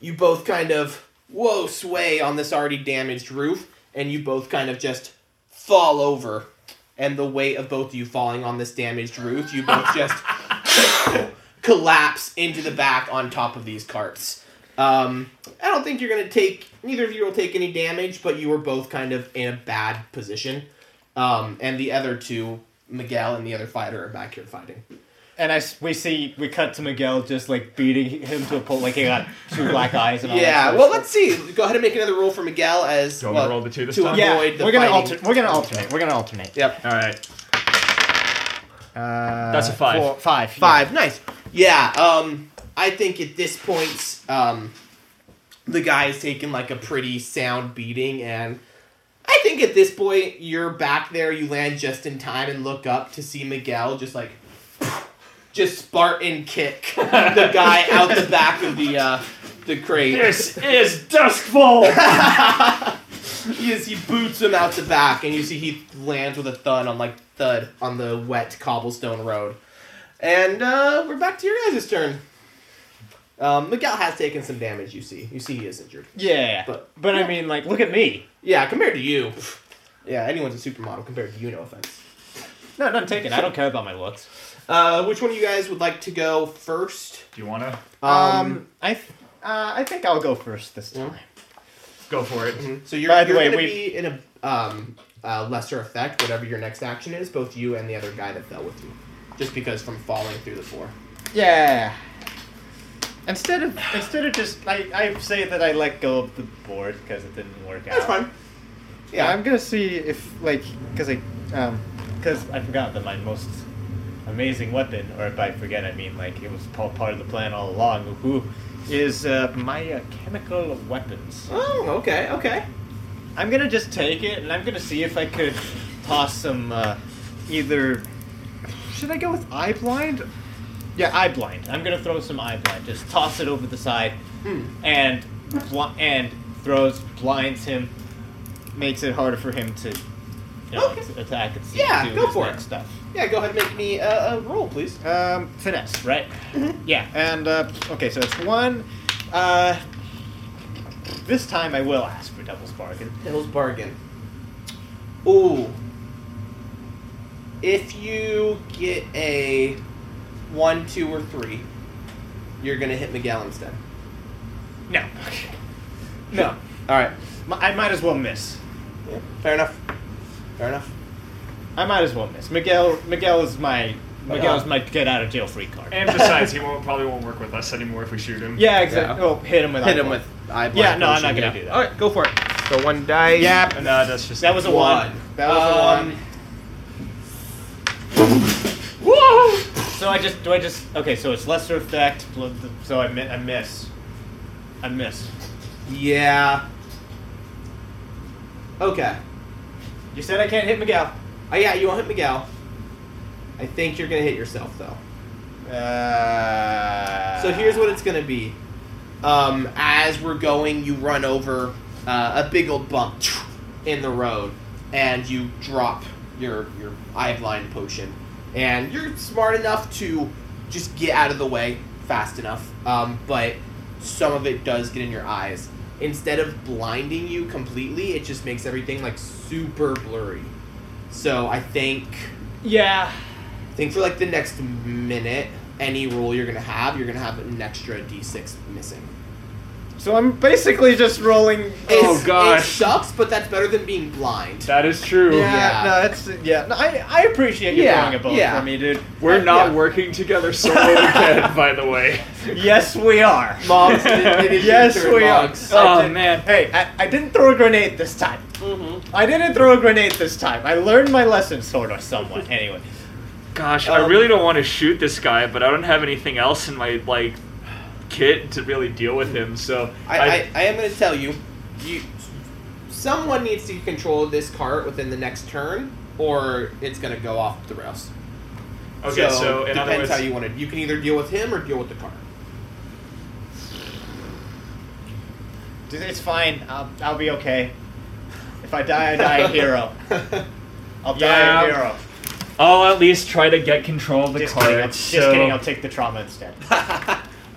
you both kind of whoa sway on this already damaged roof, and you both kind of just fall over, and the weight of both of you falling on this damaged roof, you both just collapse into the back on top of these carts. Um, I don't think you're gonna take neither of you will take any damage, but you were both kind of in a bad position. Um, and the other two, Miguel and the other fighter, are back here fighting.
and I, s- we see we cut to Miguel just like beating him to a pulp, like he got two black eyes and all
Yeah.
That
Well,
sort of
let's see. Go ahead and make another roll for Miguel as
Do you want me to
well,
roll the two this
to
time?
avoid
stuff. yeah.
the
We're gonna
fighting.
alternate. We're gonna alternate. We're gonna alternate.
Yep.
All right.
Uh,
That's a five.
Four, five. yeah.
Five. Nice. Yeah. Um, I think at this point, um, the guy has taken like a pretty sound beating, and I think at this point you're back there. You land just in time and look up to see Miguel just like just Spartan kick the guy out the back of the uh, the crate.
This is Duskfall!
he is he boots him out the back, and you see he lands with a thud on like thud on the wet cobblestone road. And uh, we're back to your guys' turn. Um, Miguel has taken some damage. You see, you see he is injured.
Yeah.
But-
But, I mean, like, look at me.
Yeah, compared to you, pff, yeah, anyone's a supermodel compared to you. No offense.
No, none taken. I don't care about my looks.
Uh, which one of you guys would like to go first?
Do you want to
Um,
I, th- uh, I think I'll go first this
Yeah.
time.
go for it?
Mm.
so you're,
Um, by the
you're
way,
going to
we-
be in a um, uh, lesser effect, whatever your next action is, both you and the other guy that fell with you, just because from falling through the floor.
Yeah. Instead of instead of just I, I say that I let go of the board because it didn't work out.
That's fine. Yeah,
I'm gonna see if like because I um because I forgot that my most amazing weapon, or if I forget, I mean like it was pa- part of the plan all along. Who is uh, my uh, chemical weapons?
Oh, okay, okay.
I'm gonna just take it, and I'm gonna see if I could toss some. Uh, either should I go with eye blind? Yeah, eye blind. I'm gonna throw some eye blind. Just toss it over the side, and bl- and throws blinds him, makes it harder for him to you know,
Okay.
to attack and see
Yeah,
do
go
his
for
next
it.
stuff.
Yeah, go ahead and make me a, a roll, please.
Um, finesse, right? Yeah, and uh, okay, so it's one. Uh, this time I will ask for devil's bargain.
Devil's bargain. Ooh. If you get a one, two, or three, you're gonna hit Miguel instead.
No. No.
All right.
M- I might as well miss.
Fair enough. Fair enough.
I might as well miss. Miguel Miguel is my Miguel's my get out of jail free card.
And besides, he won't, probably won't work with us anymore if we shoot him.
yeah, exactly.
Yeah.
Oh, hit him with
Hit him
eyeball.
with eye
Yeah, no, I'm not
potion,
gonna do that.
All right, go for it.
So one die.
Yeah,
No, uh, that's just
that was a one. That was a
Um,
one. So I just do I just okay? So it's lesser effect. pl- th- So I mi- I miss. I miss.
Yeah. Okay.
You said I can't hit Miguel.
Oh yeah, you won't hit Miguel. I think you're gonna hit yourself though.
Uh,
So here's what it's gonna be. Um, as we're going, you run over uh, a big old bump in the road, and you drop your your eye blind potion. And you're smart enough to just get out of the way fast enough, um, but some of it does get in your eyes. Instead of blinding you completely, it just makes everything like super blurry. So I think
Yeah.
think for like the next minute, any roll you're gonna have, you're gonna have an extra d6 missing.
So I'm basically just rolling.
Oh,
It's- It
gosh.
sucks, but that's better than being blind.
That is true.
Yeah.
No, that's yeah. No, I I appreciate you
Yeah,
throwing a bone
yeah.
for me, dude.
We're not
Yeah.
working together so well we can, by the way.
Yes, we are.
Mogs, it- it is your
yes,
turn,
we are.
Mogs.
I
Oh,
did-
man.
Hey, I, I didn't throw a grenade this time. I didn't throw a grenade this time. I learned my lesson, sort of, somewhat. Anyway.
Gosh, I
Um,
really don't want to shoot this guy, but I don't have anything else in my like kit to really deal with him. So
I, I, I am gonna tell you, you, someone needs to control this cart within the next turn, or it's gonna go off the rails.
okay. So, in
depends
other words,
how you want to. You can either deal with him or deal with the cart.
Dude, It's fine. I'll, I'll be okay. If I die, I die a hero. I'll die
Yeah.
a hero.
I'll at least try to get control of the
Just kidding. I'll,
card.
just
So
kidding. I'll take the trauma instead.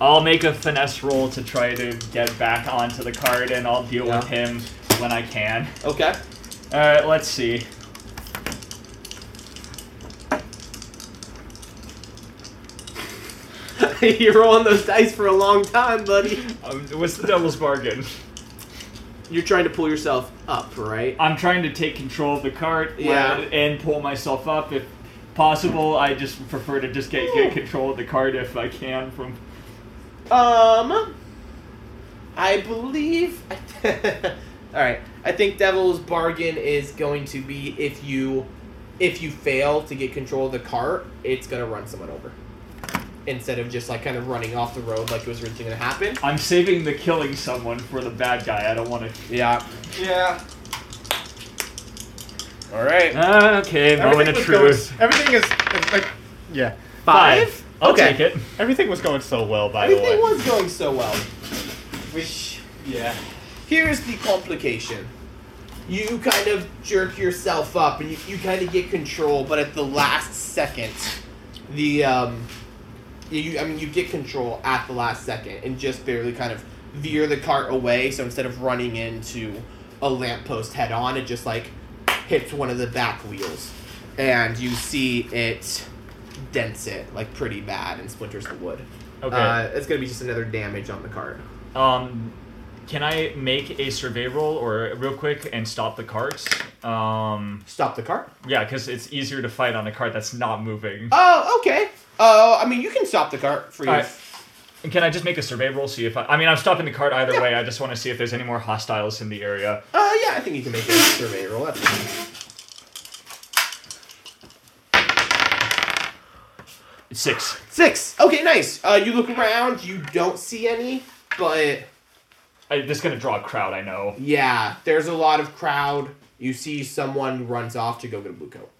I'll make a finesse roll to try to get back onto the card, and I'll deal with him when I can.
Okay.
All right, let's see.
You're rolling those dice for a long time, buddy.
Um, what's the devil's bargain?
You're trying to pull yourself up, right?
I'm trying to take control of the cart
Yeah.
when- and pull myself up if possible. I just prefer to just get, get control of the cart if I can from
Um, I believe. All right, I think Devil's Bargain is going to be if you, if you fail to get control of the cart, it's gonna run someone over, instead of just like kind of running off the road like it was originally gonna happen.
I'm saving the killing someone for the bad guy. I don't want to.
Yeah.
yeah.
All right.
okay,
was Going, everything is, is like, yeah.
Five. I'll
Okay.
take it.
Everything was going so well, by the way.
Everything was going so well.
Which, yeah.
Here's the complication. You kind of jerk yourself up and you, you kind of get control, but at the last second, the um, you I mean you get control at the last second and just barely kind of veer the cart away. So instead of running into a lamppost head on, it just like hits one of the back wheels, and you see it dents it like pretty bad and splinters the wood.
Okay.
Uh, it's gonna be just another damage on the cart.
Um, can I make a survey roll or real quick and stop the carts? Um,
Stop the cart.
yeah, because it's easier to fight on a cart that's not moving.
Oh, okay. Oh, I mean, you can stop the cart for you.
All right. And can I just make a survey roll? See if I, I mean I'm stopping the cart either way. I just want to see if there's any more hostiles in the area.
Uh, yeah, I think you can make a survey roll. That's fine.
Six.
Six. Okay, nice. Uh, you look around, you don't see any, but
I, this is gonna draw a crowd. I know.
yeah, there's a lot of crowd. You see someone runs off to go get a blue coat.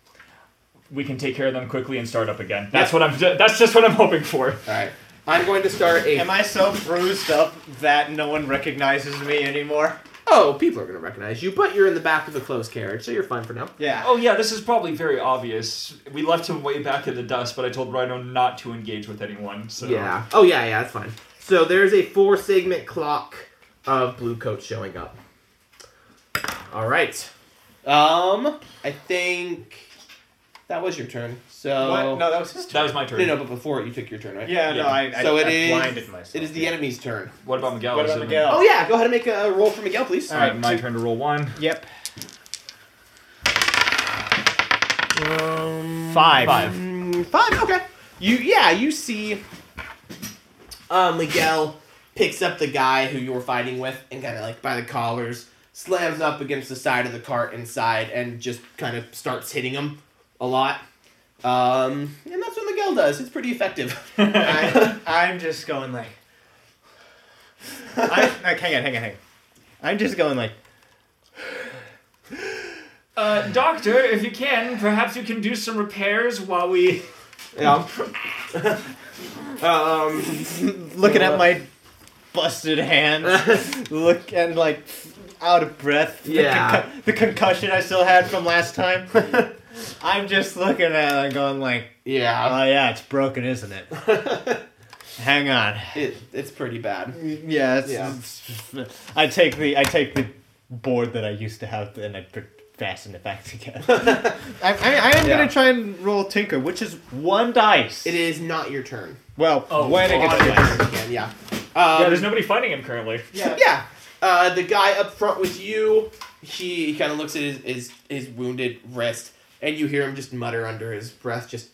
We can take care of them quickly and start up again. That's what I'm. That's just what I'm hoping for.
All right, I'm going to start a.
Am I so bruised up that no one recognizes me anymore?
oh, people are gonna recognize you, but you're in the back of the closed carriage, so you're fine for now.
Yeah.
Oh yeah, this is probably very obvious. We left him way back in the dust, but I told Rhino not to engage with anyone. So
Yeah. Oh yeah, yeah, that's fine. So there's a four segment clock of blue coats showing up. All right. Um, I think that was your turn. So
What? No, that was his turn.
that was my turn.
no, no, but before it, you took your turn, right?
Yeah, no,
Yeah.
I, I,
So it
I
is-
blinded myself.
It is the
yeah.
enemy's turn.
What about Miguel?
What
Is
about
it-
Miguel?
Oh yeah, go ahead and make a roll for Miguel, please.
All
right,
right, my
two-
turn to roll one.
Yep.
Um,
Five.
Five.
Mm, Five. Okay. You yeah. You see, um, Miguel picks up the guy who you were fighting with and kind of like by the collars, slams up against the side of the cart inside, and just kind of starts hitting him a lot. Um, and that's what Miguel does. It's pretty effective.
I, I'm just going like. I, like, hang on, hang on, hang on. I'm just going like.
Uh, doctor, if you can, perhaps you can do some repairs while we.
yeah.
Um, looking at my busted hands, look and like out of breath. The
Yeah.
concu- the concussion I still had from last time. I'm just looking at it and going like,
yeah.
oh yeah, it's broken, isn't it? Hang on.
It, it's pretty bad.
Yeah. It's,
Yeah.
it's- I take the I take the board that I used to have and I put, fasten it back together. I, I, I am
Yeah.
gonna try and roll Tinker, which is one dice.
It is not your turn.
Well,
Oh,
when it gets
God.
to dice.
Again, yeah.
yeah,
Um,
there's nobody fighting him currently.
yeah. yeah. Uh, the guy up front with you, he, he kind of looks at his, his his wounded wrist, and you hear him just mutter under his breath, just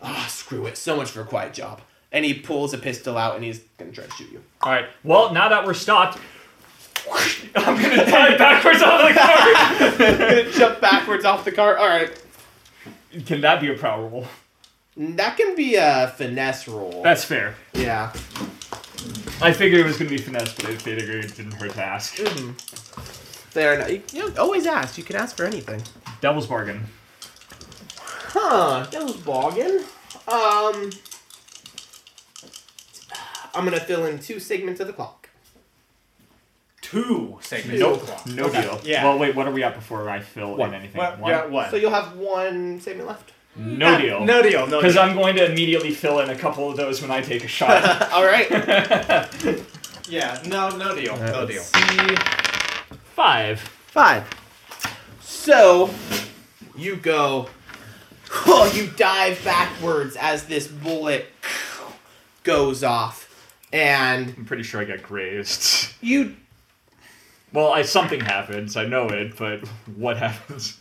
ah, screw it, so much for a quiet job. And he pulls a pistol out, and he's gonna try to shoot you.
All right. Well, now that we're stopped, I'm gonna dive backwards on the car.
gonna jump backwards off the cart. All right,
Can that be a power roll?
that can be a finesse roll.
That's fair.
yeah.
I figured it was gonna be finesse, but if they'd agreed, it didn't hurt to ask.
Hmm. There. You, you know, always ask. You can ask for anything.
Devil's bargain.
Huh, that was bogging. Um, I'm gonna fill in two segments of the clock.
two segments.
Nope. No deal.
yeah.
Well, wait. What are we at before I fill
One.
in anything?
Well,
One?
yeah, what?
So you'll have one segment left.
No deal.
No deal. No
Because
deal.
I'm going to immediately fill in a couple of those when I take a shot.
All right.
Yeah. No. No deal. no deal.
Five.
Five. So you go. Oh, you dive backwards as this bullet goes off, and
I'm pretty sure I got grazed.
you
Well, I something happens. I know it, but what happens?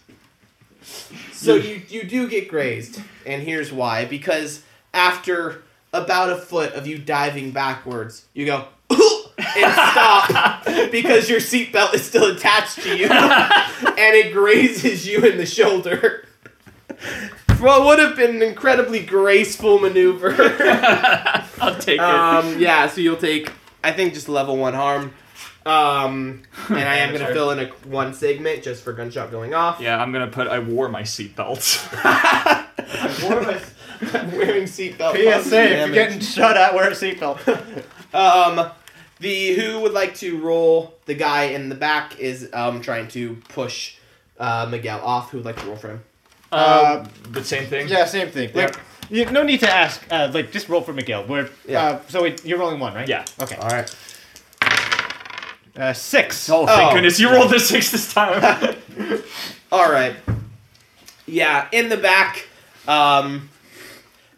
So you you do get grazed, and here's why: because after about a foot of you diving backwards, you go and stop because your seatbelt is still attached to you, and it grazes you in the shoulder. What would have been an incredibly graceful maneuver.
I'll take
Uh,
um, yeah, so you'll take, I think, just level one harm. Um, and I am going to fill in a one segment just for gunshot going off.
it. Yeah, I'm gonna put. I wore my seatbelt. Um,
Wearing seatbelt.
PSA. If you're getting shot at, wear a seatbelt.
Um, the who would like to roll the guy in the back is um trying to push uh Miguel off. Who would like to roll for him?
Uh,
the same thing.
yeah. Same thing. Like, you, no need to ask. Uh, like, just roll for Miguel. We're,
Yeah.
uh, so wait, you're rolling one, right?
Yeah.
Okay.
All right.
Uh, six.
Oh, thank
Oh.
goodness you rolled a six this time.
All right. Yeah, in the back, um,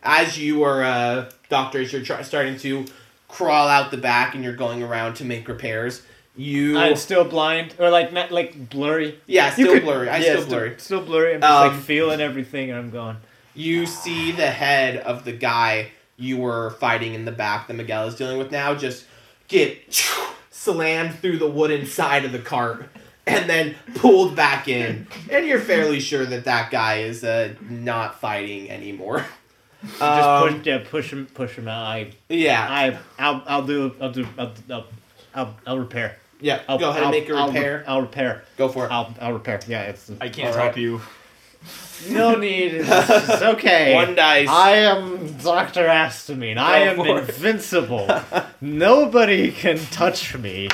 as you are uh, doctors, you're try- starting to crawl out the back and you're going around to make repairs. You,
I'm still blind, or like not like blurry.
yeah,
You
still
could-
blurry. I
yeah,
still blurry.
Still blurry. I'm just
Um,
like feeling everything, and I'm going.
You see the head of the guy you were fighting in the back that Miguel is dealing with now just get slammed through the wooden side of the cart and then pulled back in. And you're fairly sure that that guy is uh, not fighting anymore.
Just
Um,
push, yeah, push him, push him out. I,
yeah,
I, I'll, I'll do, I'll do, I'll, I'll, I'll, I'll repair.
yeah.
I'll,
Go ahead
I'll-
and make a
I'll-
repair.
I'll repair.
Go for it.
I'll, I'll repair. Yeah, it's
I can't
All right.
help you.
no need. It's, it's okay.
One dice.
I am Doctor Astamine. I
Go
am
for it.
invincible. Nobody can touch me.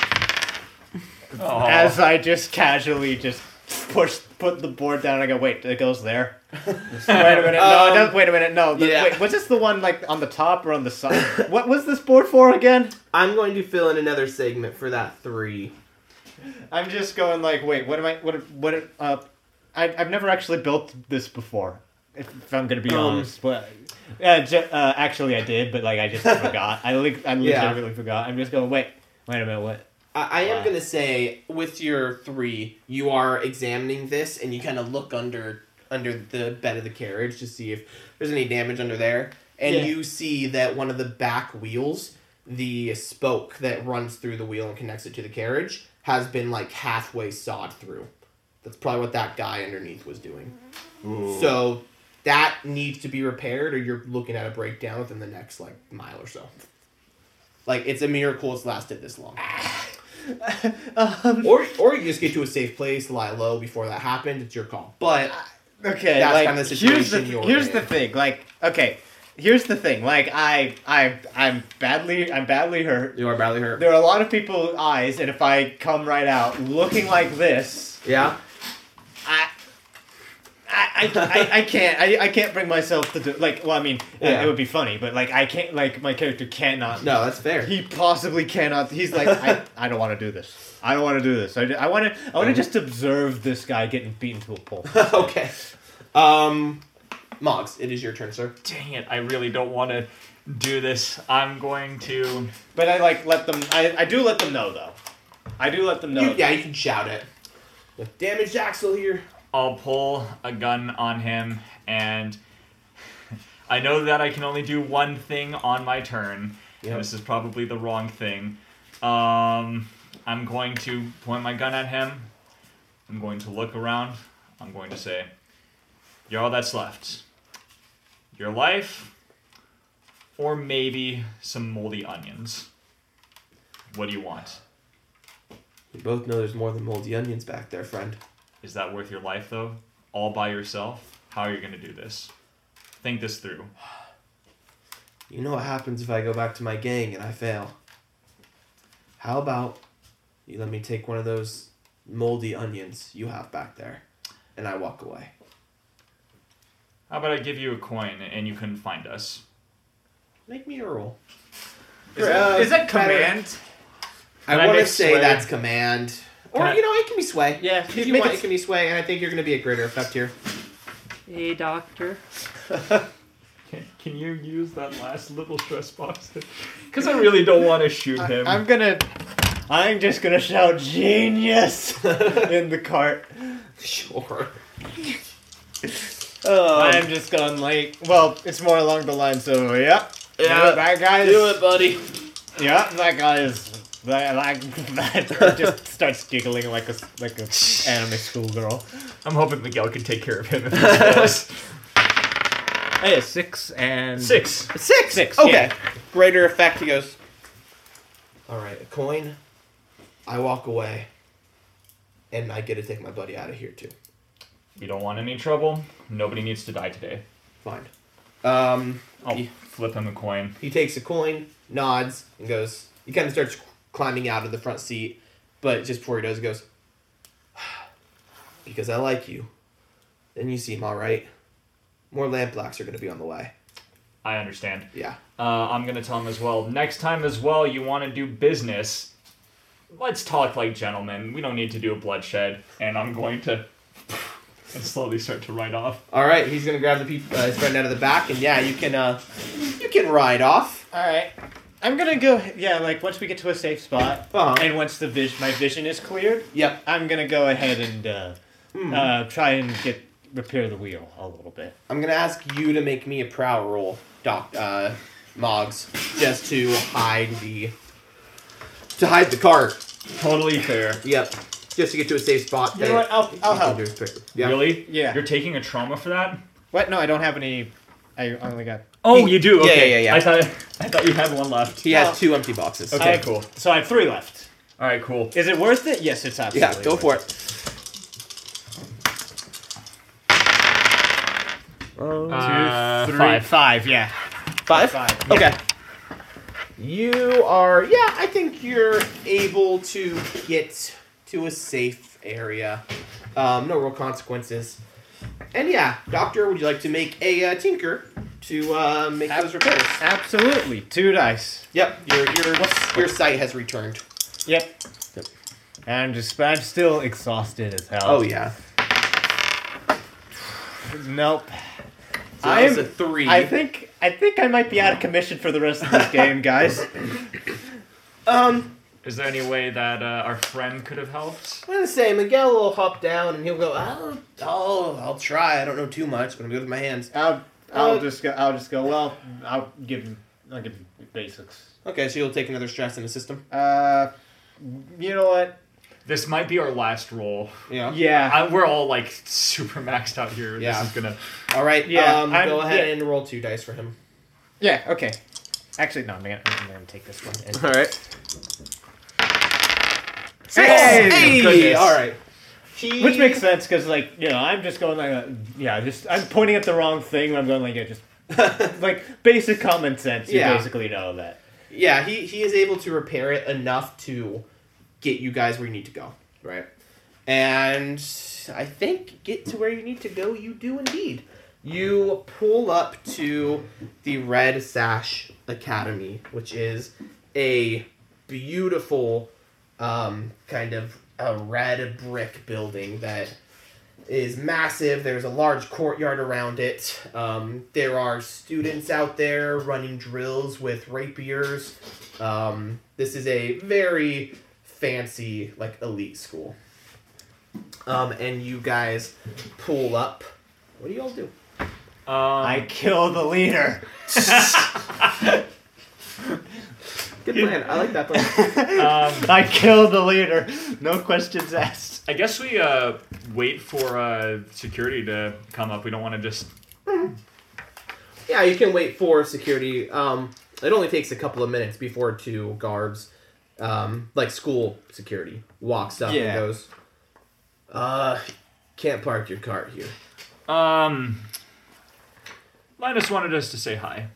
Aw.
As I just casually just push put the board down. I go, wait, it goes there. wait a minute. No, it doesn't- wait a minute. No. The,
yeah.
Wait, was this the one like on the top or on the side? what was this board for again?
I'm going to fill in another segment for that three.
I'm just going like, wait, what am I? What? What? Uh, I, I've never actually built this before. If, if I'm gonna be
Um,
honest, but uh, ju- uh, actually I did, but like I just forgot. I like I
Yeah.
legitimately forgot. I'm just going, wait, wait a minute, what?
I, I am
Wow.
gonna say with your three, you are examining this and you kind of look under under the bed of the carriage to see if there's any damage under there. And
Yeah.
you see that one of the back wheels, the spoke that runs through the wheel and connects it to the carriage, has been like halfway sawed through. That's probably what that guy underneath was doing. So that needs to be repaired, or you're looking at a breakdown within the next like mile or so. Like it's a miracle it's lasted this long. or or you just get to a safe place, lie low before that happened. It's your call. But
okay
That's
like
kind of the
here's the
situation you're
here's
in.
the thing like okay here's the thing like i i i'm badly i'm badly hurt
you are badly hurt.
there are a lot of people's eyes and if i come right out looking like this
Yeah.
i I, I, I, I can't I, I can't bring myself to do like well I mean
Yeah.
it, would be funny but like I can't like my character cannot
No, that's fair.
he possibly cannot he's like I, I don't want to do this I don't want to do this I, I want to
Uh-huh.
I want to just observe this guy getting beaten to a pulp
okay. Um, Moggs, it is your turn, sir.
Dang it, I really don't want to do this. I'm going to.
But I like let them. I, I do let them know though. I do let them know.
You, yeah, you can shout it. Like, damaged axle here.
I'll pull a gun on him, and I know that I can only do one thing on my turn.
Yep.
And this is probably the wrong thing. Um, I'm going to point my gun at him. I'm going to look around. I'm going to say, You're all that's left. Your life, or maybe some moldy onions. What do you want?
We both know there's more than moldy onions back there, friend.
Is that worth your life though? All by yourself? How are you gonna do this? Think this through.
You know what happens if I go back to my gang and I fail. How about you let me take one of those moldy onions you have back there and I walk away?
How about I give you a coin and you couldn't find us?
Make me a roll.
Is, that- is that
better-
command?
I,
Can I
want to
make
say
sway?
that's command. Or,
Can I-
you know, it can be sway.
Yeah,
If
you
you
make
want,
it-
it can be sway, and I think you're going to be a greater effect here.
Hey, doctor.
Can, can you use that last little stress box? Because I really don't want to shoot him.
I'm gonna. I'm just gonna shout genius in the cart.
Sure.
I am just gone like. Well, it's more along the lines of yeah. Yeah, that guy is.
buddy.
Yeah, that guy is. That, like that just starts giggling like a like a anime schoolgirl.
I'm hoping Miguel can take care of him.
Hey, six and
Six.
Six.
Six,
Okay.
yeah.
Greater effect. He goes. All right, a coin. I walk away, and I get to take my buddy out of here too.
You don't want any trouble. Nobody needs to die today.
Fine. Um,
I'll
Yeah.
flip him a coin.
he takes a coin, nods, and goes. He kind of starts climbing out of the front seat, but just before he does, he goes. Because I like you, then you seem all right. More lamplocks are going to be on the way.
I understand.
Yeah.
Uh, I'm gonna tell him as well. Next time as well, you want to do business. Let's talk like gentlemen. We don't need to do bloodshed. And I'm going to and slowly start to ride off.
All right, he's gonna grab the peop uh, his friend out of the back, and yeah, you can uh, you can ride off.
All right. I'm gonna go. Yeah, like once we get to a safe spot,
Uh-huh.
and once the vis- my vision is cleared,
Yep.
I'm gonna go ahead and uh, uh, try and get repair the wheel a little bit.
I'm gonna ask you to make me a prow roll, Doc uh, Moggs, just to hide the to hide the cart.
Totally fair.
Yep. Just to get to a safe spot.
You know what? I'll, I'll help.
Yeah.
Really?
Yeah.
You're taking a trauma for that?
What? No, I don't have any. I only got.
Oh, you do.
yeah,
Okay.
yeah, yeah.
I thought I thought you had one left.
He
No.
has two empty boxes.
I
Okay,
have-
cool.
So I have three left.
All right, cool.
Is it worth it? Yes, it's absolutely.
Yeah, go for it.
Uh,
Three,
five.
Five. Yeah.
Five.
Five.
Okay. You are, yeah, I think you're able to get to a safe area. Um, no real consequences. And yeah, Doctor, would you like to make a uh, tinker to uh, make
Ab-
those repairs?
Absolutely. Two dice.
Yep, your your your sight has returned.
Yep. And I'm just. But I'm still exhausted as hell.
Oh yeah,
Nope.
so that
I'm-
was a three.
I think I think I might be out of commission for the rest of this game, guys.
Um,
Is there any way that uh, our friend could have helped?
I'm gonna say Miguel will hop down and he'll go. I'll, I'll, I'll try. I don't know too much, but I'm good with my hands.
I'll, I'll
Uh,
just go. I'll just go. Well, I'll give him. I'll give him basics.
Okay, so you'll take another stress in the system.
Uh, you know what?
This might be our last roll.
Yeah.
Yeah.
I, we're all like super maxed out here.
Yeah.
This is gonna.
All right.
Yeah,
Um,
I'm-
go ahead
yeah.
and roll two dice for him.
Yeah. Okay.
Actually, no, I'm gonna, I'm gonna take this one. And-
All right.
Hey!
Hey. All right. He,
Which makes sense because, like, you know, I'm just going like, uh, yeah, just I'm pointing at the wrong thing. and I'm going like, yeah, just like basic common sense. You
Yeah.
basically know that.
Yeah, he, he is able to repair it enough to get you guys where you need to go. Right. And I think get to where you need to go, you do indeed. You pull up to the Red Sash Academy, which is a beautiful um, kind of a red brick building that is massive. There's a large courtyard around it. Um, there are students out there running drills with rapiers. Um, this is a very fancy, like, elite school. Um, and you guys pull up. What do y'all do?
Um,
I kill the leader.
Good plan. I like that plan.
um,
I kill the leader. No questions asked.
I guess we uh, wait for uh, security to come up. We don't want to just.
yeah, you can wait for security. Um, it only takes a couple of minutes before two guards, um, like school security, walks up
Yeah.
and goes, "Uh, can't park your cart here."
Um, Linus wanted us to say hi.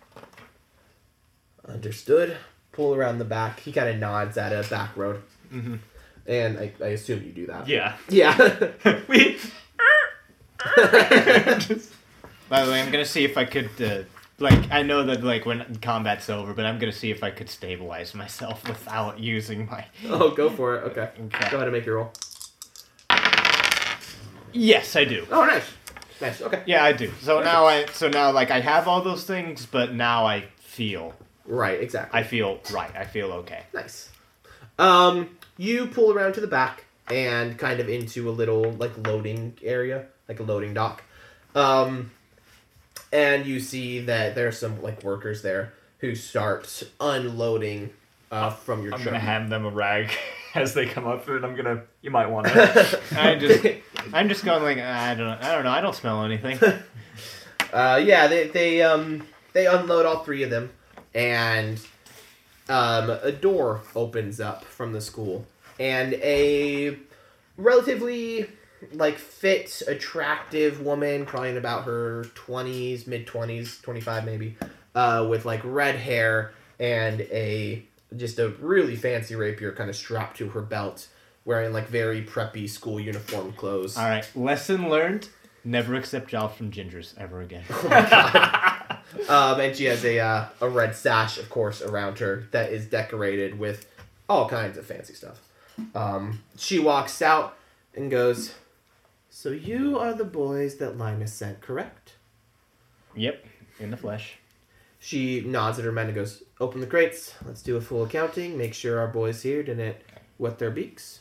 Understood. Pull around the back. He kind of nods at a back road. Mm-hmm. And I, I assume you do that.
Yeah.
Yeah.
we.
By the way, I'm gonna see if I could. Uh, like I know that like when combat's over, but I'm gonna see if I could stabilize myself without using my.
oh, go for it. Okay.
Okay.
Go ahead and make your roll.
Yes, I do.
Oh, nice. Nice. Okay.
Yeah, I do. So now I so now like I have all those things, but now I feel
Right. Exactly.
I feel right. I feel okay.
Nice. Um, you pull around to the back and kind of into a little like loading area, like a loading dock. Um, and you see that there's some like workers there who start unloading uh, from your
I'm
truck.
gonna hand them a rag as they come up, and I'm gonna. You might want to.
I just I'm just going like I don't I don't know. I don't smell anything.
Uh, yeah, they they um they unload all three of them, and um, a door opens up from the school, and a relatively like fit, attractive woman, probably in about her twenties, mid twenties, twenty five maybe, uh, with like red hair and a just a really fancy rapier kind of strapped to her belt, wearing like very preppy school uniform clothes.
all right, lesson learned. Never accept jobs from gingers ever again.
Um, and she has a uh, a red sash, of course, around her that is decorated with all kinds of fancy stuff. Um, she walks out and goes, "So you are the boys that Linus sent, correct?"
yep, in the flesh.
She nods at her men and goes, "Open the crates. Let's do a full accounting. Make sure our boys here didn't wet their beaks."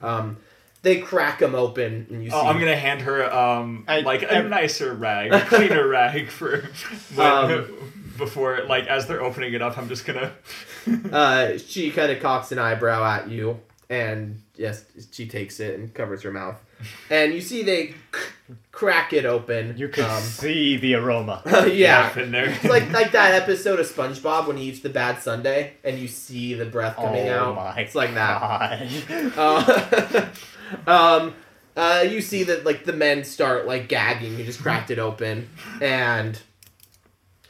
Um, they crack them open, and you see.
oh, I'm gonna hand her um
I-
like a
I-
nicer rag, a cleaner rag for when,
Um.
before like as they're opening it up. I'm just gonna.
uh, she kind of cocks an eyebrow at you, and yes, she takes it and covers her mouth. And you see they c- crack it open.
You could
Um,
see the aroma.
yeah.
in there.
It's like like that episode of SpongeBob when he eats the bad Sunday and you see the breath coming
oh
out.
my!
it's like that.
God.
Uh, um, uh, you see that like the men start like gagging. You just cracked it open, and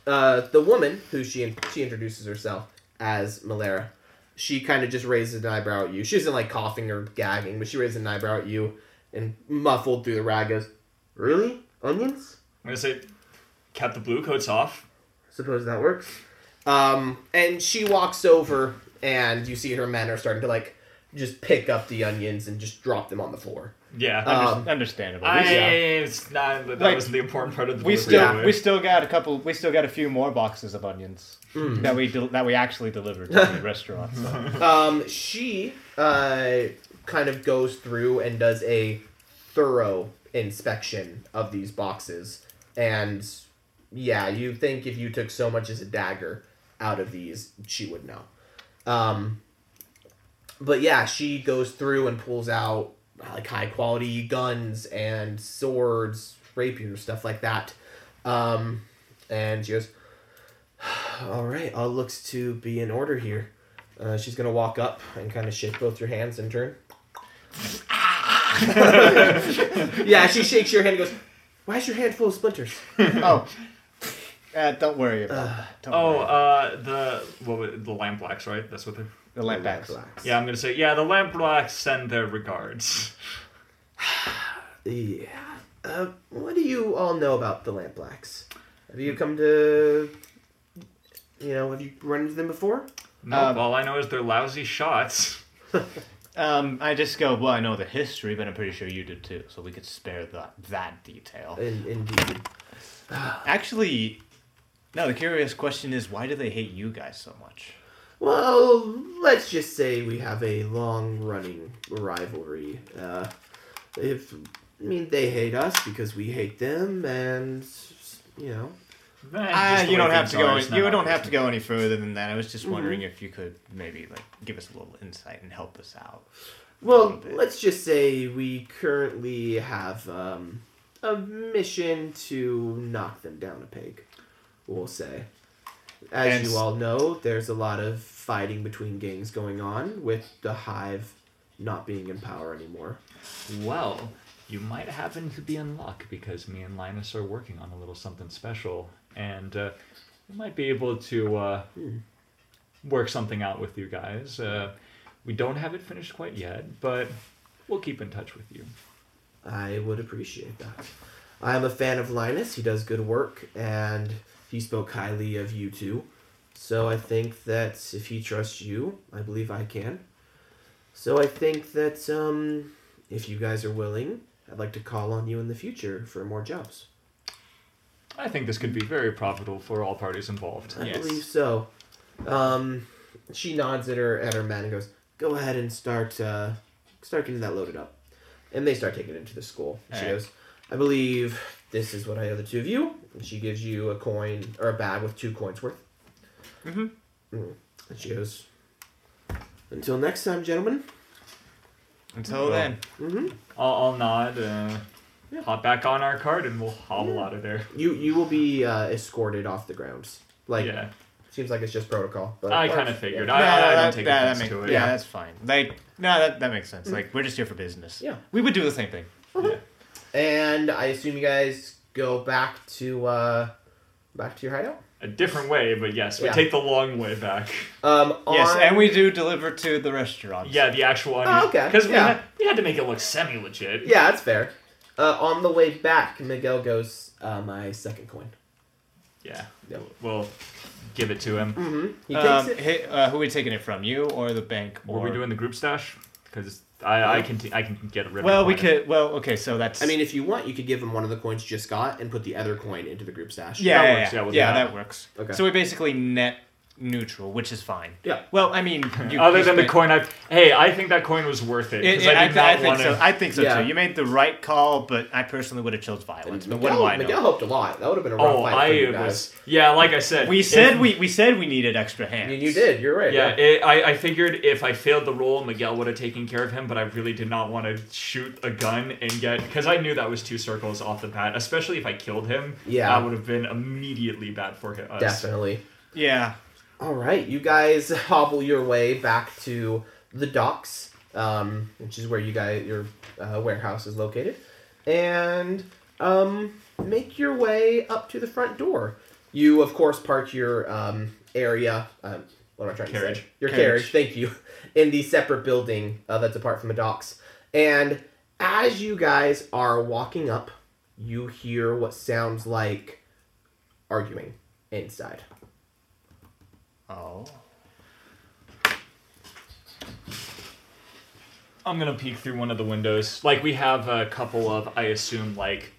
uh, the woman who she she introduces herself as Malera. She kind of just raises an eyebrow at you. She isn't like coughing or gagging, but she raises an eyebrow at you and muffled through the rag goes, "Really, onions?"
I'm gonna say, kept the blue coats off.
suppose that works. Um, and she walks over, and you see her men are starting to like just pick up the onions and just drop them on the floor.
Yeah.
Um,
Understandable.
I,
yeah.
It's not, that
Like,
wasn't the important part of the
we
delivery
still
Yeah.
we still got a couple. We still got a few more boxes of onions
Hmm.
that we del that we actually delivered to the restaurant. So.
um, she uh, kind of goes through and does a thorough inspection of these boxes. And yeah, you think if you took so much as a dagger out of these, she would know. Um, but yeah, she goes through and pulls out like high quality guns and swords, rapiers, stuff like that. Um, and she goes, All right, all looks to be in order here. Uh, she's gonna walk up and kind of shake both your hands in turn. yeah, she shakes your hand and goes, Why is your hand full of splinters?
oh, uh, don't worry about that. Don't
Oh,
worry.
uh, the what was, the lamp blacks, right? That's what they're.
the lamp backs.
Relax.
Yeah, I'm gonna say yeah. The lamp blacks send their regards.
Yeah. Uh, what do you all know about the lamp blacks? Have you come to. You know, have you run into them before?
No,
Um,
all I know is they're lousy shots.
Um, I just go. Well, I know the history, but I'm pretty sure you did too. So we could spare that that detail.
In, indeed.
Actually, no. The curious question is, why do they hate you guys so much?
Well, let's just say we have a long running rivalry. Uh, if I mean they hate us because we hate them, and you know,
Ah, you don't have to go.
It's not
You don't
obvious.
have to go any further than that. I was just wondering if you could maybe like give us a little insight and help us out.
well, let's just say we currently have um, a mission to knock them down a peg. We'll say, as
And
you
s-
all know, there's a lot of fighting between gangs going on with the hive not being in power anymore.
Well, you might happen to be in luck because me and Linus are working on a little something special, and uh, we might be able to uh, work something out with you guys. Uh, we don't have it finished quite yet, but we'll keep in touch with you.
I would appreciate that. I'm a fan of Linus. He does good work, and he spoke highly of you too. So I think that if he trusts you, I believe I can. So I think that um, if you guys are willing, I'd like to call on you in the future for more jobs.
I think this could be very profitable for all parties involved.
I believe so. Um, she nods at her at her men and goes, "Go ahead and start uh, start getting that loaded up." And they start taking it into the school. she
Alright.
goes, "I believe this is what I owe the two of you." And she gives you a coin or a bag with two coins worth. Mm-hmm. And she goes, "Until next time, gentlemen."
Until then,
I'll, I'll nod, uh, hop back on our card, and we'll hobble out of there.
You you will be uh, escorted off the grounds. Like
yeah,
seems like it's just protocol. But
I kind of figured.
Yeah.
I, I
No,
don't
that-
take
that- that
offense
make-
to it.
yeah, that's fine. Like, no, that, that makes sense. Like, we're just here for business.
Yeah.
we would do the same thing.
uh-huh. And I assume you guys go back to uh, back to your hideout.
A different way, but yes, we
Yeah.
take the long way back.
Um,
Yes,
on-
and we do deliver to the restaurant.
Yeah, the actual onion.
Oh, okay,
Because we,
yeah.
had, we had to make it look semi legit.
yeah, that's fair. Uh, on the way back, Miguel goes, uh, "My second coin."
Yeah.
Yep.
We'll give it to him.
Mm-hmm. He takes
Um,
it.
hey, uh, who are we taking it from? You or the bank?
Were
Or
we doing the group stash? Because I, I can t- I can get rid of.
Well, we
mine.
could. Well, okay, so that's.
I mean, if you want, you could give him one of the coins you just got and put the other coin into the group stash.
yeah,
that
yeah,
works, yeah,
yeah,
we'll do
yeah,
that.
that works.
Okay.
So we're basically net neutral, which is fine.
Yeah.
Well, I mean, you,
Other
you
than the
spent-
coin, I hey, I think that coin was worth it.
It,
'cause
it- I,
I, did
I
not
think
want
so.
to.
I think so
Yeah.
too. You made the right call, but I personally would have chose violence. But what do I know?
Miguel helped a lot. That would have been a rough
Oh,
fight for you
I
guys.
was. Yeah, like I said,
We
if-
said we we said we needed extra hands.
And you did. You're right.
Yeah, it, I, I figured if I failed the role, Miguel would have taken care of him, but I really did not want to shoot a gun and get because I knew that was two circles off the bat. Especially if I killed him,
Yeah.
that would have been immediately bad for him. Us.
definitely.
Yeah.
All right, you guys hobble your way back to the docks, um, which is where you guys your uh, warehouse is located, and um, make your way up to the front door. You of course park your um, area. Um, what am I trying to
Carriage.
say? Your carriage.
Carriage.
Thank you. In the separate building uh, that's apart from the docks, and as you guys are walking up, you hear what sounds like arguing inside.
Oh.
I'm gonna peek through one of the windows. Like we have a couple of, I assume, like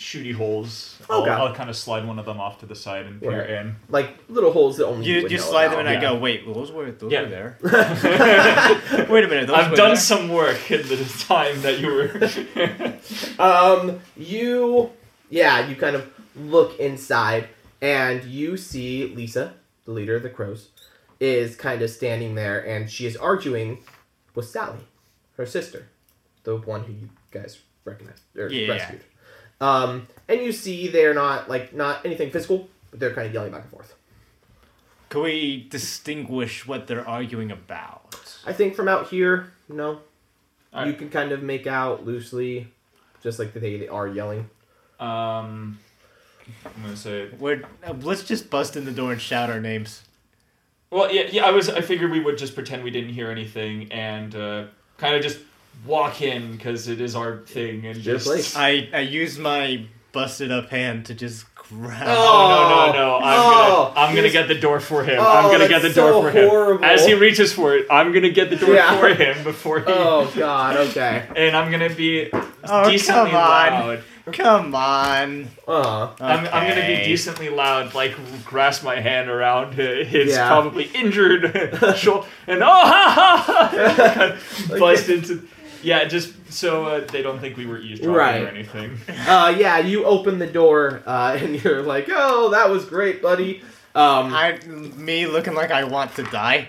shooty holes.
Oh,
I'll,
God.
I'll kind of slide one of them off to the side and peer
Right.
in.
Like little holes that only
You,
would
you
know
slide them
about.
and I
Yeah.
go, wait, well, those were those
Yeah.
were there. wait a minute, those
I've
were
done
there.
some work in the time that you were.
Um, you, yeah, you kind of look inside, and you see Lisa, the leader of the crows, is kind of standing there, and she is arguing with Sally, her sister, the one who you guys recognize or
Yeah.
rescued. Um, and you see they're not like not anything physical, but they're kind of yelling back and forth.
Can we distinguish what they're arguing about?
I think from out here, no,
All
you
right.
can kind of make out loosely, just like they, they are yelling.
Um, I'm gonna say.
We're uh, let's just bust in the door and shout our names.
Well, yeah, yeah. I was. I figured we would just pretend we didn't hear anything and uh, kind of just walk in because it is our thing and
your
just.
place.
I I use my busted up hand to just grab.
Oh, no, no, no. I'm
Oh,
gonna, I'm gonna
he's-
get the door for him.
Oh,
I'm gonna get the
that's
door
so
for him.
horrible.
As he reaches for it, I'm gonna get the door
Yeah.
for him before he.
Oh God, okay.
And I'm gonna be
Oh,
decently
come on.
loud.
Come on.
Uh,
I'm, I'm gonna be
Okay.
decently loud, like grasp my hand around hi- his
Yeah.
probably injured shoulder, and oh ha ha, ha bust into. Yeah, just so uh, they don't think we were eavesdropping
Right.
or anything.
uh, yeah, you open the door uh, and you're like, "Oh, that was great, buddy." Um,
I me looking like I want to die.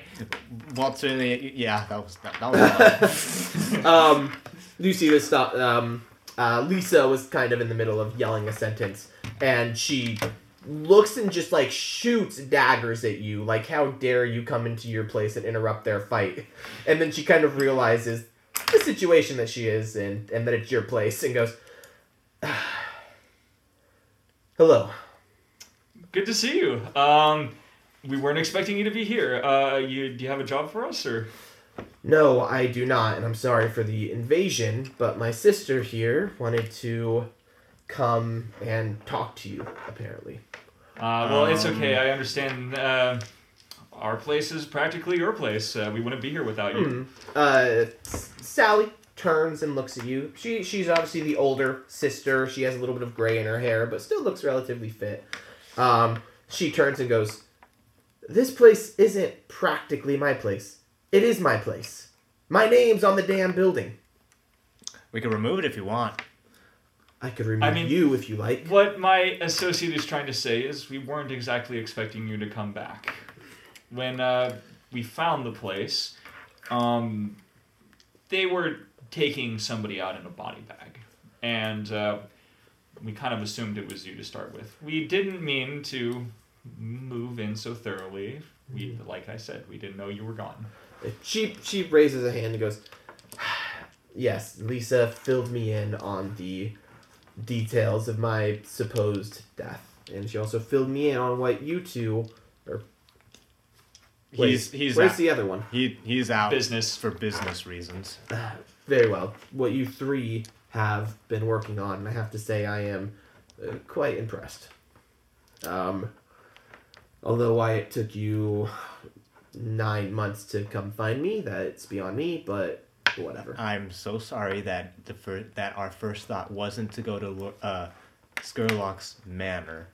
Walter, yeah, that was that, that was. fun.
um, you see this stuff. Um, uh, Lisa was kind of in the middle of yelling a sentence, and she looks and just like shoots daggers at you. Like, how dare you come into your place and interrupt their fight? And then she kind of realizes the situation that she is in, and that it's your place, and goes, "Hello."
Good to see you. Um, we weren't expecting you to be here. Uh, you do you have a job for us or?
No, I do not, and I'm sorry for the invasion, but my sister here wanted to come and talk to you, apparently.
Uh, well, it's okay. I understand. Uh, our place is practically your place. Uh, we wouldn't be here without you.
Uh, S- Sally turns and looks at you. She she's obviously the older sister. She has a little bit of gray in her hair, but still looks relatively fit. Um, she turns and goes, "This place isn't practically my place. It is my place. My name's on the damn building.
we can remove it if you want.
I could remove
mean-
you if you like."
What my associate is trying to say is we weren't exactly expecting you to come back. When uh, we found the place, um, they were taking somebody out in a body bag. And uh, we kind of assumed it was you to start with. We didn't mean to move in so thoroughly. We, like I said, we didn't know you were gone.
She she raises a hand and goes, "Yes, Lisa filled me in on the details of my supposed death, and she also filled me in on what you two. Wait,
He's he's
where's
out.
the other one?
he he's out
Business.
for business reasons.
Very well. What you three have been working on, and I have to say I am uh, quite impressed. Um, although why it took you nine months to come find me, that's beyond me, but whatever.
I'm so sorry that the fir- that our first thought wasn't to go to Lo- uh, Skurlock's manor.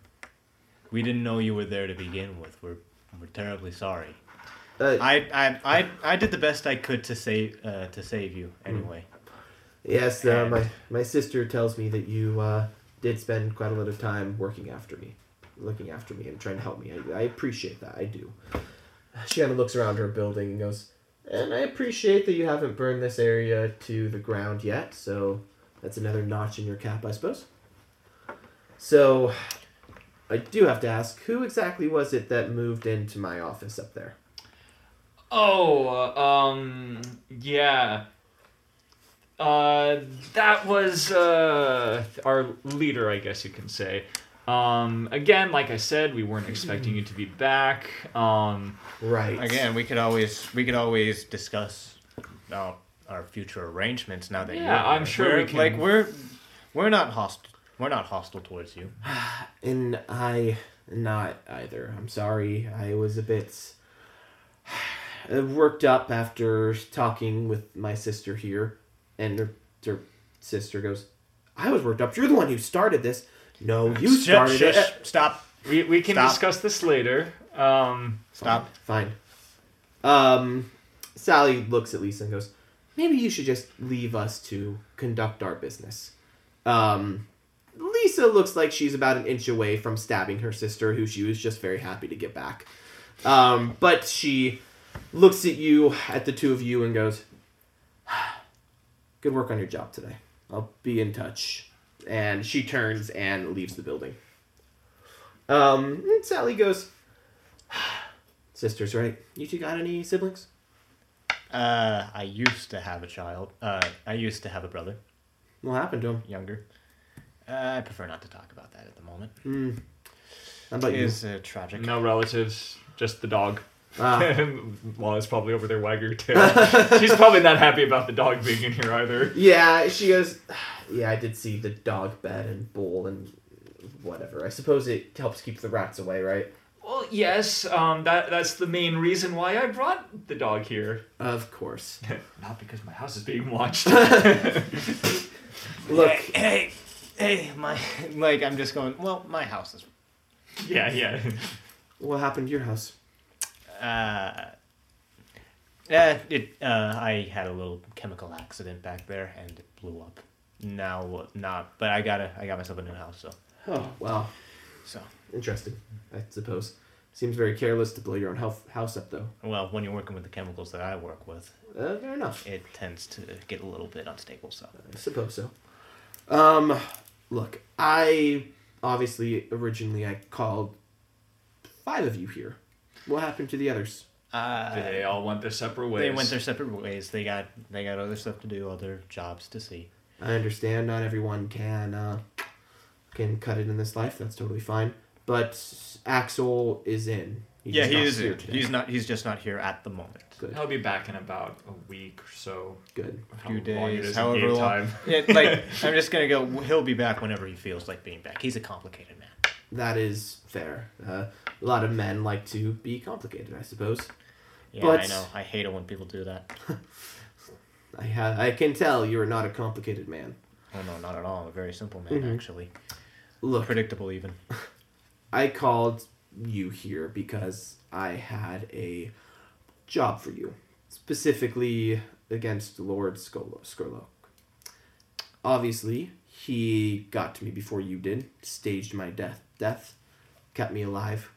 We didn't know you were there to begin with. We're we're terribly sorry.
Uh,
I I, I, I did the best I could to save uh, to save you
Hmm.
anyway.
Yes, uh,
And-
my my sister tells me that you uh, did spend quite a lot of time working after me, looking after me, and trying to help me. I, I appreciate that. I do. She kind of looks around her building and goes, "And I appreciate that you haven't burned this area to the ground yet. So that's another notch in your cap, I suppose." So, I do have to ask, who exactly was it that moved into my office up there?
Oh, um, yeah. Uh, that was uh, our leader, I guess you can say. Um, again, like I said, we weren't expecting you to be back. Um,
Right.
Again, we could always we could always discuss uh, our future arrangements now that
Yeah,
you're here.
I'm sure
We're-
we can-
like we're we're not hostile we're not hostile towards you.
And I not either. I'm sorry. I was a bit uh, worked up after talking with my sister here, and her, her sister goes, "I was worked up. You're the one who started this. No, you
Shh,
started
shh,
it.
shh, Stop.
We, we can
Stop.
discuss this later. Um,
Stop.
Fine. Um, Sally looks at Lisa and goes, "Maybe you should just leave us to conduct our business." Um, Lisa looks like she's about an inch away from stabbing her sister, who she was just very happy to get back. Um, but she looks at you, at the two of you, and goes, "Good work on your job today. I'll be in touch." And she turns and leaves the building. Um, and Sally goes, Sisters, right? You two got any siblings?
Uh, I used to have a child. Uh, I used to have a brother,
What happened to them?
younger. Uh, I prefer not to talk about that at the moment.
How about
It is uh, tragic.
Mm-hmm. no relatives, just the dog.
you? Ah,
Lana's probably over there wagging her tail. She's probably not happy about the dog being in here either.
yeah, she goes, Yeah, I did see the dog bed and bowl and whatever. I suppose it helps keep the rats away, right?
Well, yes, um, that that's the main reason why I brought the dog here.
Of course.
Not because my house is being watched.
Look,
Hey, hey, my like I'm just going. Well, my house is.
yeah, yeah.
what happened to your house?
Uh, uh, it. Uh, I had a little chemical accident back there, and it blew up. Now, not. But I got a. I got myself a new house. So,
Oh, wow.
so.
Interesting, I suppose. Seems very careless to blow your own health, house up, though.
Well, when you're working with the chemicals that I work with,
Uh, fair enough.
it tends to get a little bit unstable. So.
I suppose so. Um, look, I obviously originally I called five of you here. What happened to the others?
Uh,
They all went their separate ways.
They went their separate ways. They got they got other stuff to do, other jobs to see.
I understand not everyone can uh, can cut it in this life. That's totally fine. But Axel is in. He's just not here today.
not. He's just not here at the moment.
good.
I'll be back in about a week or so.
Good.
How
Few
long it is in
days, however
game
long.
time.
Yeah, like I'm just gonna go. He'll be back whenever he feels like being back. He's a complicated man.
That is fair. Uh, a lot of men like to be complicated, I suppose.
Yeah, I
But-
know. I hate it when people do that.
I ha- I can tell you are not a complicated man.
Oh no, not at all. I'm a very simple man,
Mm-hmm.
Mhm.
actually.
Look,
Predictable, even.
I called you here because I had a job for you, specifically against Lord Skolo- Skurlock. Obviously, he got to me before you did, staged my death, death, kept me alive.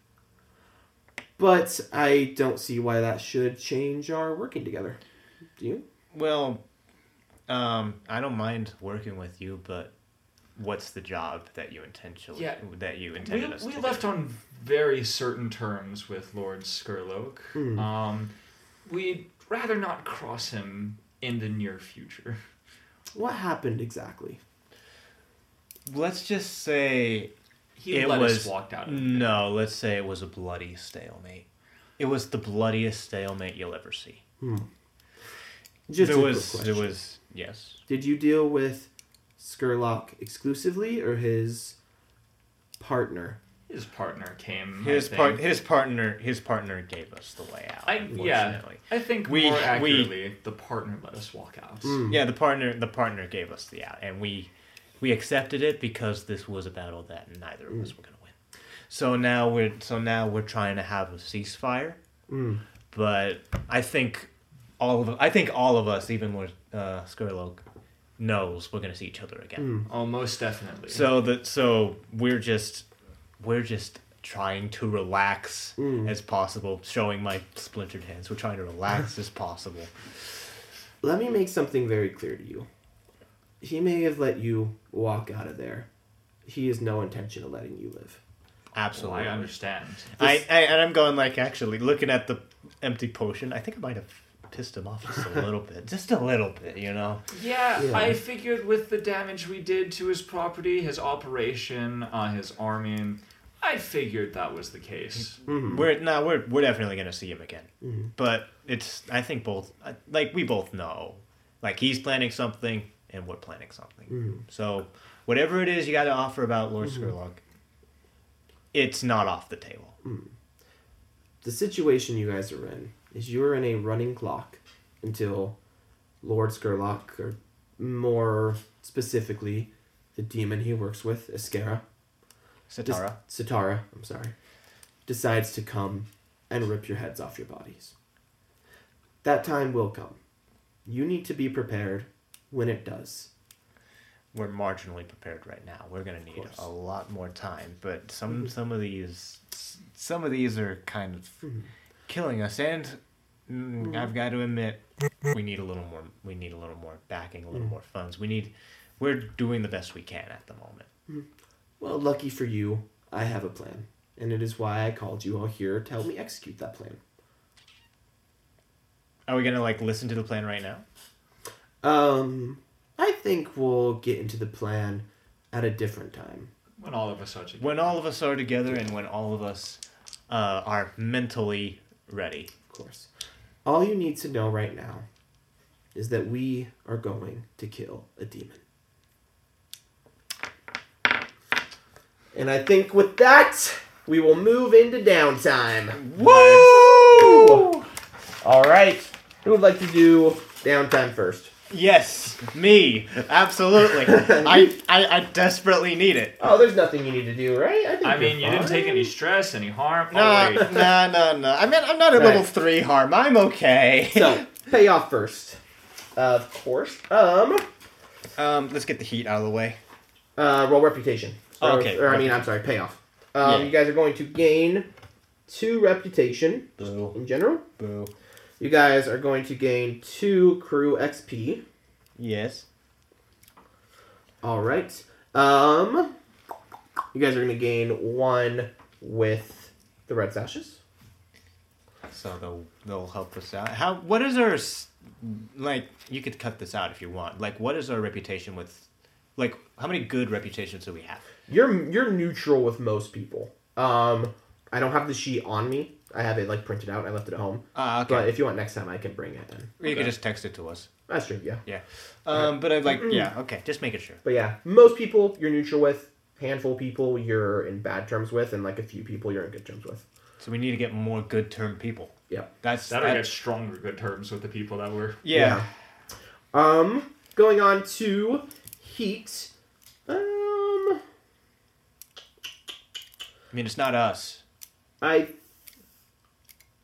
But I don't see why that should change our working together. Do
Uh,
you?
Well, um, I don't mind working with you, but what's the job that you intentionally
Yeah.
that you
We,
intended us
we
to
left
do?
on very certain terms with Lord Skurloak.
Mm-hmm.
Hmm.
Um, we'd rather not cross him in the near future.
What happened exactly?
Let's just say
He
It
let
was-
us walk out. of it.
No, let's say it was a bloody stalemate. It was the bloodiest stalemate you'll ever see.
Just
there
a
was,
quick
there
question.
was, yes.
Did you deal with Skurlock exclusively or his partner?
His partner came. I
His
think.
part, his partner, his partner gave us the way out.
I yeah.
unfortunately.
I think
We- Mm.
more
we-
accurately, the partner let us walk out.
yeah. The partner, the partner gave us the out, and we, we accepted it because this was a battle that neither of us were going to win. So now we're, so now we're trying to have a ceasefire.
Hmm.
But I think all of, I think all of us, even with uh, Skurloak, knows we're going to see each other again.
Oh, most definitely.
So that so we're just we're just trying to relax as possible, showing my splintered hands. We're trying to relax as possible.
Let me make something very clear to you. He may have let you walk out of there. He has no intention of letting you live.
Well,
Absolutely.
I
I,
understand.
I, and I'm going like actually looking at the empty potion. I think I might have pissed him off just a little bit, just a little bit, you know.
Yeah,
Yeah.
I figured with the damage we did to his property, his operation, uh, his army, I figured that was the case.
We're no, we're we're definitely gonna see him again. But it's I think both I- like we both know, like he's planning something and we're planning something. So whatever it is you got to offer about Lord Skurlock, it's not off the table.
The situation you guys are in is you're in a running clock until Lord Skurlock, or more specifically, the demon he works with, Iskara, des-
Satara.
Sitara, I'm sorry, decides to come and rip your heads off your bodies. That time will come. You need to be prepared when it does.
We're marginally prepared right now. We're gonna need
course.
a lot more time, but some some of these some of these are kind of killing us, and mm, I've got to admit we need a little more. We need a little more backing, a little more funds. We need. We're doing the best we can at the moment.
Well, lucky for you, I have a plan, and it is why I called you all here to help me execute that plan.
Are we gonna like listen to the plan right now?
Um, I think we'll get into the plan at a different time.
When all of us are together.
When all of us are together, and when all of us uh, are mentally ready.
Of course. All you need to know right now is that we are going to kill a demon. And I think with that, we will move into downtime. Woo! All right. Who would like to do downtime first?
Yes, me, absolutely. I, I I desperately need it.
Oh, there's nothing you need to do, right? I, think
I
you're
mean, you didn't take any stress, any harm.
No,
Oh, wait.
no, no, no. I mean, I'm not a
Right.
level three harm. I'm okay.
So, payoff first. Of course. Um.
um, let's get the heat out of the way.
Uh, roll reputation. Or-
Okay,
Or, I mean, I'm sorry, payoff. Um,
Yeah.
You guys are going to gain two reputation
Boo,
in general.
boo.
You guys are going to gain two crew XP.
Yes.
All right. Um, you guys are going to gain one with the red sashes.
So they'll they'll help us out. How? What is our s- like? You could cut this out if you want. Like, what is our reputation with? Like, how many good reputations do we have?
You're you're neutral with most people. Um, I don't have the sheet on me. I have it like printed out. I left it at home.
Ah, okay.
But if you want next time, I can bring it in.
Or you could just text it to us.
That's true. Yeah.
Yeah. Um, but I'd like, yeah, okay, just making sure.
But yeah, most people you're neutral with, handful people you're in bad terms with, and like a few people you're in good terms with.
So we need to get more good term people.
Yep.
That's
That'll
that-
get stronger good terms with the people that were.
yeah.
Um, going on to heat. Um,
I mean, it's not us.
I.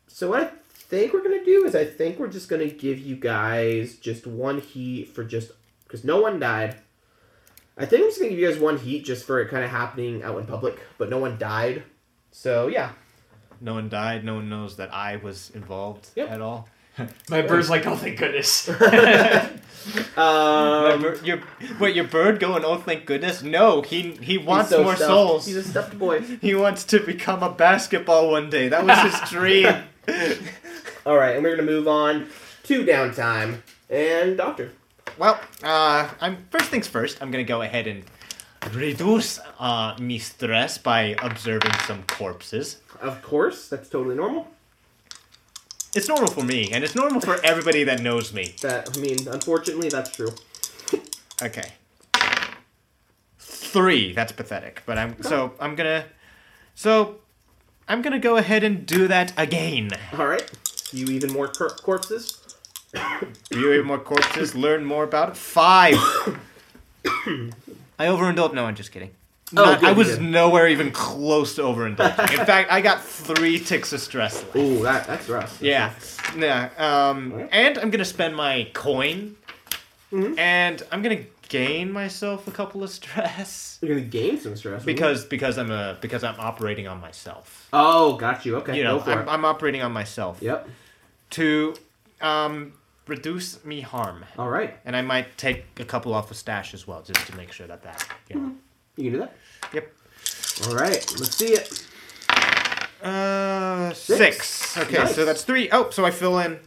So what I think we're gonna do is I think we're just gonna give you guys just one heat for just because no one died. I think I'm just gonna give you guys one heat just for it kind of happening out in public, but no one died. So yeah,
No one died. No one knows that I was involved
Yep.
at all.
My bird's like, oh, thank goodness.
um,
My bir- your, wait, your bird going? Oh, thank goodness! No, he he wants
he's so
more
stuffed.
souls.
He's a stuffed boy.
He wants to become a basketball one day. That was his dream.
All right, and we're gonna move on to downtime and doctor.
Well, uh, I'm first things first. I'm gonna go ahead and reduce uh, me stress by observing some corpses.
Of course, that's totally normal.
It's normal for me, and it's normal for everybody that knows me.
That I mean, unfortunately, that's true.
Okay. Three. That's pathetic. But I'm so I'm gonna so I'm gonna go ahead and do that again.
All right, you even more cor- corpses.
You have more corpses. Learn more about it. Five. I overindulged. No, I'm just kidding.
Oh,
Not-
good,
I
you
was
did.
nowhere even close to overindulging. In fact, I got three ticks of stress left.
Ooh, that that's rough.
Yeah. Yeah. Um, and I'm gonna spend my coin,
Mm-hmm.
and I'm gonna gain myself a couple of stress
You're gonna gain some stress wouldn't you?
because because I'm a because I'm operating on myself.
Oh, got you. Okay,
You know,
go for
I'm,
it.
I'm operating on myself
Yep.
to um, reduce me harm.
All right,
And I might take a couple off the stash as well, just to make sure that that, you know.
you can do that.
Yep.
All right, let's see it.
Uh,
Six.
six. Okay,
Nice.
so that's three. Oh, so I fill in. Never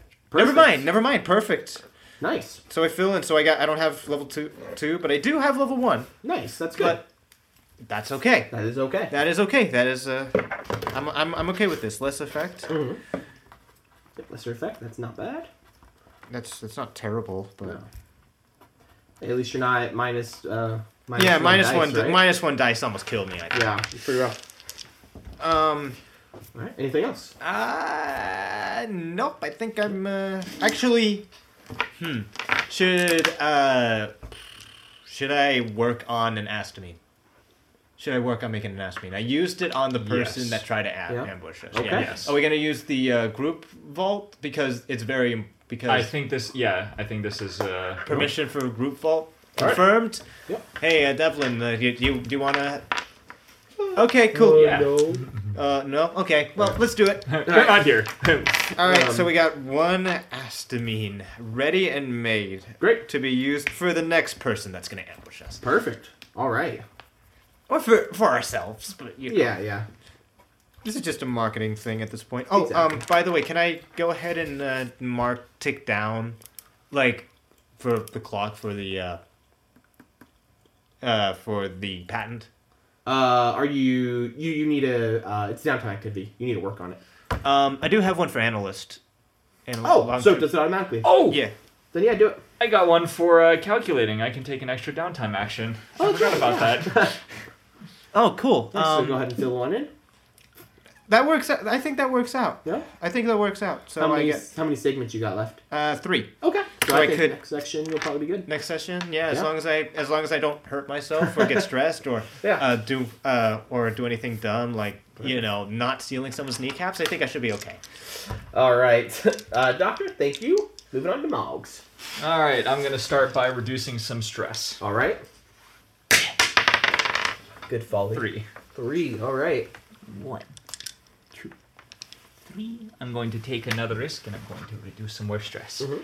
Perfect.
mind. Never mind. Perfect.
Nice,
So I fill in. So I got. I don't have level two, two, but I do have level one.
nice. That's good.
But- That's okay.
that is okay.
That is okay. That is. Uh, I'm. I'm. I'm okay with this. Less effect.
Mm-hmm. Yep, Lesser effect. That's not bad.
That's. That's not terrible. But
No. At least you're not minus. Uh, minus
yeah,
one
minus
dice,
one. di-
right?
minus one dice almost killed me. I think.
yeah, it's pretty rough.
Um.
All right. Anything else?
Uh, nope. I think I'm uh, actually. Hmm. Should uh, should I work on an astamine? Should I work on making an astamine? I used it on the person
Yes.
that tried to a-
Yeah.
ambush us.
Okay.
Yeah.
Yes.
Are we gonna use the uh, group vault because it's very im- because
I think this. Yeah, I think this is. Uh,
permission for group vault
All right.
confirmed.
Yep.
Hey, uh, Devlin, uh, you, you do you wanna? Okay, cool.
Yeah.
No.
Uh, no. Okay. Well, let's do it.
not here.
All right,
Um,
so we got one astamine ready and made.
Great.
To be used for the next person that's going to ambush us.
Perfect. All right.
Or for, for ourselves, but you know.
Yeah, yeah.
This is just a marketing thing at this point. Oh,
Exactly.
um, by the way, can I go ahead and uh, mark, tick down, like, for the clock for the, uh, uh, for the patent?
Uh, are you you you need a uh, it's downtime activity. You need to work on it.
Um, I do have one for analyst. Anal-
Oh,
long-
so does it automatically?
Oh,
Yeah.
Then yeah, do it.
I got one for uh, calculating. I can take an extra downtime action. I forgot about that.
Oh, cool.
so go
Um,
ahead and fill one in.
that works out. I think that works out.
Yeah.
I think that works out. So
how
I
many
get,
how many segments you got left?
uh, three.
Okay. So,
So
I,
I
think
could-
next section you'll probably be good.
next session yeah as
Yeah.
long as i as long as i don't hurt myself or get stressed or
Yeah.
uh, do uh, or do anything dumb like you know not stealing someone's kneecaps i think i should be okay
All right, uh, doctor. Thank you. Moving on to Moggs.
All right, I'm gonna start by reducing some stress.
All right. Good folly.
Three.
Three. All right.
One, two, three. I'm going to take another risk and I'm going to reduce some more stress.
Mhm.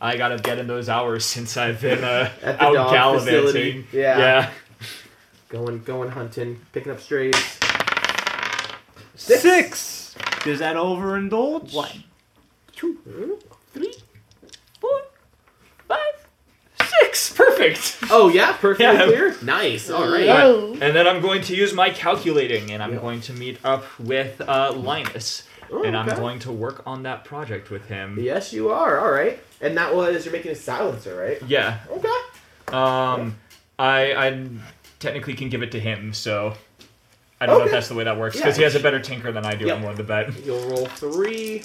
I gotta get in those hours since I've been uh,
At the
out
dog
gallivanting.
facility. Yeah.
yeah.
Going going hunting, picking up strays.
six, does that overindulge
One,
Mhm.
four, five, six. Perfect.
Oh yeah, perfect
Yeah.
clear. Nice. All right.
Oh.
And then I'm going to use my calculating and I'm
Yeah.
going to meet up with uh, Linus.
Oh,
and I'm
okay.
going to work on that project with him.
Yes, you are. All right. And that was you're making a silencer, right?
Yeah.
Okay.
Um, I I technically can give it to him, so I don't know if
Okay.
that's the way that works because
Yeah.
he has a better tinker than I do.
Yep.
I'm willing to bet.
You'll roll three.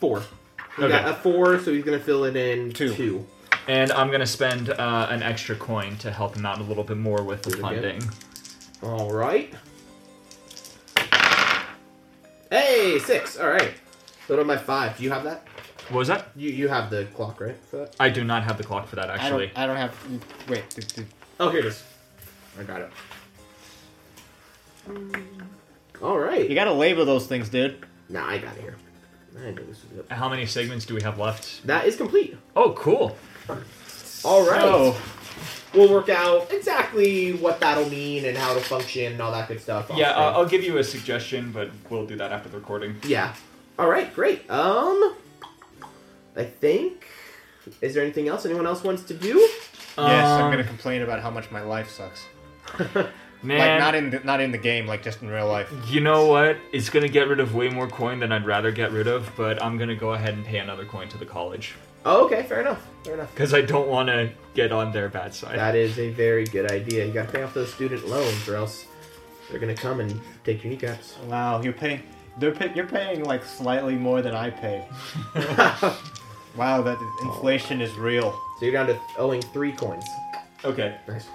Four.
You got a four, so he's gonna fill it in
Two.
two.
And I'm gonna spend uh, an extra coin to help him out a little bit more with the
Do it again.
funding.
All right. Hey, six. All right. So on my five. Do you have that?
What was that?
You you have the clock, right? For that?
I do not have the clock for that actually.
I don't have wait d- d-
Oh, here it is. I got it. All right.
you gotta label those things dude
nah, I got it here. I knew this was it.
How many segments do we have left?
That is complete.
Oh, cool.
All right.
oh
We'll work out exactly what that'll mean and how it'll function and all that good stuff. off
Yeah, uh, oh.
screen.
I'll give you a suggestion, but we'll do that after the recording.
Yeah. All right, great. Um, I think. Is there anything else anyone else wants to do?
yes i'm
Um,
gonna complain about how much my life sucks
Man,
like not in the, not in the game like just in real life
You know what? It's gonna get rid of way more coin than I'd rather get rid of, but I'm gonna go ahead and pay another coin to the college
Oh, okay, fair enough. Fair enough.
because I don't want to get on their bad side.
That is a very good idea. You gotta pay off those student loans, or else they're gonna come and take your kneecaps.
wow you're paying they're pay, you're paying like slightly more than i pay wow that inflation is real
So you're down to owing three coins.
okay.
Nice.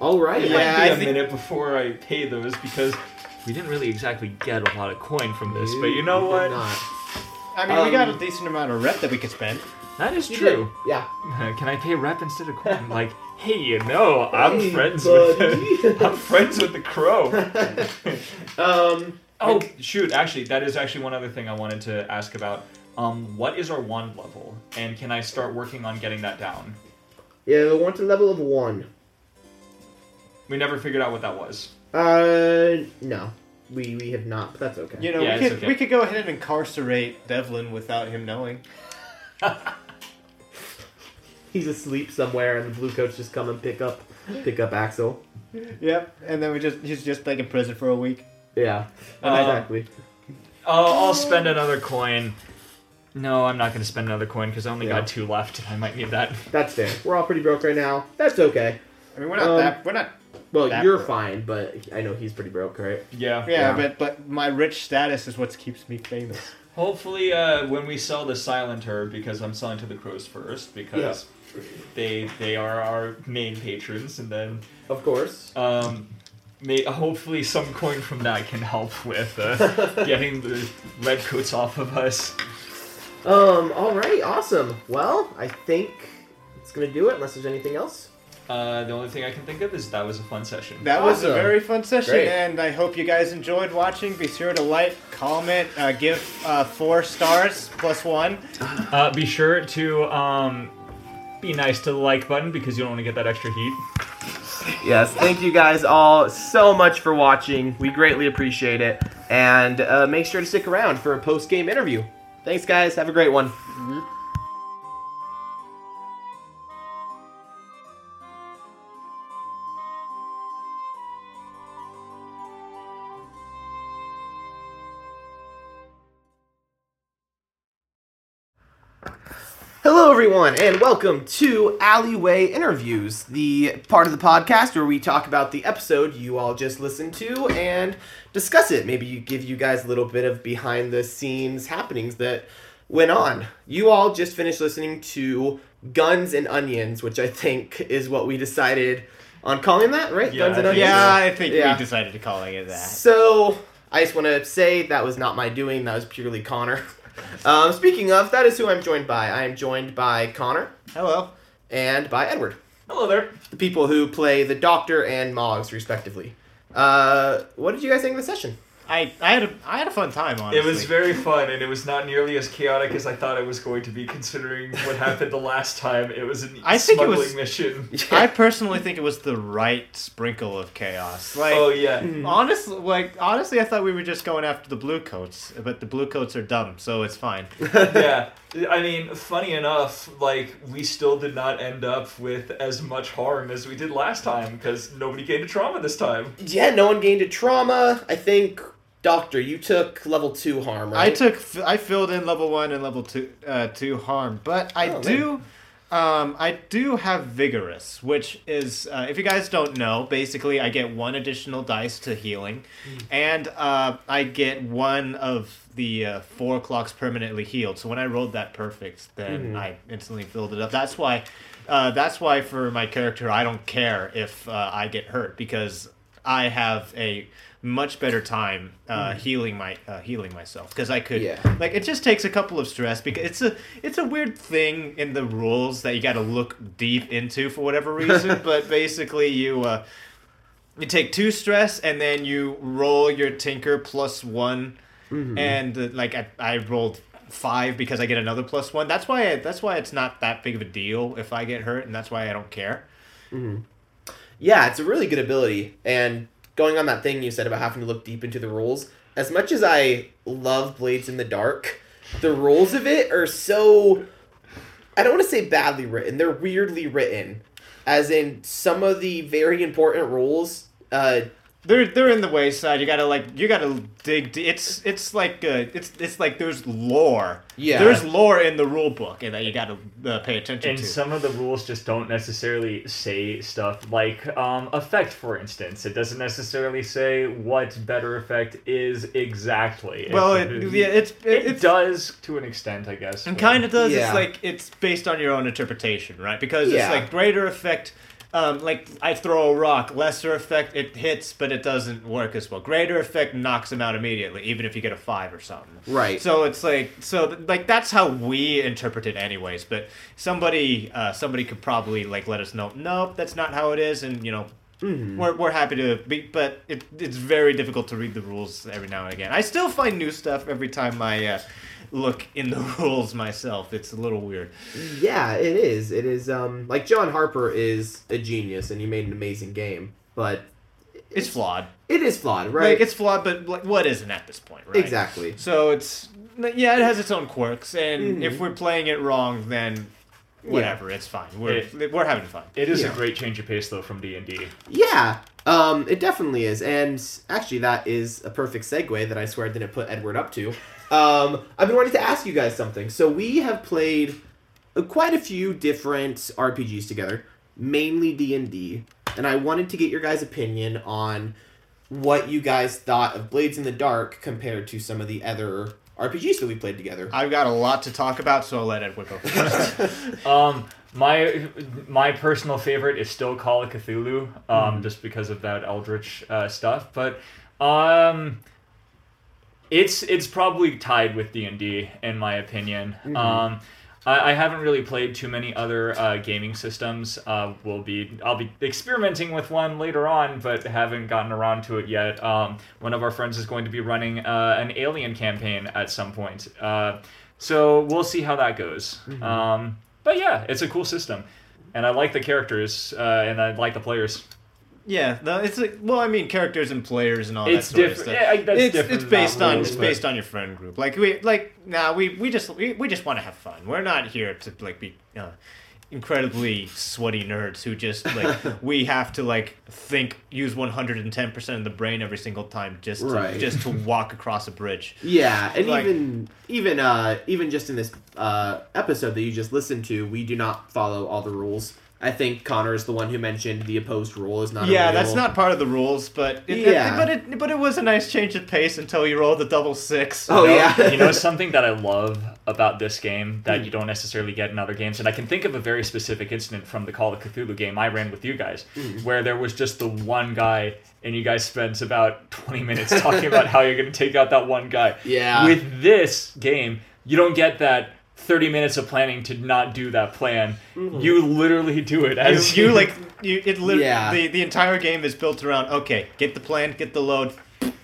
All right.
It
Yeah,
might be
I
a
think-
minute before I pay those because we didn't really exactly get a lot of coin from this. but you know
did
what?
not.
i mean we got a
Um,
decent amount of rep that we could spend
That is
You
true.
did.
Uh,
Yeah.
Can I pay rep instead of coin? like, hey, you know, I'm
Hey,
friends
buddy.
with I'm friends with the crow.
Um.
Oh shoot! Actually, that is actually one other thing I wanted to ask about. Um, what is our wand level, and can I start working on getting that down?
Yeah, the wanted level of one.
We never figured out what that was.
Uh, no, we we have not. But that's okay.
You know,
Yeah,
we
it's
could
okay.
we could go ahead and incarcerate Devlin without him knowing.
He's asleep somewhere, and the blue coats just come and pick up pick up Axel.
Yep, and then we just he's just like in prison for a week.
Yeah,
Uh,
exactly.
Oh, I'll spend another coin. No, I'm not going to spend another coin because I only
Yeah.
got two left, and I might need that.
That's fair. We're all pretty broke right now. That's okay.
I mean, we're not
Um,
that we're not
Well,
That
you're
broke.
fine, but I know he's pretty broke, right?
Yeah.
Um, Yeah,
Yeah.
but but my rich status is what keeps me famous.
Hopefully, uh, when we sell the silent herb, because I'm selling to the crows first, because they they are our main patrons, and then
Of course.
um, may, hopefully some coin from that can help with uh, getting the red coats off of us.
Um. All right. Awesome. Well, I think it's gonna do it. Unless there's anything else.
Uh, the only thing I can think of is that was a fun session.
That was a
Awesome.
very fun session,
Great.
and I hope you guys enjoyed watching. Be sure to like, comment, uh, give uh, four stars plus one.
Uh, be sure to um, be nice to the like button because you don't want to get that extra heat.
Yes. Thank you guys all so much for watching. We greatly appreciate it, and uh, make sure to stick around for a post game interview. Thanks, guys. Have a great one. Hello, everyone, and welcome to Alleyway Interviews, the part of the podcast where we talk about the episode you all just listened to and discuss it. Maybe you give you guys a little bit of behind the scenes happenings that went on. You all just finished listening to Guns and Onions, which I think is what we decided on calling that, right?
Yeah,
Guns and
I think
Onions.
Yeah, I think
Yeah.
we decided to call it that.
So I just want to say that was not my doing. That was purely Connor. Um, speaking of, that is who I'm joined by. I am joined by Connor
Hello.
and by Edward,
Hello there.
the people who play the Doctor and Moggs, respectively. Uh, what did you guys think of the session?
I, I had a I had a fun time. Honestly,
It was very fun, and it was not nearly as chaotic as I thought it was going to be, considering what happened the last time. It was an
I think it
smuggling
was-
mission.
I personally think it was the right sprinkle of chaos. Like
oh yeah.
Hmm. honestly, like honestly, I thought we were just going after the blue coats, but the blue coats are dumb, so it's fine.
yeah. I mean, funny enough, like we still did not end up with as much harm as we did last time because nobody gained a trauma this time.
Yeah, no one gained a trauma. I think Doctor, you took level two harm,
I
right?
took I filled in level one and level two uh, two harm, but I
Oh,
do um, I do have vigorous, which is uh, if you guys don't know, basically I get one additional dice to healing, and uh, I get one of the uh, four clocks permanently healed. So when I rolled that perfect, then I instantly filled it up. That's why. Uh, that's why for my character, I don't care if uh, I get hurt because I have a much better time uh, healing my uh, healing myself because I could
Yeah.
like it just takes a couple of stress because it's a it's a weird thing in the rules that you got to look deep into for whatever reason but basically you uh, you take two stress and then you roll your tinker plus one and uh, like I, I rolled five because I get another plus one that's why I, that's why it's not that big of a deal if I get hurt and that's why I don't care
Yeah, it's a really good ability. And going on that thing you said about having to look deep into the rules, as much as I love Blades in the Dark, the rules of it are so I don't want to say badly written, they're weirdly written. As in some of the very important rules, uh
They're they're in the wayside. You gotta like you gotta dig. d it's it's like uh, it's it's like there's lore.
Yeah.
There's lore in the rule book, and that you gotta uh, pay attention
And
to.
some of the rules just don't necessarily say stuff like um, effect, for instance. It doesn't necessarily say what better effect is exactly.
well,
It-
it, yeah, it's it,
it,
it's
does to an extent, I guess.
and
but-
kind of does.
Yeah.
It's like it's based on your own interpretation, right? Because
Yeah.
it's like greater effect. Um, like I throw a rock, lesser effect it hits, but it doesn't work as well. Greater effect knocks him out immediately, even if you get a five or something.
Right.
So it's like so th- like that's how we interpret it, anyways. But somebody uh, somebody could probably like let us know. Nope, that's not how it is, and you know.
hmm.
We're, we're happy to be, but it, it's very difficult to read the rules every now and again. I still find new stuff every time I uh, look in the rules myself. It's a little weird.
Yeah, it is. It is um like John Harper is a genius and he made an amazing game, but
It's flawed.
it is flawed, right?
Like it's flawed, but like, what isn't at this point, right?
Exactly.
So it's yeah, it has its own quirks, and
Mm-hmm.
if we're playing it wrong, then whatever, it's fine. We're we're having fun.
It is
Yeah.
a great change of pace, though, from D and D.
Yeah, um, it definitely is, and actually, that is a perfect segue that I swear I didn't put Edward up to. Um, I've been wanting to ask you guys something. So we have played uh, quite a few different RPGs together, mainly D and D. and I wanted to get your guys' opinion on what you guys thought of Blades in the Dark compared to some of the other RPGs that we played together.
I've got a lot to talk about, so I'll let Edwin go first.
Um, my my personal favorite is still Call of Cthulhu, um, just because of that Eldritch uh, stuff. But um, it's it's probably tied with D and D in my opinion. Um, I, I haven't really played too many other uh, gaming systems. Uh, will be I'll be experimenting with one later on, but haven't gotten around to it yet. Um, one of our friends is going to be running uh, an Alien campaign at some point. Uh, so we'll see how that goes.
Mm-hmm.
Um, but yeah, it's a cool system, and I like the characters uh, and I like the players.
yeah, no, it's like, well, I mean, characters and players and all
It's
Oh, that sort
different-
of stuff.
yeah, I- that's
it's,
different
It's based
about
on
rules,
it's
but-
based on your friend group. Like we like nah, we we just we, we just want to have fun. We're not here to like be uh, incredibly sweaty nerds who just like we have to like think use one hundred and ten percent of the brain every single time just
Right.
to, just to walk across a bridge.
Yeah, and
Like-
even even uh even just in this uh episode that you just listened to, we do not follow all the rules. I think Connor is the one who mentioned the opposed rule is not. a
Yeah,
real-
that's not part of the rules, but it,
Yeah.
but it but it was a nice change of pace until you rolled a double six.
Oh
You know-
yeah,
you know something that I love about this game that you don't necessarily get in other games, and I can think of a very specific incident from the Call of Cthulhu game I ran with you guys,
Mm-hmm.
where there was just the one guy, and you guys spent about twenty minutes talking about how you're going to take out that one guy.
Yeah.
With this game, you don't get that. 30 minutes of planning to not do that plan.
Mm-hmm.
You literally do it as
you, you like you it lit-
Yeah.
the the entire game is built around okay get the plan get the load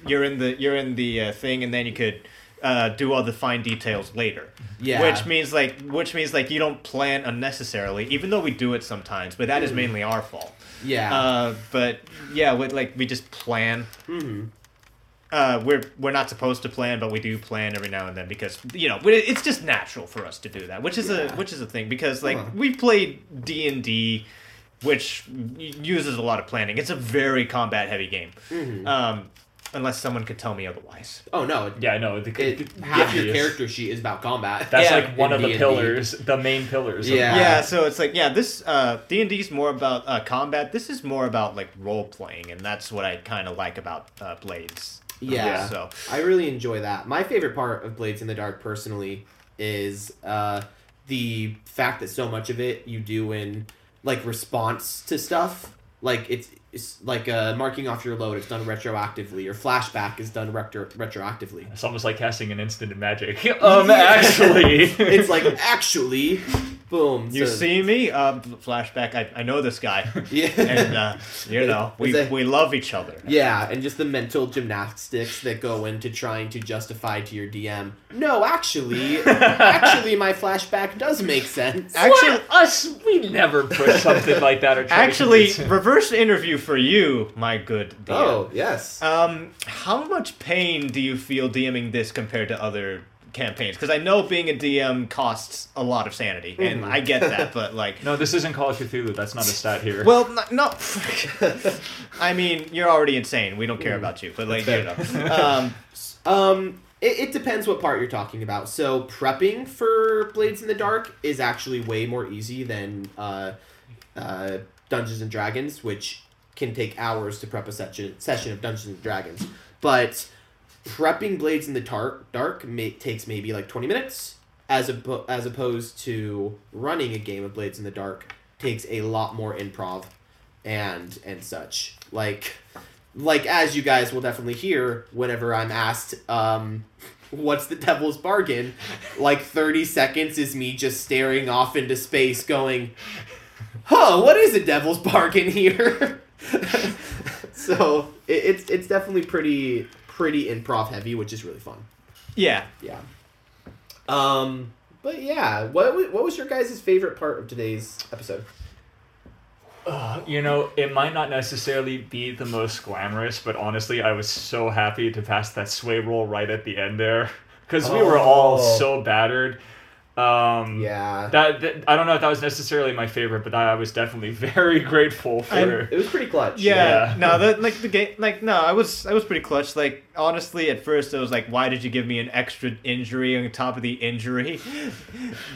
you're in the you're in the uh, thing and then you could uh, do all the fine details later
Yeah.
which means like which means like you don't plan unnecessarily even though we do it sometimes but that is mainly our fault
yeah.
uh, but yeah with like we just plan
Mm-hmm.
uh, we're we're not supposed to plan, but we do plan every now and then because you know we- it's just natural for us to do that, which is a which is a thing because like
Uh-huh.
we played D and D, which y- uses a lot of planning. It's a very combat heavy game,
Mm-hmm.
um, unless someone could tell me otherwise.
oh no,
Yeah, I know. The,
it,
the-
half your
yes.
character sheet is about combat.
That's
Yeah.
like one
In
of the
D&D.
pillars, the main pillars. of-
Yeah.
Yeah, so it's like yeah, this uh D and D is more about uh, combat. This is more about like role playing, and that's what I kind of like about uh, Blades.
Yeah.
so
I really enjoy that. My favorite part of Blades in the Dark, personally, is uh, the fact that so much of it you do in like response to stuff. Like it's, it's like uh, marking off your load. It's done retroactively, or flashback is done retro- retroactively.
It's almost like casting an instant in magic. Um, actually,
It's like actually, boom.
you
so-
see me uh, flashback. I, I know this guy.
yeah.
and uh, you know we,
It's a-
we love each other
Yeah, and just the mental gymnastics that go into trying to justify to your DM. No, actually, actually, my flashback does make sense.
actually
us, we never push something like that or try
actually
to
reverse interview for you my good DM.
Oh yes.
um how much pain do you feel dming this compared to other campaigns because i know being a dm costs a lot of sanity and
Mm.
i get that but like
no, this isn't Call of Cthulhu. That's not a stat here.
well n- no i mean you're already insane we don't care
Mm.
about you but like you know um
Um, it, it depends what part you're talking about. So prepping for Blades in the Dark is actually way more easy than uh, uh, Dungeons and Dragons, which can take hours to prep a session session of Dungeons and Dragons. But prepping Blades in the tar- Dark ma- takes maybe like twenty minutes, as oppo- as opposed to running a game of Blades in the Dark takes a lot more improv and and such like like as you guys will definitely hear whenever i'm asked um what's the devil's bargain like 30 seconds is me just staring off into space going huh what is a devil's bargain here so it, it's it's definitely pretty pretty improv heavy which is really fun
yeah
yeah um but yeah what, wa- what was your guys' favorite part of today's episode
you know, it might not necessarily be the most glamorous, but honestly, I was so happy to pass that sway roll right at the end there because we were all
Oh.
so battered.
Um,
Yeah.
That, that- I don't know if that was necessarily my favorite, but I was definitely very grateful for.
It was pretty clutch.
Yeah,
Yeah.
no, the, like the game, like no, I was I was pretty clutch. Like honestly, at first I was like, why did you give me an extra injury on top of the injury?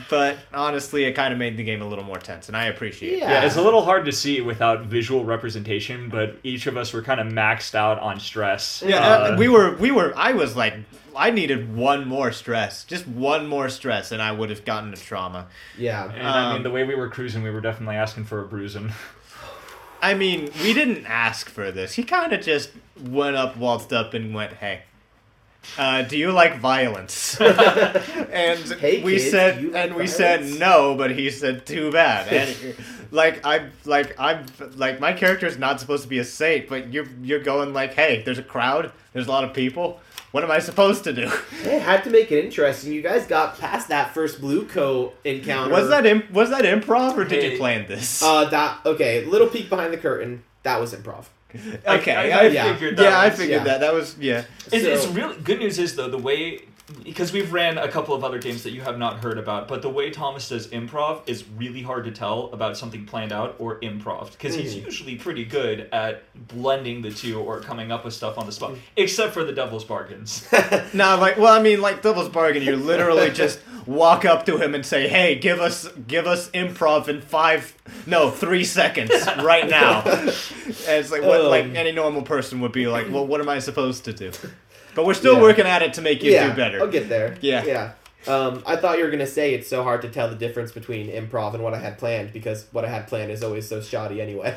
but honestly, it kind of made the game a little more tense, and I appreciate. it.
Yeah.
yeah, it's a little hard to see without visual representation, but each of us were kind of maxed out on stress. Uh,
Yeah, uh, we were we were. I was like, I needed one more stress, just one more stress, and I would have gotten a trauma.
Yeah.
And I
um,
mean, the way we were cruising, we were definitely asking for a bruising.
I mean, we didn't ask for this. He kind of just went up, waltzed up, and went, "Hey, uh, do you like violence?" and
Hey,
we
kids,
said,
do you like
and we
violence?
said no, but he said, "Too bad." And like I'm, like I'm, like my character is not supposed to be a saint, but you're you're going like, "Hey, there's a crowd, there's a lot of people. What am I supposed to do?"
They had to make it interesting. You guys got past that first blue coat encounter.
was that imp- was that improv or did
Hey. Um,
you plan this?
Uh, that okay. Little peek behind the curtain. That was improv.
okay,
I- I
yeah,
figured that
yeah, I
was-
figured
yeah.
that. That was yeah.
It's, it's
So-
really good news is though the way because we've ran a couple of other games that you have not heard about, but the way Thomas does improv is really hard to tell about something planned out or improv because he's
Mm-hmm.
usually pretty good at blending the two or coming up with stuff on the
Mm.
spot, except for the Devil's Bargains.
No, like, well, I mean, like Devil's Bargain, you literally just walk up to him and say, "Hey, give us, give us improv in five, no, three seconds right now." and it's like what, like
Um.
any normal person would be like, "Well, what am I supposed to do?" But we're still
Yeah.
working at it to make you
yeah,
do better.
I'll get there.
Yeah.
Yeah. Um, I thought you were gonna say it's so hard to tell the difference between improv and what I had planned because what I had planned is always so shoddy anyway.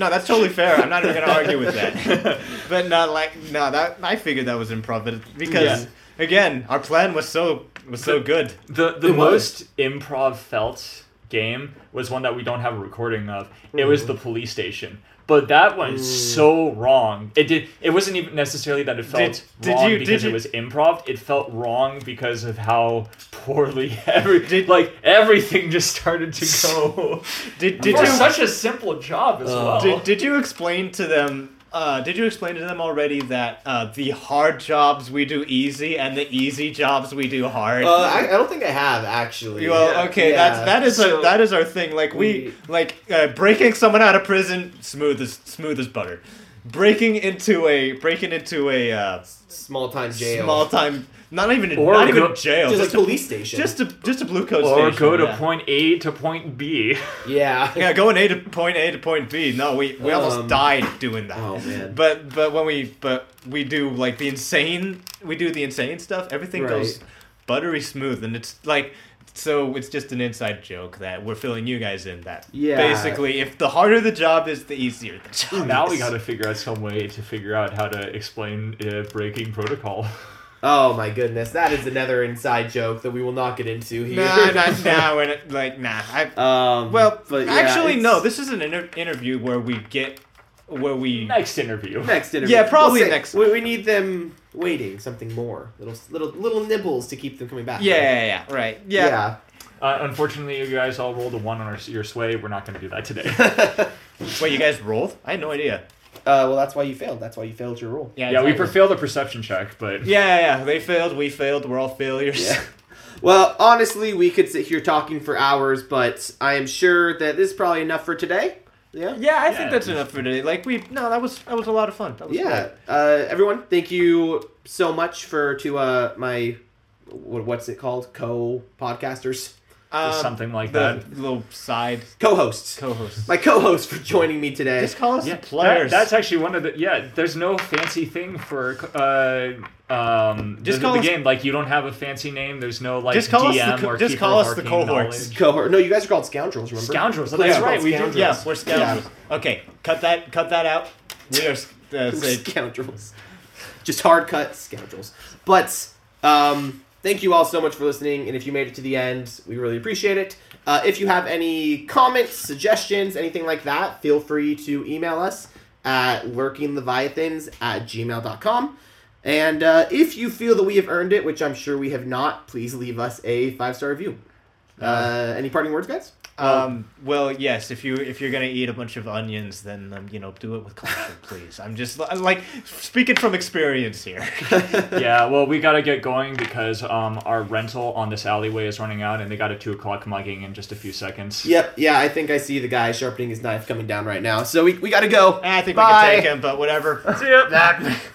No, that's totally fair. I'm not even gonna argue with that. but not like, no, that I figured that was improv but- because again, our plan was so was so good.
The the
It was.
most improv felt game was one that we don't have a recording of. It was
Mm.
the police station. But that went so wrong. It did it wasn't even necessarily that it felt
Did- did
wrong
you- did
because
you-
it was improv. It felt wrong because of how poorly every
Did-
like everything just started to go.
Did did
For
you Uh,
such a simple job as well.
Did, did you explain to them? Uh, did you explain to them already that uh, the hard jobs we do easy and the easy jobs we do hard?
uh, I, I don't think I have actually.
well,
yeah,
okay,
yeah.
that's that is
So-
a, that is our thing. Like we,
We-
like uh, breaking someone out of prison, smooth as smooth as butter. Breaking into a breaking into a uh,
Small time jail.
small time, not even
Or
not even
go-
jail,
just
just,
like
a,
police station.
just a just a blue coat
or
station,
go to
yeah.
point A to point B.
yeah.
Yeah, going A to point A to point B. No, we, we
Um,
almost died doing that.
oh, man.
But but when we but we do like the insane we do the insane stuff, everything
Right.
goes buttery smooth and it's like so it's just an inside joke that we're filling you guys in that.
Yeah.
Basically, if the harder the job is, the easier the job
now
is.
we got to figure out some way to figure out how to explain uh, breaking protocol.
Oh my goodness, that is another inside joke that we will not get into here.
Nah, not now. Nah, and like nah. I,
Um,
well,
but yeah,
actually,
it's-
no. This is an inter- interview where we get where we
Next interview.
next interview.
Yeah, probably
We'll say-
next-
We, we need them waiting, something more, little little little nibbles to keep them coming back.
yeah, yeah, yeah, right. Yeah.
yeah.
Uh, unfortunately, you guys all rolled a one on our, your sway. We're not going to do that today.
Wait, you guys rolled? I had no idea.
Uh, well, that's why you failed. That's why you failed your rule.
yeah, we
exactly.
failed the perception check, but
Yeah, yeah, yeah. They failed. We failed. We're all failures.
Yeah. Well, honestly, we could sit here talking for hours, but I am sure that this is probably enough for today. Yeah.
Yeah, I
Yeah.
think that's enough for today. Like we, no, that was that was a lot of fun. That was
Yeah. Uh, everyone, thank you so much for to uh my what, what's it called co podcasters
cool.
or
Um,
something like
the
that.
little side
co hosts
co-host.
my co host for joining me today.
Just call us
Yeah,
players.
that- that's actually one of the yeah. There's no fancy thing for uh, um,
Just
the,
call
the
us-
game. Like you don't have a fancy name. There's no like
Just call us the
DM
co-
or
just
keeper
call
of
us the
arcane
cohorts.
knowledge.
cohort. No, you guys are called scoundrels. Remember?
Scoundrels.
Players
That's
are
right.
called
We do.
scoundrels.
yeah, we're scoundrels. Okay, cut that cut that out. We are s- uh, say,
scoundrels. Just hard cut scoundrels. But um, thank you all so much for listening. And if you made it to the end, we really appreciate it. Uh, if you have any comments, suggestions, anything like that, feel free to email us at lurkingleviathans at gmail.com. And uh, if you feel that we have earned it, which I'm sure we have not, please leave us a five star review. Uh, any parting words, guys?
Um, well, yes. If you if you're gonna eat a bunch of onions, then um, you know do it with caution, please. I'm just I'm, like speaking from experience here.
yeah, well, we gotta get going because um, our rental on this alleyway is running out, and they got a two o'clock mugging in just a few seconds.
Yep, yeah, I think I see the guy sharpening his knife coming down right now. So we, we gotta go.
I think we
Bye.
can take him, but whatever.
See ya.
That-